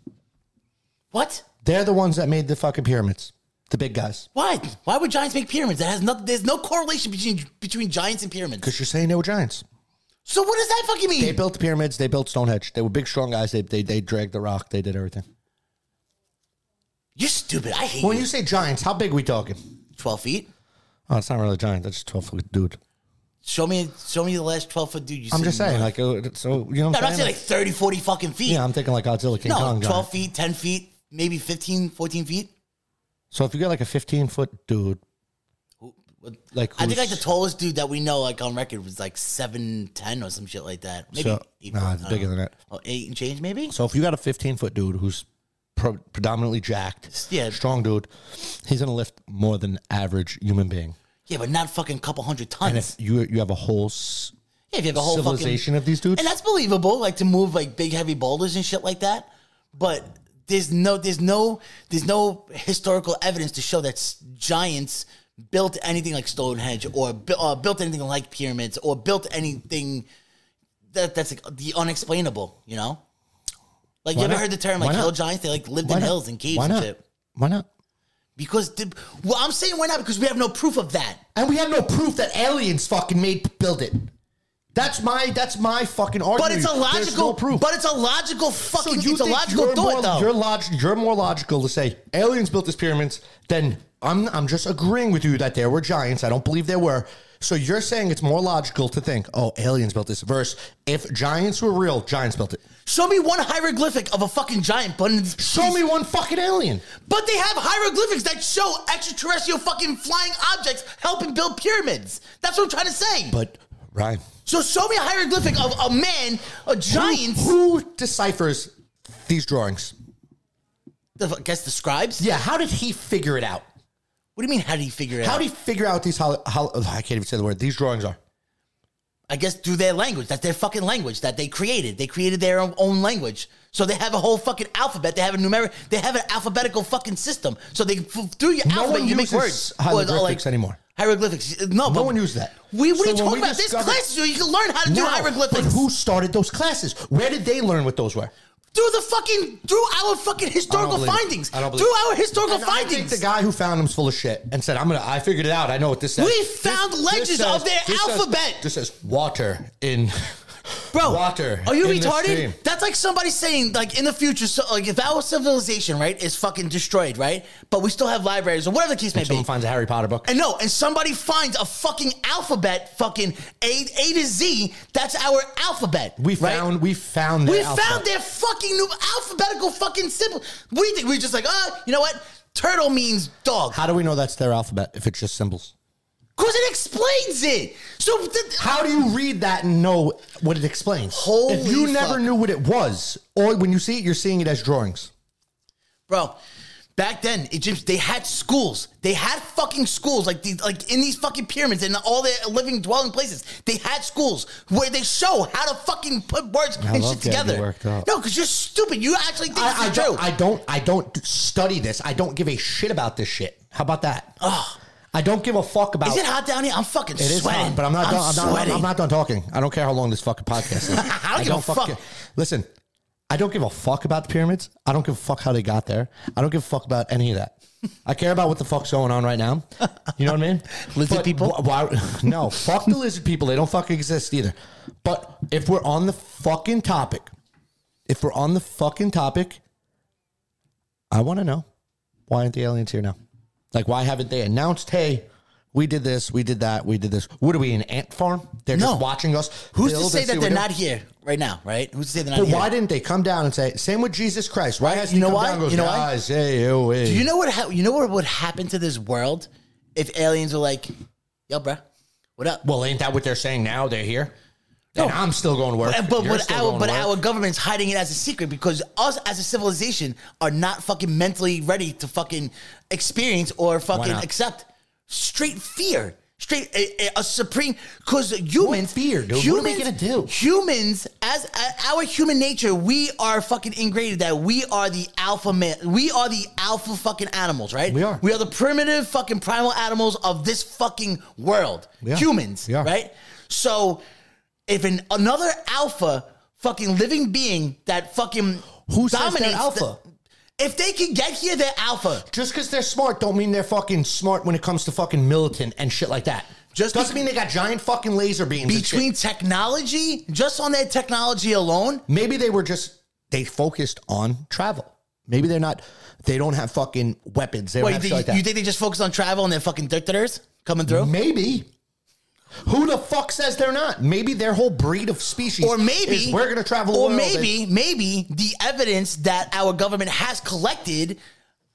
Speaker 4: what?
Speaker 2: They're the ones that made the fucking pyramids. The big guys.
Speaker 4: Why? Why would giants make pyramids? That has nothing. There's no correlation between between giants and pyramids.
Speaker 2: Because you're saying they were giants.
Speaker 4: So what does that fucking mean?
Speaker 2: They built the pyramids. They built Stonehenge. They were big, strong guys. They they, they dragged the rock. They did everything.
Speaker 4: You're stupid. I hate
Speaker 2: When
Speaker 4: you.
Speaker 2: you say giants, how big we talking?
Speaker 4: Twelve feet.
Speaker 2: Oh, it's not really a giant. That's just twelve foot dude.
Speaker 4: Show me. Show me the last twelve foot dude. You
Speaker 2: I'm
Speaker 4: seen
Speaker 2: just
Speaker 4: in your
Speaker 2: saying,
Speaker 4: life.
Speaker 2: like, uh, so you know. What I'm
Speaker 4: No, I'm not
Speaker 2: saying?
Speaker 4: saying like 30, 40 fucking feet.
Speaker 2: yeah, I'm thinking like Godzilla, King
Speaker 4: No,
Speaker 2: Kong,
Speaker 4: 12
Speaker 2: giant.
Speaker 4: feet, 10 feet, maybe 15, 14 feet.
Speaker 2: So if you got like a 15 foot dude, like
Speaker 4: I think like the
Speaker 2: who's-
Speaker 4: tallest dude that we know like on record was like 7'10 or some shit like that. Maybe
Speaker 2: So-
Speaker 4: eight
Speaker 2: nah,
Speaker 4: foot,
Speaker 2: it's
Speaker 4: I don't
Speaker 2: bigger
Speaker 4: know.
Speaker 2: than that.
Speaker 4: Oh, eight and change maybe?
Speaker 2: So if you got a 15 foot dude who's pro- predominantly jacked,
Speaker 4: Yeah.
Speaker 2: strong dude, he's gonna lift more than average human being.
Speaker 4: Yeah, but not fucking couple hundred
Speaker 2: And if
Speaker 4: tons.
Speaker 2: you you have a whole s-
Speaker 4: yeah, if you have a whole
Speaker 2: civilization
Speaker 4: fucking,
Speaker 2: of these dudes,
Speaker 4: And that's believable, like to move like big heavy boulders and shit like that. But there's no there's no there's no historical evidence to show that s- giants built anything like Stonehenge or bu- uh, built anything like pyramids or built anything that that's like the unexplainable, you know? Like
Speaker 2: Why
Speaker 4: you ever
Speaker 2: not?
Speaker 4: heard the term
Speaker 2: Why
Speaker 4: like
Speaker 2: not?
Speaker 4: hill giants? They like lived
Speaker 2: Why
Speaker 4: in
Speaker 2: not?
Speaker 4: hills and caves
Speaker 2: Why
Speaker 4: and
Speaker 2: not?
Speaker 4: shit.
Speaker 2: Why not?
Speaker 4: Because the, well, I'm saying why not because we have no proof of that.
Speaker 2: And we have no proof that aliens fucking made build it. That's my that's my fucking argument.
Speaker 4: But it's a
Speaker 2: There's
Speaker 4: logical
Speaker 2: no proof.
Speaker 4: But it's a logical fucking it's a
Speaker 2: think
Speaker 4: logical
Speaker 2: you're
Speaker 4: thought
Speaker 2: more,
Speaker 4: though.
Speaker 2: You're, log, you're more logical to say aliens built these pyramids than I'm. I'm just agreeing with you that there were giants. I don't believe there were. So you're saying it's more logical to think, oh, aliens built this. Versus if giants were real, giants built it.
Speaker 4: Show me one hieroglyphic of a fucking giant putting these.
Speaker 2: Show me one fucking alien.
Speaker 4: But they have hieroglyphics that show extraterrestrial fucking flying objects helping build pyramids. That's what I'm trying to say.
Speaker 2: But Ryan,
Speaker 4: so show me a hieroglyphic of a man, a giant.
Speaker 2: who, who deciphers these drawings?
Speaker 4: The, I guess the scribes.
Speaker 2: Yeah, how did he figure it out?
Speaker 4: What do you mean? How did he figure it
Speaker 2: How
Speaker 4: out?
Speaker 2: do you figure out these? Hol- hol- I can't even say the word. These drawings are.
Speaker 4: I guess through their language. That's their fucking language that they created. They created their own, own language. So they have a whole fucking alphabet. They have a numeric. They have an alphabetical fucking system. So they f- through your
Speaker 2: No
Speaker 4: alphabet
Speaker 2: one
Speaker 4: you make
Speaker 2: uses
Speaker 4: words
Speaker 2: hieroglyphics anymore.
Speaker 4: Hieroglyphics. No,
Speaker 2: No
Speaker 4: but
Speaker 2: one used that.
Speaker 4: We, what
Speaker 2: So when
Speaker 4: are you
Speaker 2: we
Speaker 4: talking about? This
Speaker 2: discovered-
Speaker 4: class is where you can learn how to do
Speaker 2: No,
Speaker 4: hieroglyphics.
Speaker 2: But who started those classes? Where did they learn what those were?
Speaker 4: through the fucking through our fucking historical
Speaker 2: believe it.
Speaker 4: findings.
Speaker 2: I don't believe
Speaker 4: Through
Speaker 2: it.
Speaker 4: our historical
Speaker 2: And I think
Speaker 4: findings.
Speaker 2: the guy who found them's full of shit and said, "I'm gonna. I figured it out. I know what this says."
Speaker 4: We
Speaker 2: This-
Speaker 4: found legends of their
Speaker 2: says-
Speaker 4: alphabet.
Speaker 2: this says water in.
Speaker 4: Bro,
Speaker 2: water.
Speaker 4: Are you
Speaker 2: in the
Speaker 4: retarded?
Speaker 2: stream.
Speaker 4: That's like somebody saying, like in the future, so like if our civilization, right, is fucking destroyed, right, but we still have libraries or whatever the case may be.
Speaker 2: Someone finds a Harry Potter book.
Speaker 4: and no, and somebody finds a fucking alphabet, fucking A A to Z. That's our alphabet.
Speaker 2: we
Speaker 4: right?
Speaker 2: found. We found.
Speaker 4: We
Speaker 2: their alphabet.
Speaker 4: found their fucking new alphabetical fucking symbol. What do you think? We just like, ah, you know what? Turtle means dog.
Speaker 2: How do we know that's their alphabet if it's just symbols?
Speaker 4: Cause it explains it. So th-
Speaker 2: How do you read that and know what it explains?
Speaker 4: Holy
Speaker 2: if you never
Speaker 4: fuck.
Speaker 2: knew what it was, or when you see it, you're seeing it as drawings.
Speaker 4: bro. Back then, Egypt they had schools. They had fucking schools, like these, like in these fucking pyramids and all their living dwelling places. They had schools where they show how to fucking put words and
Speaker 2: love
Speaker 4: shit
Speaker 2: getting
Speaker 4: together.
Speaker 2: worked up.
Speaker 4: No, because you're stupid. You actually think
Speaker 2: I, I,
Speaker 4: it's true.
Speaker 2: don't, I don't. I don't study this. I don't give a shit about this shit. How about that? I don't give a fuck about.
Speaker 4: is it hot down here? I'm fucking
Speaker 2: It is
Speaker 4: sweating,
Speaker 2: hot, but I'm not. done, I'm, not I'm,
Speaker 4: sweating.
Speaker 2: not done talking. I don't care how long this fucking podcast is.
Speaker 4: I don't give a fuck.
Speaker 2: fucking- Listen, I don't give a fuck about the pyramids. I don't give a fuck how they got there. I don't give a fuck about any of that. I care about what the fuck's going on right now. You know what I mean?
Speaker 4: Lizard people?
Speaker 2: wh- Why, no, fuck the lizard people. They don't fucking exist either. But if we're on the fucking topic, if we're on the fucking topic, I want to know why aren't the aliens here now? Like, why haven't they announced, hey, we did this, we did that, we did this? What are we, an ant farm? They're
Speaker 4: No.
Speaker 2: just watching us.
Speaker 4: Who's to
Speaker 2: build
Speaker 4: say
Speaker 2: and see
Speaker 4: that
Speaker 2: what
Speaker 4: they're
Speaker 2: we
Speaker 4: not
Speaker 2: do?
Speaker 4: here right now? Right? Who's to say they're not
Speaker 2: But
Speaker 4: here?
Speaker 2: why didn't they come down and say, same with Jesus Christ? Why has
Speaker 4: You
Speaker 2: he
Speaker 4: know
Speaker 2: come
Speaker 4: why?
Speaker 2: down and goes,
Speaker 4: You know why?
Speaker 2: guys, hey, yo, hey.
Speaker 4: Do you know what? Ha- you know what would happen to this world if aliens were like, "Yo, bro, what up?"
Speaker 2: well, ain't that what they're saying now? They're here? And I'm still going to work.
Speaker 4: But but,
Speaker 2: You're
Speaker 4: but
Speaker 2: still
Speaker 4: our
Speaker 2: going
Speaker 4: but
Speaker 2: to
Speaker 4: our
Speaker 2: work.
Speaker 4: government's hiding it as a secret because us as a civilization are not fucking mentally ready to fucking experience or fucking
Speaker 2: not?
Speaker 4: accept straight fear. Straight a, a- a supreme because humans
Speaker 2: fear, dude? What are we gonna do?
Speaker 4: Humans, as uh, our human nature, we are fucking ingrained that we are the alpha man. We are the alpha fucking animals, right?
Speaker 2: We are.
Speaker 4: We are the primitive fucking primal animals of this fucking world.
Speaker 2: We are.
Speaker 4: Humans,
Speaker 2: We are.
Speaker 4: right? So if an, another alpha fucking living being that fucking
Speaker 2: Who says they're
Speaker 4: dominates the-
Speaker 2: alpha?
Speaker 4: if they can get here, they're alpha.
Speaker 2: Just because they're smart don't mean they're fucking smart when it comes to fucking militant and shit like that. Just
Speaker 4: Just
Speaker 2: doesn't
Speaker 4: be-
Speaker 2: mean they got giant fucking laser beams. and shit.
Speaker 4: Between technology, just on their technology alone,
Speaker 2: maybe they were just they focused on travel. Maybe they're not. They don't have fucking weapons. They don't
Speaker 4: wait,
Speaker 2: have
Speaker 4: do
Speaker 2: shit
Speaker 4: you,
Speaker 2: like that.
Speaker 4: you think they just focus on travel and their fucking dictators coming through?
Speaker 2: maybe. Who the fuck says they're not? Maybe their whole breed of species,
Speaker 4: or maybe
Speaker 2: is we're gonna travel. the
Speaker 4: or
Speaker 2: world
Speaker 4: maybe maybe the evidence that our government has collected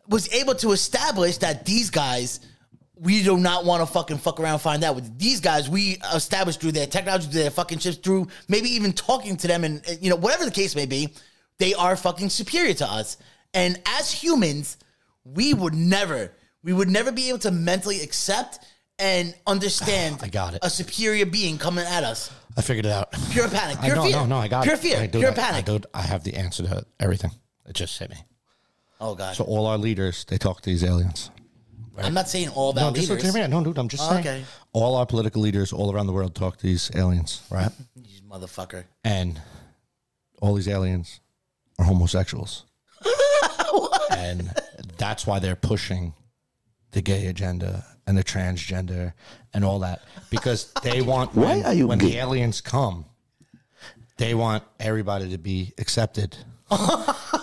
Speaker 4: was able to establish that these guys we do not want to fucking fuck around and find out with these guys we established through their technology through their fucking chips through maybe even talking to them and and, you know whatever the case may be they are fucking superior to us and as humans we would never we would never be able to mentally accept and understand
Speaker 2: I got it.
Speaker 4: a superior being coming at us
Speaker 2: and- I figured it out.
Speaker 4: pure panic
Speaker 2: I
Speaker 4: pure
Speaker 2: no,
Speaker 4: fear
Speaker 2: no, no. I got
Speaker 4: pure
Speaker 2: it.
Speaker 4: fear
Speaker 2: I do
Speaker 4: pure
Speaker 2: that. I,
Speaker 4: panic
Speaker 2: do, I have the answer to everything. It just hit me.
Speaker 4: Oh God!
Speaker 2: So all our leaders, they talk to these aliens.
Speaker 4: I'm not saying all
Speaker 2: No,
Speaker 4: about
Speaker 2: just
Speaker 4: leaders.
Speaker 2: look at me. No, dude. I'm just
Speaker 4: Oh,
Speaker 2: saying.
Speaker 4: okay.
Speaker 2: All our political leaders all around the world talk to these aliens, right?
Speaker 4: You motherfucker!
Speaker 2: and all these aliens are homosexuals. and that's why they're pushing the gay agenda and the transgender and all that because they want
Speaker 5: Why
Speaker 2: when,
Speaker 5: are you
Speaker 2: when the
Speaker 5: gay?
Speaker 2: aliens come they want everybody to be accepted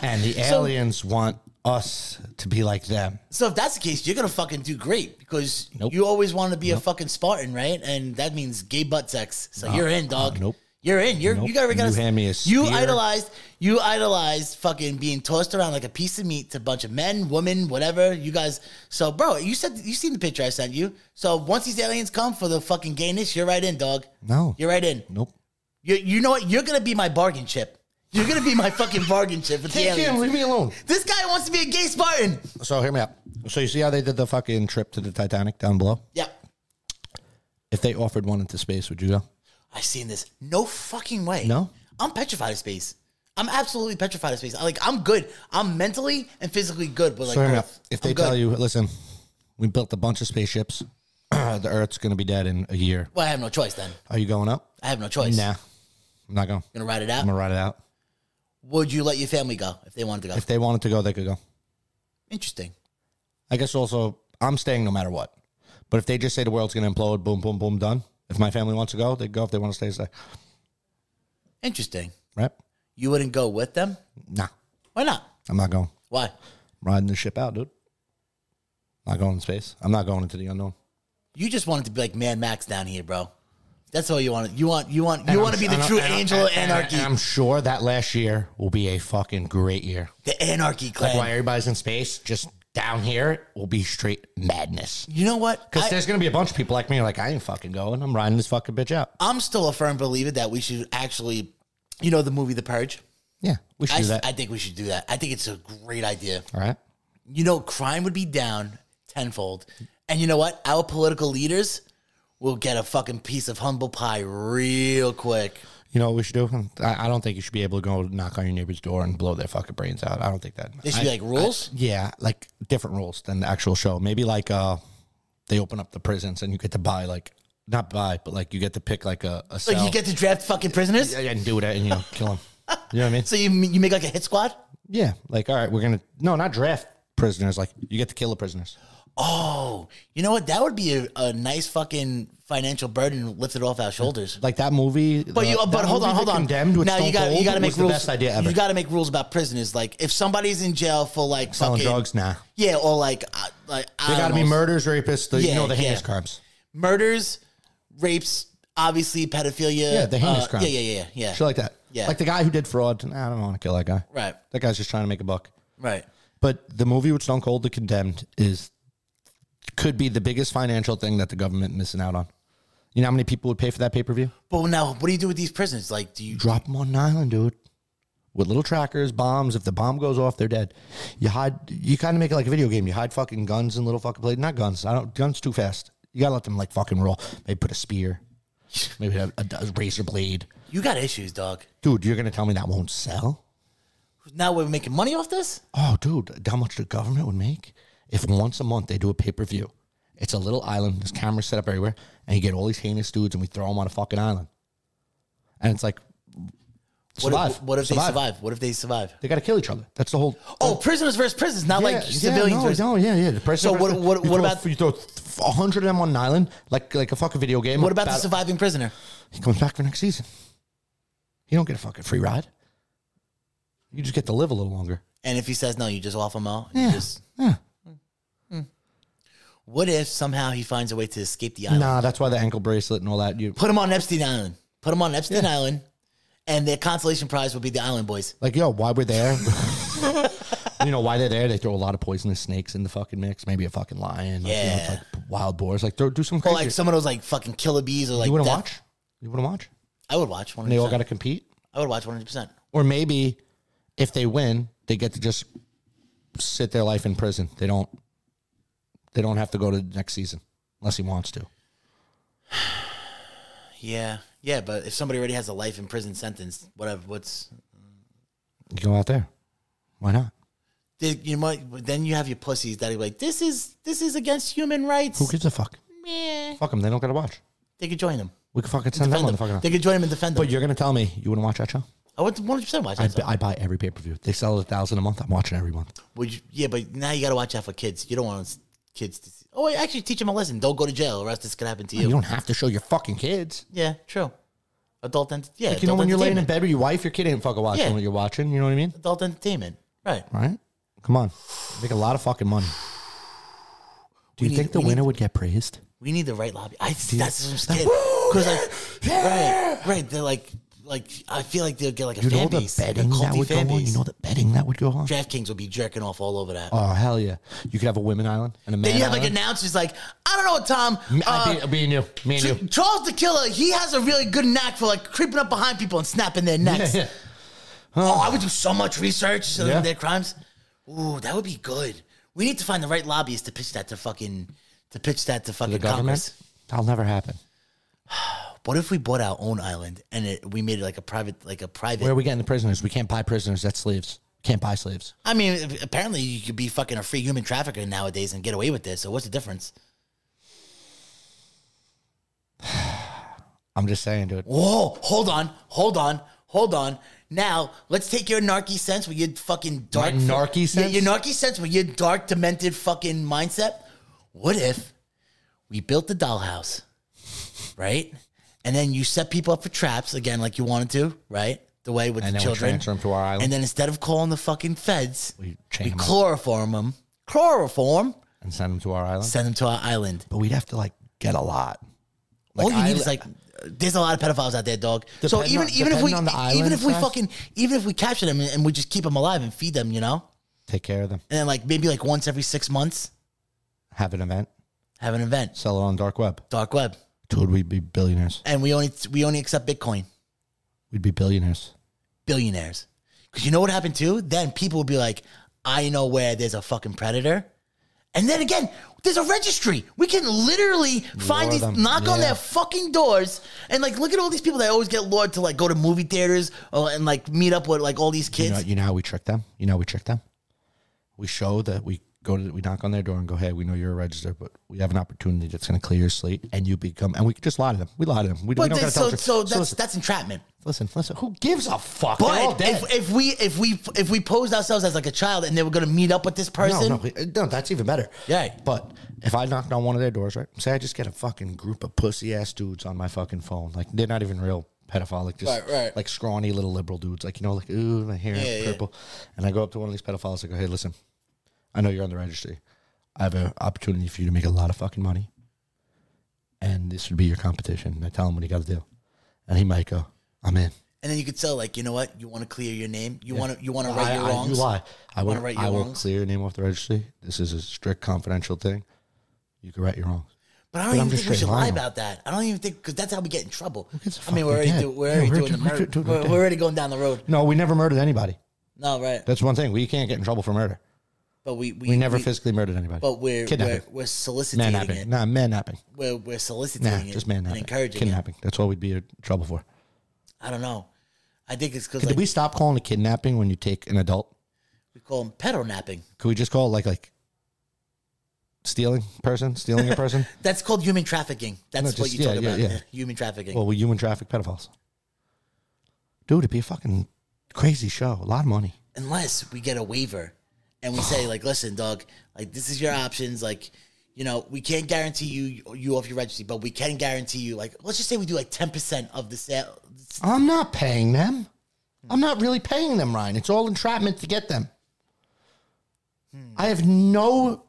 Speaker 2: and the aliens want us to be like them
Speaker 4: So if that's the case, you're gonna fucking do great because
Speaker 2: Nope.
Speaker 4: you always wanted to be a fucking Spartan, right? And that means gay butt sex. So you're in, dog.
Speaker 2: nope.
Speaker 4: You're in. You're you
Speaker 2: Nope.
Speaker 4: gotta, gotta
Speaker 2: You hand me a
Speaker 4: You
Speaker 2: spear.
Speaker 4: idolized. You idolized fucking being tossed around like a piece of meat to a bunch of men, women, whatever. You guys. So bro, you said you seen the picture I sent you. So once these aliens come for the fucking gayness, you're right in, dog.
Speaker 2: No.
Speaker 4: you're right in.
Speaker 2: nope
Speaker 4: You, you know what? You're gonna be my bargain chip. You're gonna be my fucking bargain chip with the
Speaker 2: take him
Speaker 4: aliens.
Speaker 2: leave me alone
Speaker 4: This guy wants to be a gay Spartan.
Speaker 2: so hear me out so you see how they did the fucking trip to the titanic down below
Speaker 4: Yeah.
Speaker 2: if they offered one into space would you go
Speaker 4: I've seen this. No fucking way.
Speaker 2: No?
Speaker 4: I'm petrified of space. I'm absolutely petrified of space. I- Like I'm good. I'm mentally and physically good, but like
Speaker 2: So hear me out.
Speaker 4: both.
Speaker 2: if
Speaker 4: I'm
Speaker 2: they
Speaker 4: good.
Speaker 2: tell you, listen, we built a bunch of spaceships, the Earth's going to be dead in a year.
Speaker 4: well, I have no choice then.
Speaker 2: Are you going up?
Speaker 4: I have no choice.
Speaker 2: Nah, I'm not going.
Speaker 4: Gonna ride it out.
Speaker 2: I'm gonna ride it out.
Speaker 4: Would you let your family go if they wanted to go?
Speaker 2: If they wanted to go, they could go.
Speaker 4: Interesting.
Speaker 2: I guess also I'm staying no matter what. But if they just say the world's gonna implode, boom, boom, boom, done. If my family wants to go, they go. If they want to stay, stay.
Speaker 4: Interesting.
Speaker 2: Right?
Speaker 4: You wouldn't go with them?
Speaker 2: Nah,
Speaker 4: Why not?
Speaker 2: I'm not going.
Speaker 4: Why?
Speaker 2: I'm riding the ship out, dude. Not going in space. I'm not going into the unknown.
Speaker 4: You just wanted to be like Mad Max down here, bro. That's all you want. You want. You want. You
Speaker 2: And
Speaker 4: want to
Speaker 2: I'm-
Speaker 4: be the
Speaker 2: and I'm-
Speaker 4: true
Speaker 2: and I'm-
Speaker 4: angel of
Speaker 2: and-
Speaker 4: anarchy.
Speaker 2: and I'm sure that last year will be a fucking great year.
Speaker 4: the anarchy
Speaker 2: Like why
Speaker 4: clan.
Speaker 2: everybody's in space, just down here will be straight madness.
Speaker 4: you know what?
Speaker 2: Because
Speaker 4: I-
Speaker 2: there's gonna be a bunch of people like me, who are like I ain't fucking going. I'm riding this fucking bitch out.
Speaker 4: I'm still a firm believer that we should actually, you know, the movie The Purge.
Speaker 2: Yeah, we should
Speaker 4: I,
Speaker 2: do that.
Speaker 4: I think we should do that. I think it's a great idea.
Speaker 2: All right.
Speaker 4: You know, crime would be down tenfold, and you know what? Our political leaders will get a fucking piece of humble pie real quick.
Speaker 2: You know what we should do? I, I don't think you should be able to go knock on your neighbor's door and blow their fucking brains out. I don't think that.
Speaker 4: They should
Speaker 2: I-
Speaker 4: be like rules.
Speaker 2: yeah, like different rules than the actual show. Maybe like uh, they open up the prisons and you get to buy like not buy, but like you get to pick like a, a
Speaker 4: so
Speaker 2: cell
Speaker 4: you get to draft fucking prisoners.
Speaker 2: Yeah, yeah, and do it and you know kill them. You know what I mean?
Speaker 4: So you you make like a hit squad.
Speaker 2: Yeah, like all right, we're gonna no, not draft prisoners. Like you get to kill the prisoners.
Speaker 4: Oh, you know what? That would be a, a nice fucking financial burden lifted off our shoulders. Uh,
Speaker 2: Like that movie.
Speaker 4: But you, but hold on, hold on.
Speaker 2: Condemned with
Speaker 4: now you got you got to make
Speaker 2: the
Speaker 4: rules.
Speaker 2: best idea ever.
Speaker 4: You got to make rules about prisoners. Like if somebody's in jail for like
Speaker 2: selling
Speaker 4: fucking
Speaker 2: drugs now. Nah.
Speaker 4: yeah, or like uh, like
Speaker 2: They got to be murders, rapists, the, you
Speaker 4: Yeah,
Speaker 2: know the heinous
Speaker 4: yeah.
Speaker 2: crimes.
Speaker 4: murders, rapes, obviously pedophilia.
Speaker 2: Yeah, the heinous
Speaker 4: uh,
Speaker 2: crimes.
Speaker 4: Yeah, yeah, yeah, yeah.
Speaker 2: Shit like that.
Speaker 4: Yeah.
Speaker 2: Like the guy who did fraud. Nah, I don't want to kill that guy.
Speaker 4: Right,
Speaker 2: That guy's just trying to make a buck.
Speaker 4: right.
Speaker 2: But the movie with Stone Cold, The Condemned, is could be the biggest financial thing that the government missing out on. You know how many people would pay for that pay per view?
Speaker 4: But now, what do you do with these prisoners? Like, do you?
Speaker 2: Drop them on an island, dude, with little trackers, bombs. If the bomb goes off, they're dead. You hide. You kind of make it like a video game. You hide fucking guns and little fucking blade. Not guns. I don't. Guns too fast. You gotta let them like fucking roll. Maybe put a spear. Maybe a, a, a razor blade.
Speaker 4: You got issues, dog.
Speaker 2: Dude, you're gonna tell me that won't sell?
Speaker 4: Now we're making money off this.
Speaker 2: Oh, dude, how much the government would make if once a month they do a pay per view? It's a little island. There's cameras set up everywhere, and you get all these heinous dudes, and we throw them on a fucking island. And it's like,
Speaker 4: What
Speaker 2: survive.
Speaker 4: if, what if they survive? What if they survive?
Speaker 2: They got to kill each other. That's the whole.
Speaker 4: Oh, prisoners versus prisoners, not
Speaker 2: Yeah,
Speaker 4: like civilians
Speaker 2: Yeah,
Speaker 4: versus.
Speaker 2: no, no, yeah, yeah. The person
Speaker 4: So what-
Speaker 2: versus-
Speaker 4: what-
Speaker 2: you
Speaker 4: what
Speaker 2: throw-
Speaker 4: about-
Speaker 2: you throw a hundred of them on an island like like a fucking video game?
Speaker 4: What about the
Speaker 2: battle-
Speaker 4: surviving prisoner?
Speaker 2: He comes back for next season. You don't get a fucking free ride. You just get to live a little longer.
Speaker 4: And if he says no, you just off him out. You
Speaker 2: Yeah.
Speaker 4: just
Speaker 2: Yeah.
Speaker 4: What if somehow he finds a way to escape the island?
Speaker 2: Nah, that's why the ankle bracelet and all that. You
Speaker 4: Put him on Epstein Island. Put him on Epstein Island, and their consolation prize will be the Island Boys.
Speaker 2: Like, yo, why we're there? you know why they're there? They throw a lot of poisonous snakes in the fucking mix. Maybe a fucking lion. Like, you know, it's
Speaker 4: Yeah.
Speaker 2: like wild boars. Like, throw, do some
Speaker 4: Or
Speaker 2: crazy.
Speaker 4: like some of those like fucking killer bees or like
Speaker 2: you wouldn't
Speaker 4: death-
Speaker 2: watch? You wouldn't watch?
Speaker 4: I would watch one
Speaker 2: And they
Speaker 4: hundred
Speaker 2: all got to
Speaker 4: percent.
Speaker 2: compete,
Speaker 4: I would watch one hundred percent.
Speaker 2: or maybe if they win, they get to just sit their life in prison. They don't. They don't have to go to the next season unless he wants to.
Speaker 4: Yeah, yeah. But if somebody already has a life in prison sentence, whatever. What's
Speaker 2: You go out there. Why not?
Speaker 4: they, you might then you have your pussies that are like this is this is against human rights.
Speaker 2: Who gives a fuck?
Speaker 4: Meh.
Speaker 2: Fuck them. They don't got to watch.
Speaker 4: They could join them.
Speaker 2: We can fucking send them on the
Speaker 4: Defend
Speaker 2: fucking.
Speaker 4: them. They could join them and defend them.
Speaker 2: but you're gonna tell me you wouldn't watch that show?
Speaker 4: I would one hundred percent watch
Speaker 2: I,
Speaker 4: that.
Speaker 2: I buy every pay per view. They sell it a thousand a month. I'm watching every month.
Speaker 4: Would you, yeah, but now you got to watch out for kids. You don't want s- kids to. See. Oh, wait, actually, teach them a lesson. Don't go to jail, or else this could happen to you.
Speaker 2: You don't have to show your fucking kids.
Speaker 4: yeah, true. Adult ent- yeah,
Speaker 2: Like, you know, when you're laying in
Speaker 4: entertainment.
Speaker 2: bed with your wife, your kid ain't fucking watching
Speaker 4: Yeah.
Speaker 2: what you're watching. You know what I mean?
Speaker 4: Adult entertainment, right?
Speaker 2: Right? Come on. Make a lot of fucking money. Do you
Speaker 4: need-
Speaker 2: think the
Speaker 4: we need-
Speaker 2: winner would get praised?
Speaker 4: We need the right lobby. I that's what I'm scared because like right, right. They're like like I feel like they'll get like a
Speaker 2: You
Speaker 4: fan
Speaker 2: know the
Speaker 4: base, like a
Speaker 2: betting that
Speaker 4: culty
Speaker 2: would go
Speaker 4: fan
Speaker 2: on? You
Speaker 4: base.
Speaker 2: know the betting that would go on?
Speaker 4: DraftKings will be jerking off all over that.
Speaker 2: Oh, hell yeah. You could have a women island and a man
Speaker 4: then you have like
Speaker 2: island.
Speaker 4: announcers like I don't know, Tom.
Speaker 2: I'd
Speaker 4: uh,
Speaker 2: be, I'd be in you. Me and
Speaker 4: Ch-
Speaker 2: you.
Speaker 4: Charles the Killer, he has a really good knack for like creeping up behind people and snapping their necks.
Speaker 2: Yeah, yeah.
Speaker 4: Oh, I would do so much research on
Speaker 2: Yeah.
Speaker 4: their crimes. Ooh, that would be good. We need to find the right lobbyists to pitch that to fucking to pitch that to fucking
Speaker 2: The government?
Speaker 4: Congress.
Speaker 2: That'll never happen.
Speaker 4: What if we bought our own island and it, we made it like a private, like a private?
Speaker 2: Where are we getting the prisoners? We can't buy prisoners. That's slaves. Can't buy slaves.
Speaker 4: I mean, apparently you could be fucking a free human trafficker nowadays and get away with this. So what's the difference?
Speaker 2: I'm just saying, dude.
Speaker 4: Whoa, hold on, hold on, hold on. Now let's take your narky sense with your fucking dark
Speaker 2: My narky
Speaker 4: Yeah,
Speaker 2: sense?
Speaker 4: Your narky sense with your dark, demented fucking mindset. What if we built the dollhouse, right? And then you set people up for traps again, like you wanted to, right? The way with
Speaker 2: And
Speaker 4: the
Speaker 2: then we
Speaker 4: children.
Speaker 2: transfer 'em to our island.
Speaker 4: And then instead of calling the fucking feds, we,
Speaker 2: We chain them up.
Speaker 4: chloroform them. Chloroform.
Speaker 2: And send them to our island.
Speaker 4: Send them to our island.
Speaker 2: But we'd have to like get a lot.
Speaker 4: All you need
Speaker 2: isla-
Speaker 4: is like, there's a lot of pedophiles out there, dog. so
Speaker 2: Depend
Speaker 4: even
Speaker 2: on-
Speaker 4: even if we e-
Speaker 2: depending on the
Speaker 4: even
Speaker 2: island
Speaker 4: if we
Speaker 2: size.
Speaker 4: fucking even if we capture them and we just keep them alive and feed them, you know,
Speaker 2: take care of them.
Speaker 4: and then like maybe like once every six months
Speaker 2: Have an event.
Speaker 4: have an event,
Speaker 2: Sell it on dark web.
Speaker 4: dark web,
Speaker 2: Dude, we'd be billionaires.
Speaker 4: and we only we only accept Bitcoin
Speaker 2: We'd be billionaires.
Speaker 4: billionaires. Because you know what happened too? Then people would be like, I know where there's a fucking predator. And then again, there's a registry. We can literally find
Speaker 2: Lure
Speaker 4: these,
Speaker 2: them.
Speaker 4: knock on
Speaker 2: Yeah.
Speaker 4: their fucking doors, and like look at all these people that always get lured to like go to movie theaters or, and like meet up with like all these
Speaker 2: You
Speaker 4: kids.
Speaker 2: know, you know how we trick them? You know how we trick them? We show that we go to we knock on their door and go, Hey, we know you're a register, but we have an opportunity that's gonna clear your slate and you become and we could just lie to them. We lie to them. We, we
Speaker 4: But
Speaker 2: don't
Speaker 4: then,
Speaker 2: gotta tell
Speaker 4: so,
Speaker 2: the truth.
Speaker 4: so that's
Speaker 2: listen,
Speaker 4: that's entrapment.
Speaker 2: listen, listen, who gives a fuck? They're all
Speaker 4: But
Speaker 2: dead.
Speaker 4: if, if we if we if we posed ourselves as like a child and they were going to meet up with this person,
Speaker 2: No, no, we- no, that's even better.
Speaker 4: Yeah.
Speaker 2: But if I knocked on one of their doors, right? Say I just get a fucking group of pussy ass dudes on my fucking phone. Like they're not even real pedophilic, just
Speaker 4: Right, right.
Speaker 2: like scrawny little liberal dudes. Like, you know, like, ooh, my hair
Speaker 4: Yeah, yeah.
Speaker 2: purple. And I go up to one of these pedophiles, I go, Hey, listen, I know you're on the registry. I have an opportunity for you to make a lot of fucking money. And this would be your competition. And I tell him what he gotta do. And he might go, I'm in.
Speaker 4: and then you could tell like you know what you want to clear your name, you want to you want to
Speaker 2: I,
Speaker 4: right your
Speaker 2: I-
Speaker 4: wrongs.
Speaker 2: you lie. I will,
Speaker 4: Wanna right your
Speaker 2: I will
Speaker 4: wrongs?
Speaker 2: clear your name off the registry. This is a strict confidential thing. You can right your wrongs.
Speaker 4: But I
Speaker 2: But
Speaker 4: don't
Speaker 2: I'm
Speaker 4: even
Speaker 2: just
Speaker 4: think we
Speaker 2: straight
Speaker 4: should lie
Speaker 2: lying.
Speaker 4: about that. I don't even think because that's how we get in trouble.
Speaker 2: gives a
Speaker 4: I mean,
Speaker 2: fuck?
Speaker 4: we're
Speaker 2: We're
Speaker 4: already,
Speaker 2: dead.
Speaker 4: do, we're
Speaker 2: Yeah,
Speaker 4: already
Speaker 2: we're
Speaker 4: doing the
Speaker 2: dead. We're
Speaker 4: murder.
Speaker 2: dead. Dude, we're
Speaker 4: We're,
Speaker 2: dead.
Speaker 4: we're already going down the road.
Speaker 2: No, we never murdered anybody.
Speaker 4: No, right.
Speaker 2: That's one thing. We can't get in trouble for murder.
Speaker 4: But we we,
Speaker 2: We never physically murdered anybody.
Speaker 4: But we're we're,
Speaker 2: kidnapping,
Speaker 4: we're soliciting
Speaker 2: mannapping.
Speaker 4: it.
Speaker 2: Nah, mannapping.
Speaker 4: We're we're soliciting
Speaker 2: Nah,
Speaker 4: it.
Speaker 2: just
Speaker 4: and
Speaker 2: mannapping.
Speaker 4: encouraging it.
Speaker 2: Kidnapping. That's what we'd be in trouble for.
Speaker 4: I don't know. I think it's because
Speaker 2: Could
Speaker 4: like,
Speaker 2: we
Speaker 4: we,
Speaker 2: stop calling it kidnapping when you take an adult?
Speaker 4: call them pedo napping.
Speaker 2: Could we just call it like like stealing person, stealing a person?
Speaker 4: That's called human trafficking. That's
Speaker 2: No,
Speaker 4: what
Speaker 2: just-
Speaker 4: you
Speaker 2: yeah,
Speaker 4: talk
Speaker 2: yeah,
Speaker 4: about.
Speaker 2: yeah.
Speaker 4: Human trafficking.
Speaker 2: well, we human traffic pedophiles. Dude, it'd be a fucking crazy show. A lot of money.
Speaker 4: unless we get a waiver and we say like listen dog like this is your options like you know we can't guarantee you you off your registry but we can guarantee you like let's just say we do like 10% of the sale
Speaker 2: I'm not paying them. I'm not really paying them, Ryan. It's all entrapment to get them. I have no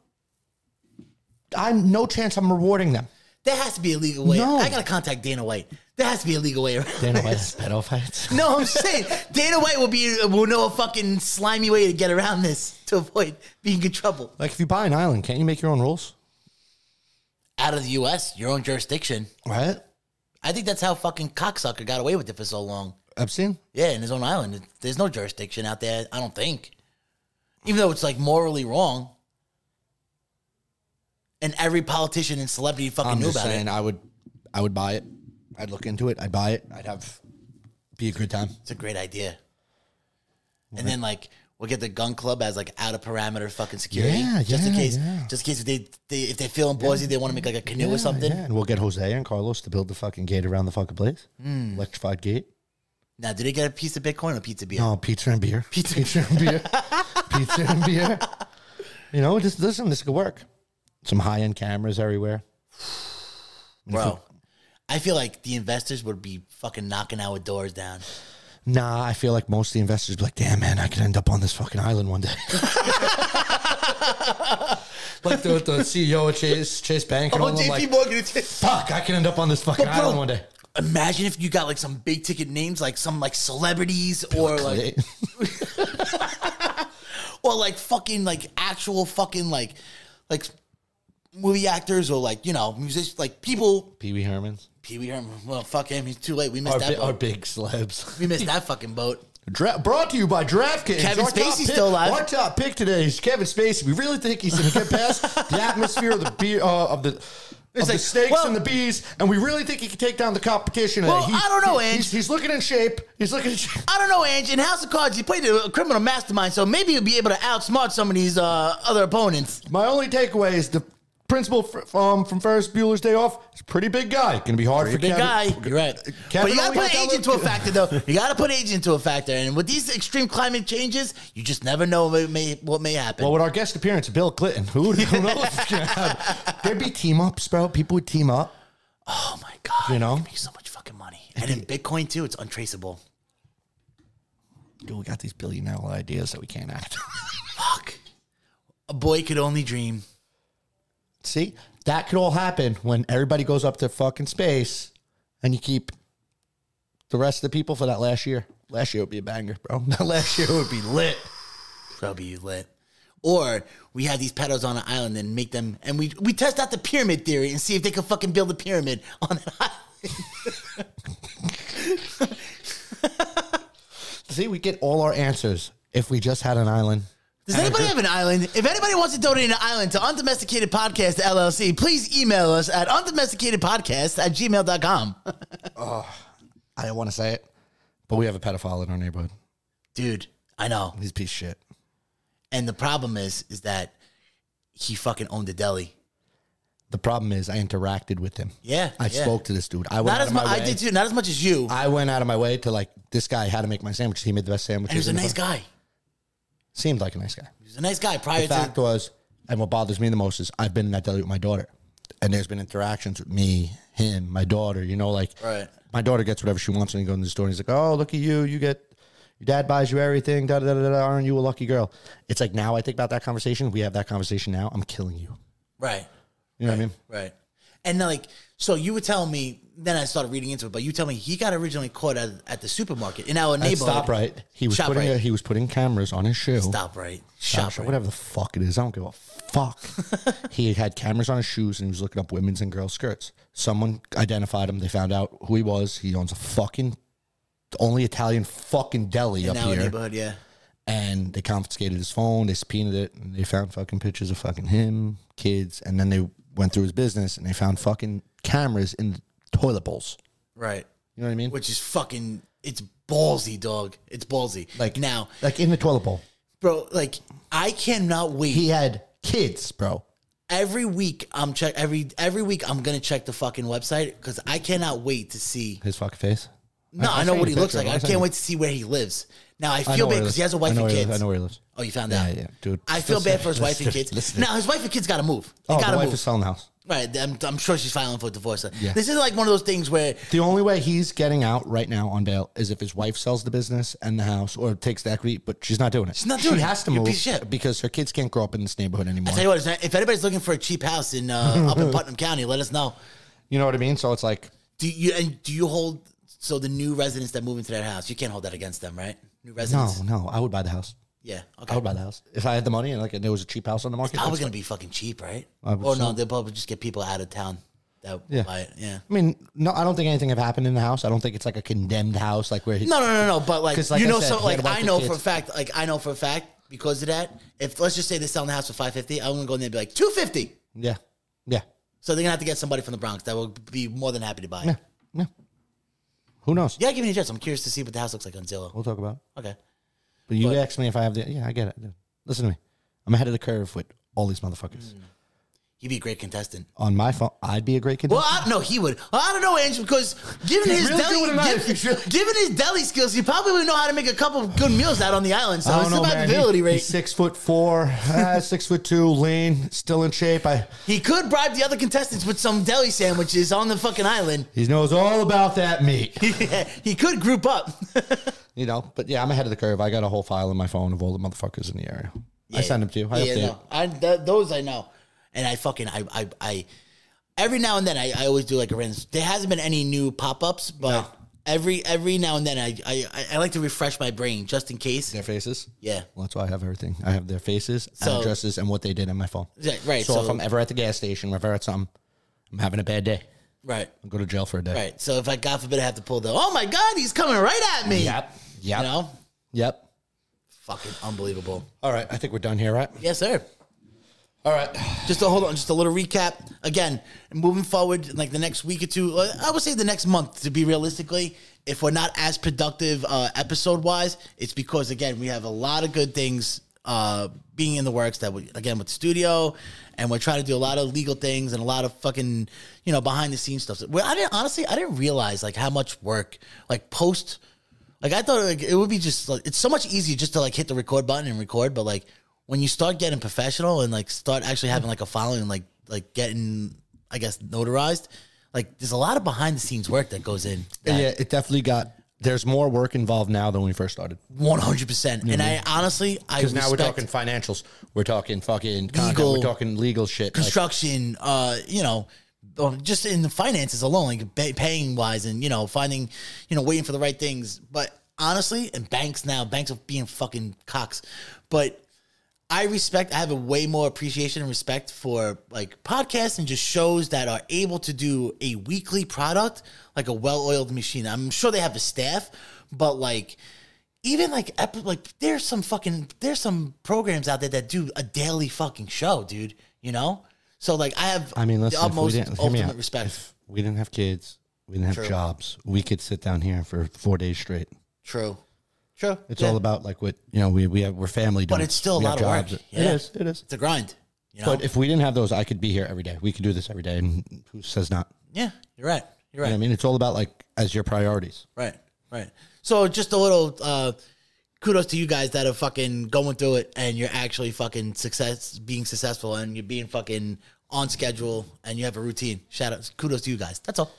Speaker 2: I'm no chance I'm rewarding them.
Speaker 4: there has to be a legal way
Speaker 2: No.
Speaker 4: i gotta contact dana white there has to be a legal way around
Speaker 2: Dana White's pedo fights.
Speaker 4: no i'm saying dana white will be will know a fucking slimy way to get around this to avoid being in trouble
Speaker 2: Like if you buy an island, can't you make your own rules?
Speaker 4: out of the us your own jurisdiction
Speaker 2: Right?
Speaker 4: i think that's how fucking cocksucker got away with it for so long
Speaker 2: Epstein?
Speaker 4: Yeah, in his own island. There's no jurisdiction out there, I don't think. Even though it's like morally wrong. And every politician and celebrity fucking knew about it.
Speaker 2: I would I would buy it. I'd look into it. I'd buy it. I'd have be a good time.
Speaker 4: It's a great idea. And then like we'll get the gun club as like out of parameter fucking security.
Speaker 2: Yeah,
Speaker 4: just in
Speaker 2: yeah,
Speaker 4: case
Speaker 2: yeah.
Speaker 4: just in case if they, they if they feeling boise, they want to make like a canoe or something.
Speaker 2: Yeah, and we'll get Jose and Carlos to build the fucking gate around the fucking place.
Speaker 4: Hmm.
Speaker 2: Electrified gate.
Speaker 4: Now, do they get a piece of Bitcoin or pizza beer?
Speaker 2: No, Oh, pizza and beer. Pizza, and beer. pizza and beer. You know, just listen, this could work. Some high end cameras everywhere.
Speaker 4: Bro. I feel like the investors would be fucking knocking our doors down.
Speaker 2: Nah, I feel like most of the investors be like, damn, man, I could end up on this fucking island one day. like the, the CEO of Chase, Chase Bank and all them, like,
Speaker 4: Oh, Morgan.
Speaker 2: fuck, I could end up on this fucking
Speaker 4: But, bro,
Speaker 2: island one day.
Speaker 4: Imagine if you got like some big ticket names, like some like celebrities or like or like fucking like actual fucking like like movie actors or like you know musicians, like people.
Speaker 2: Pee Wee Herman's.
Speaker 4: Pee Wee Herman. Well, fuck him. He's too late. We missed
Speaker 2: Our,
Speaker 4: that.
Speaker 2: bi-
Speaker 4: boat.
Speaker 2: our big celebs.
Speaker 4: we missed that fucking boat.
Speaker 2: Dra- brought to you by DraftKings.
Speaker 4: Kevin
Speaker 2: Our top
Speaker 4: Spacey's
Speaker 2: pick-
Speaker 4: still alive.
Speaker 2: Our top pick today is Kevin Spacey. We really think he's going to get past the atmosphere of the beer uh, of the
Speaker 4: It's
Speaker 2: It's
Speaker 4: like,
Speaker 2: the snakes
Speaker 4: well-
Speaker 2: and the bees, and we really think he can take down the competition.
Speaker 4: Well,
Speaker 2: He-
Speaker 4: I don't know,
Speaker 2: he-
Speaker 4: Ange.
Speaker 2: He's, he's looking in shape. He's looking in shape.
Speaker 4: I don't know, Ange. In House of Cards, he played a criminal mastermind, so maybe he'll be able to outsmart some of these uh, other opponents.
Speaker 2: My only takeaway is the principal fr- um, from Ferris Bueller's Day Off is a pretty big guy. Going to be hard for
Speaker 4: Big
Speaker 2: Kevin.
Speaker 4: guy, you're right.
Speaker 2: Kevin
Speaker 4: but you gotta
Speaker 2: only
Speaker 4: put
Speaker 2: got
Speaker 4: age
Speaker 2: that
Speaker 4: into a
Speaker 2: little-
Speaker 4: factor, though. You gotta put age into a factor, and with these extreme climate changes, you just never know what may what may happen.
Speaker 2: Well, with our guest appearance, Bill Clinton, who would who knows? what's gonna happen? There'd be team ups, bro. People would team up.
Speaker 4: oh my god,
Speaker 2: You know?
Speaker 4: they make so much fucking money, and in Bitcoin too, it's untraceable.
Speaker 2: Dude, we got these billion dollar ideas that we can't act.
Speaker 4: Fuck, a boy could only dream.
Speaker 2: See, that could all happen when everybody goes up to fucking space, and you keep the rest of the people for that last year. Last year would be a banger, bro. That last year would be lit.
Speaker 4: That'll be lit. Or we have these pedos on an island and make them, and we we test out the pyramid theory and see if they can fucking build a pyramid on an island.
Speaker 2: See, we get all our answers if we just had an island.
Speaker 4: Does anybody have an island? If anybody wants to donate an island to Undomesticated Podcast LLC, please email us at undomesticatedpodcast at gmail.com.
Speaker 2: I don't want to say it, but we have a pedophile in our neighborhood.
Speaker 4: Dude, I know.
Speaker 2: He's a piece of shit.
Speaker 4: And the problem is, is that he fucking owned a deli.
Speaker 2: The problem is, I interacted with him.
Speaker 4: Yeah,
Speaker 2: I
Speaker 4: yeah.
Speaker 2: spoke to this dude. I went
Speaker 4: Not
Speaker 2: out
Speaker 4: as
Speaker 2: of
Speaker 4: much.
Speaker 2: my
Speaker 4: I
Speaker 2: way.
Speaker 4: did too. Not as much as you.
Speaker 2: I went out of my way to like this guy how to make my sandwiches. He made the best sandwiches.
Speaker 4: and he
Speaker 2: in the
Speaker 4: was a nice
Speaker 2: fucking-
Speaker 4: guy.
Speaker 2: Seemed like a nice guy.
Speaker 4: He was a nice guy prior
Speaker 2: The fact
Speaker 4: to.
Speaker 2: was, and what bothers me the most is I've been in that deli with my daughter, and there's been interactions with me, him, my daughter. You know, like
Speaker 4: Right.
Speaker 2: my daughter gets whatever she wants when you go in the store. And he's like, "Oh, look at you! You get your dad buys you everything. Da da da da. da aren't you a lucky girl?" It's like now I think about that conversation. We have that conversation now. I'm killing you.
Speaker 4: Right,
Speaker 2: You know what I mean?
Speaker 4: right. And then, like, so you were telling me, then I started reading into it, but you tell me he got originally caught at, at the supermarket in our
Speaker 2: At
Speaker 4: neighborhood.
Speaker 2: stop right. He was
Speaker 4: Shop
Speaker 2: putting
Speaker 4: right.
Speaker 2: a- he was putting cameras on his shoe.
Speaker 4: Stop right. Shop
Speaker 2: Josh,
Speaker 4: right.
Speaker 2: or whatever the fuck it is. I don't give a fuck. he had cameras on his shoes and he was looking up women's and girls' skirts. Someone identified him. They found out who he was. He owns a fucking only Italian fucking deli
Speaker 4: In
Speaker 2: up
Speaker 4: our
Speaker 2: here.
Speaker 4: neighborhood, yeah.
Speaker 2: And they confiscated his phone. They subpoenaed it and they found fucking pictures of fucking him, kids. And then they went through his business and they found fucking cameras in toilet bowls.
Speaker 4: Right.
Speaker 2: You know what I mean?
Speaker 4: Which is fucking it's ballsy, dog. It's ballsy. Like now,
Speaker 2: like in the toilet bowl.
Speaker 4: bro, like I cannot wait.
Speaker 2: He had kids, bro.
Speaker 4: every week I'm check every every week I'm gonna check the fucking website because I cannot wait to see.
Speaker 2: His fucking face.
Speaker 4: No,
Speaker 2: I-
Speaker 4: I,
Speaker 2: I
Speaker 4: know
Speaker 2: seen
Speaker 4: what
Speaker 2: a
Speaker 4: he looks
Speaker 2: picture of
Speaker 4: like.
Speaker 2: him.
Speaker 4: I
Speaker 2: I seen
Speaker 4: can't
Speaker 2: him.
Speaker 4: wait to see where he lives. Now I
Speaker 2: I
Speaker 4: feel
Speaker 2: know
Speaker 4: bad
Speaker 2: where
Speaker 4: because he has a wife
Speaker 2: I know
Speaker 4: and
Speaker 2: where he
Speaker 4: kids.
Speaker 2: lives. I know where he lives.
Speaker 4: Oh, you found
Speaker 2: Yeah,
Speaker 4: out.
Speaker 2: yeah, dude.
Speaker 4: I feel
Speaker 2: Listen,
Speaker 4: bad for his wife and
Speaker 2: listen,
Speaker 4: kids.
Speaker 2: listen.
Speaker 4: Now his wife and kids gotta move. They
Speaker 2: Oh,
Speaker 4: gotta
Speaker 2: the wife
Speaker 4: move.
Speaker 2: is selling the house.
Speaker 4: right. I'm, I'm sure she's filing for divorce.
Speaker 2: Yeah.
Speaker 4: This is like one of those things where
Speaker 2: The only way he's getting out right now on bail is if his wife sells the business and the house or takes the equity, but she's not doing it. She's
Speaker 4: not doing
Speaker 2: she
Speaker 4: it.
Speaker 2: has to
Speaker 4: You
Speaker 2: move
Speaker 4: piece of shit.
Speaker 2: because her kids can't grow up in this neighborhood anymore.
Speaker 4: I tell you what, if anybody's looking for a cheap house in uh, up in Putnam County, let us know.
Speaker 2: you know what I mean? So it's like
Speaker 4: Do you and do you hold so the new residents that move into that house? You can't hold that against them, right? New
Speaker 2: no,
Speaker 4: residents.
Speaker 2: no, I would buy the house.
Speaker 4: Yeah.
Speaker 2: I
Speaker 4: Okay.
Speaker 2: would buy the house if I had the money and like and there was a cheap house on the market.
Speaker 4: I was gonna be fucking cheap, right?
Speaker 2: I would
Speaker 4: Or no,
Speaker 2: say-
Speaker 4: they'll probably just get people out of town that
Speaker 2: Yeah.
Speaker 4: buy it. Yeah.
Speaker 2: I mean, no, I don't think anything have happened in the house. I don't think it's like a condemned house, like where he,
Speaker 4: No, no, no, no. But like,
Speaker 2: 'Cause like
Speaker 4: you
Speaker 2: I
Speaker 4: know,
Speaker 2: said,
Speaker 4: so
Speaker 2: he
Speaker 4: like
Speaker 2: had about
Speaker 4: I
Speaker 2: the
Speaker 4: know
Speaker 2: kids.
Speaker 4: for a fact, like I know for a fact because of that. If let's just say they're selling the house for five fifty, I'm gonna go in there and be like two fifty.
Speaker 2: yeah, yeah,
Speaker 4: So they're gonna have to get somebody from the Bronx that will be more than happy to buy it.
Speaker 2: yeah, yeah. Who knows?
Speaker 4: Yeah, give me a chance. I'm curious to see what the house looks like on Zillow.
Speaker 2: We'll talk about it.
Speaker 4: Okay.
Speaker 2: But you
Speaker 4: But-
Speaker 2: asked me if I have the. Yeah, I get it. dude. Listen to me. I'm ahead of the curve with all these motherfuckers.
Speaker 4: Mm. He'd be a great contestant.
Speaker 2: On my phone, I'd be a great contestant.
Speaker 4: Well, I, no, he would. Well, I don't know, Ange, because given
Speaker 2: He's
Speaker 4: his
Speaker 2: really
Speaker 4: deli,
Speaker 2: doing it nice.
Speaker 4: given,
Speaker 2: He's really-
Speaker 4: given his deli skills, he probably would know how to make a couple of good meals out on the island. So
Speaker 2: I
Speaker 4: it's
Speaker 2: don't know,
Speaker 4: about
Speaker 2: man.
Speaker 4: ability
Speaker 2: He-
Speaker 4: rate.
Speaker 2: He's six foot four, uh, six foot two, lean, still in shape. I
Speaker 4: He could bribe the other contestants with some deli sandwiches on the fucking island.
Speaker 2: he knows all about that meat,
Speaker 4: he could group up.
Speaker 2: you know. But yeah, I'm ahead of the curve. I got a whole file in my phone of all the motherfuckers in the area. I
Speaker 4: Yeah.
Speaker 2: send them to you. I
Speaker 4: yeah,
Speaker 2: update.
Speaker 4: no, I, th- those I know, and I fucking I I, I every now and then I, I always do like a random. There hasn't been any new pop ups, but every every now and then I, I I- I like to refresh my brain just in case.
Speaker 2: Their faces.
Speaker 4: Yeah.
Speaker 2: Well, that's why I have everything. I have their faces,
Speaker 4: So-
Speaker 2: addresses, and what they did in my phone.
Speaker 4: Yeah, right,
Speaker 2: So,
Speaker 4: so-
Speaker 2: if I'm ever at the gas station, or if I'm at something, I'm having a bad day.
Speaker 4: Right.
Speaker 2: I'll go to jail for a day.
Speaker 4: Right. So if I God forbid I have to pull the oh my god he's coming right at me.
Speaker 2: Yep. Yep.
Speaker 4: You know,
Speaker 2: Yep.
Speaker 4: fucking unbelievable.
Speaker 2: All right. I think we're done here, right?
Speaker 4: Yes, sir.
Speaker 2: All right.
Speaker 4: Just to hold on, just a little recap. Again, moving forward, like the next week or two, uh, I would say the next month to be realistically. If we're not as productive uh, episode wise, it's because again we have a lot of good things uh, being in the works that we again with the studio, and we're trying to do a lot of legal things and a lot of fucking you know behind the scenes stuff. Well, I didn't honestly I didn't realize like how much work like post like I thought like it would be just like it's so much easier just to like hit the record button and record, but like when you start getting professional and like start actually having like a following, like like getting I guess notarized, like there's a lot of behind the scenes work that goes in.
Speaker 2: Yeah, it definitely got. There's more work involved now than when we first started.
Speaker 4: one hundred percent. And I honestly I
Speaker 2: Because Mm-hmm. now we're
Speaker 4: respect
Speaker 2: talking financials. We're talking fucking content,
Speaker 4: Legal-
Speaker 2: We're talking legal shit. like-
Speaker 4: construction, uh, you know. or Just in the finances alone, like pay, paying wise, and you know, finding, you know, waiting for the right things. But honestly, and banks now, banks are being fucking cocks. But I respect, I have a way more appreciation and respect for like podcasts and just shows that are able to do a weekly product like a well oiled machine. I'm sure they have a staff, but like, even like, ep- like there's some fucking, there's some programs out there that do a daily fucking show, dude, you know? So like, I have
Speaker 2: I mean, listen,
Speaker 4: the
Speaker 2: if we
Speaker 4: utmost
Speaker 2: didn't, hear me
Speaker 4: ultimate
Speaker 2: out.
Speaker 4: respect.
Speaker 2: If we didn't have kids. We didn't have jobs. We could sit down here for four days straight.
Speaker 4: True. True.
Speaker 2: It's
Speaker 4: Yeah.
Speaker 2: all about like what you know. We we have we're family,
Speaker 4: But
Speaker 2: dudes.
Speaker 4: it's still a
Speaker 2: We have
Speaker 4: lot of work.
Speaker 2: jobs.
Speaker 4: Yeah.
Speaker 2: It is. It is.
Speaker 4: It's a grind, you know?
Speaker 2: But if we didn't have those, I could be here every day. We could do this every day, and who says not?
Speaker 4: yeah, you're right. You're
Speaker 2: You
Speaker 4: right.
Speaker 2: know what I mean, it's all about like as your priorities.
Speaker 4: Right, right. So just a little uh, kudos to you guys that are fucking going through it and you're actually fucking success, being successful and you're being fucking on schedule and you have a routine. Shout out, kudos to you guys. That's all.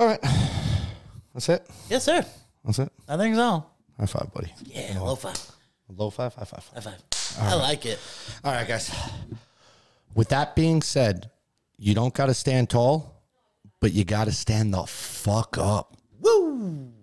Speaker 2: All right, that's it.
Speaker 4: Yes, sir.
Speaker 2: That's it.
Speaker 4: I think so.
Speaker 2: High five, buddy.
Speaker 4: Yeah, low five,
Speaker 2: Low five, high five.
Speaker 4: high five. I like it.
Speaker 2: All right, guys. With that being said, you don't got to stand tall, but you got to stand the fuck up.
Speaker 4: Woo!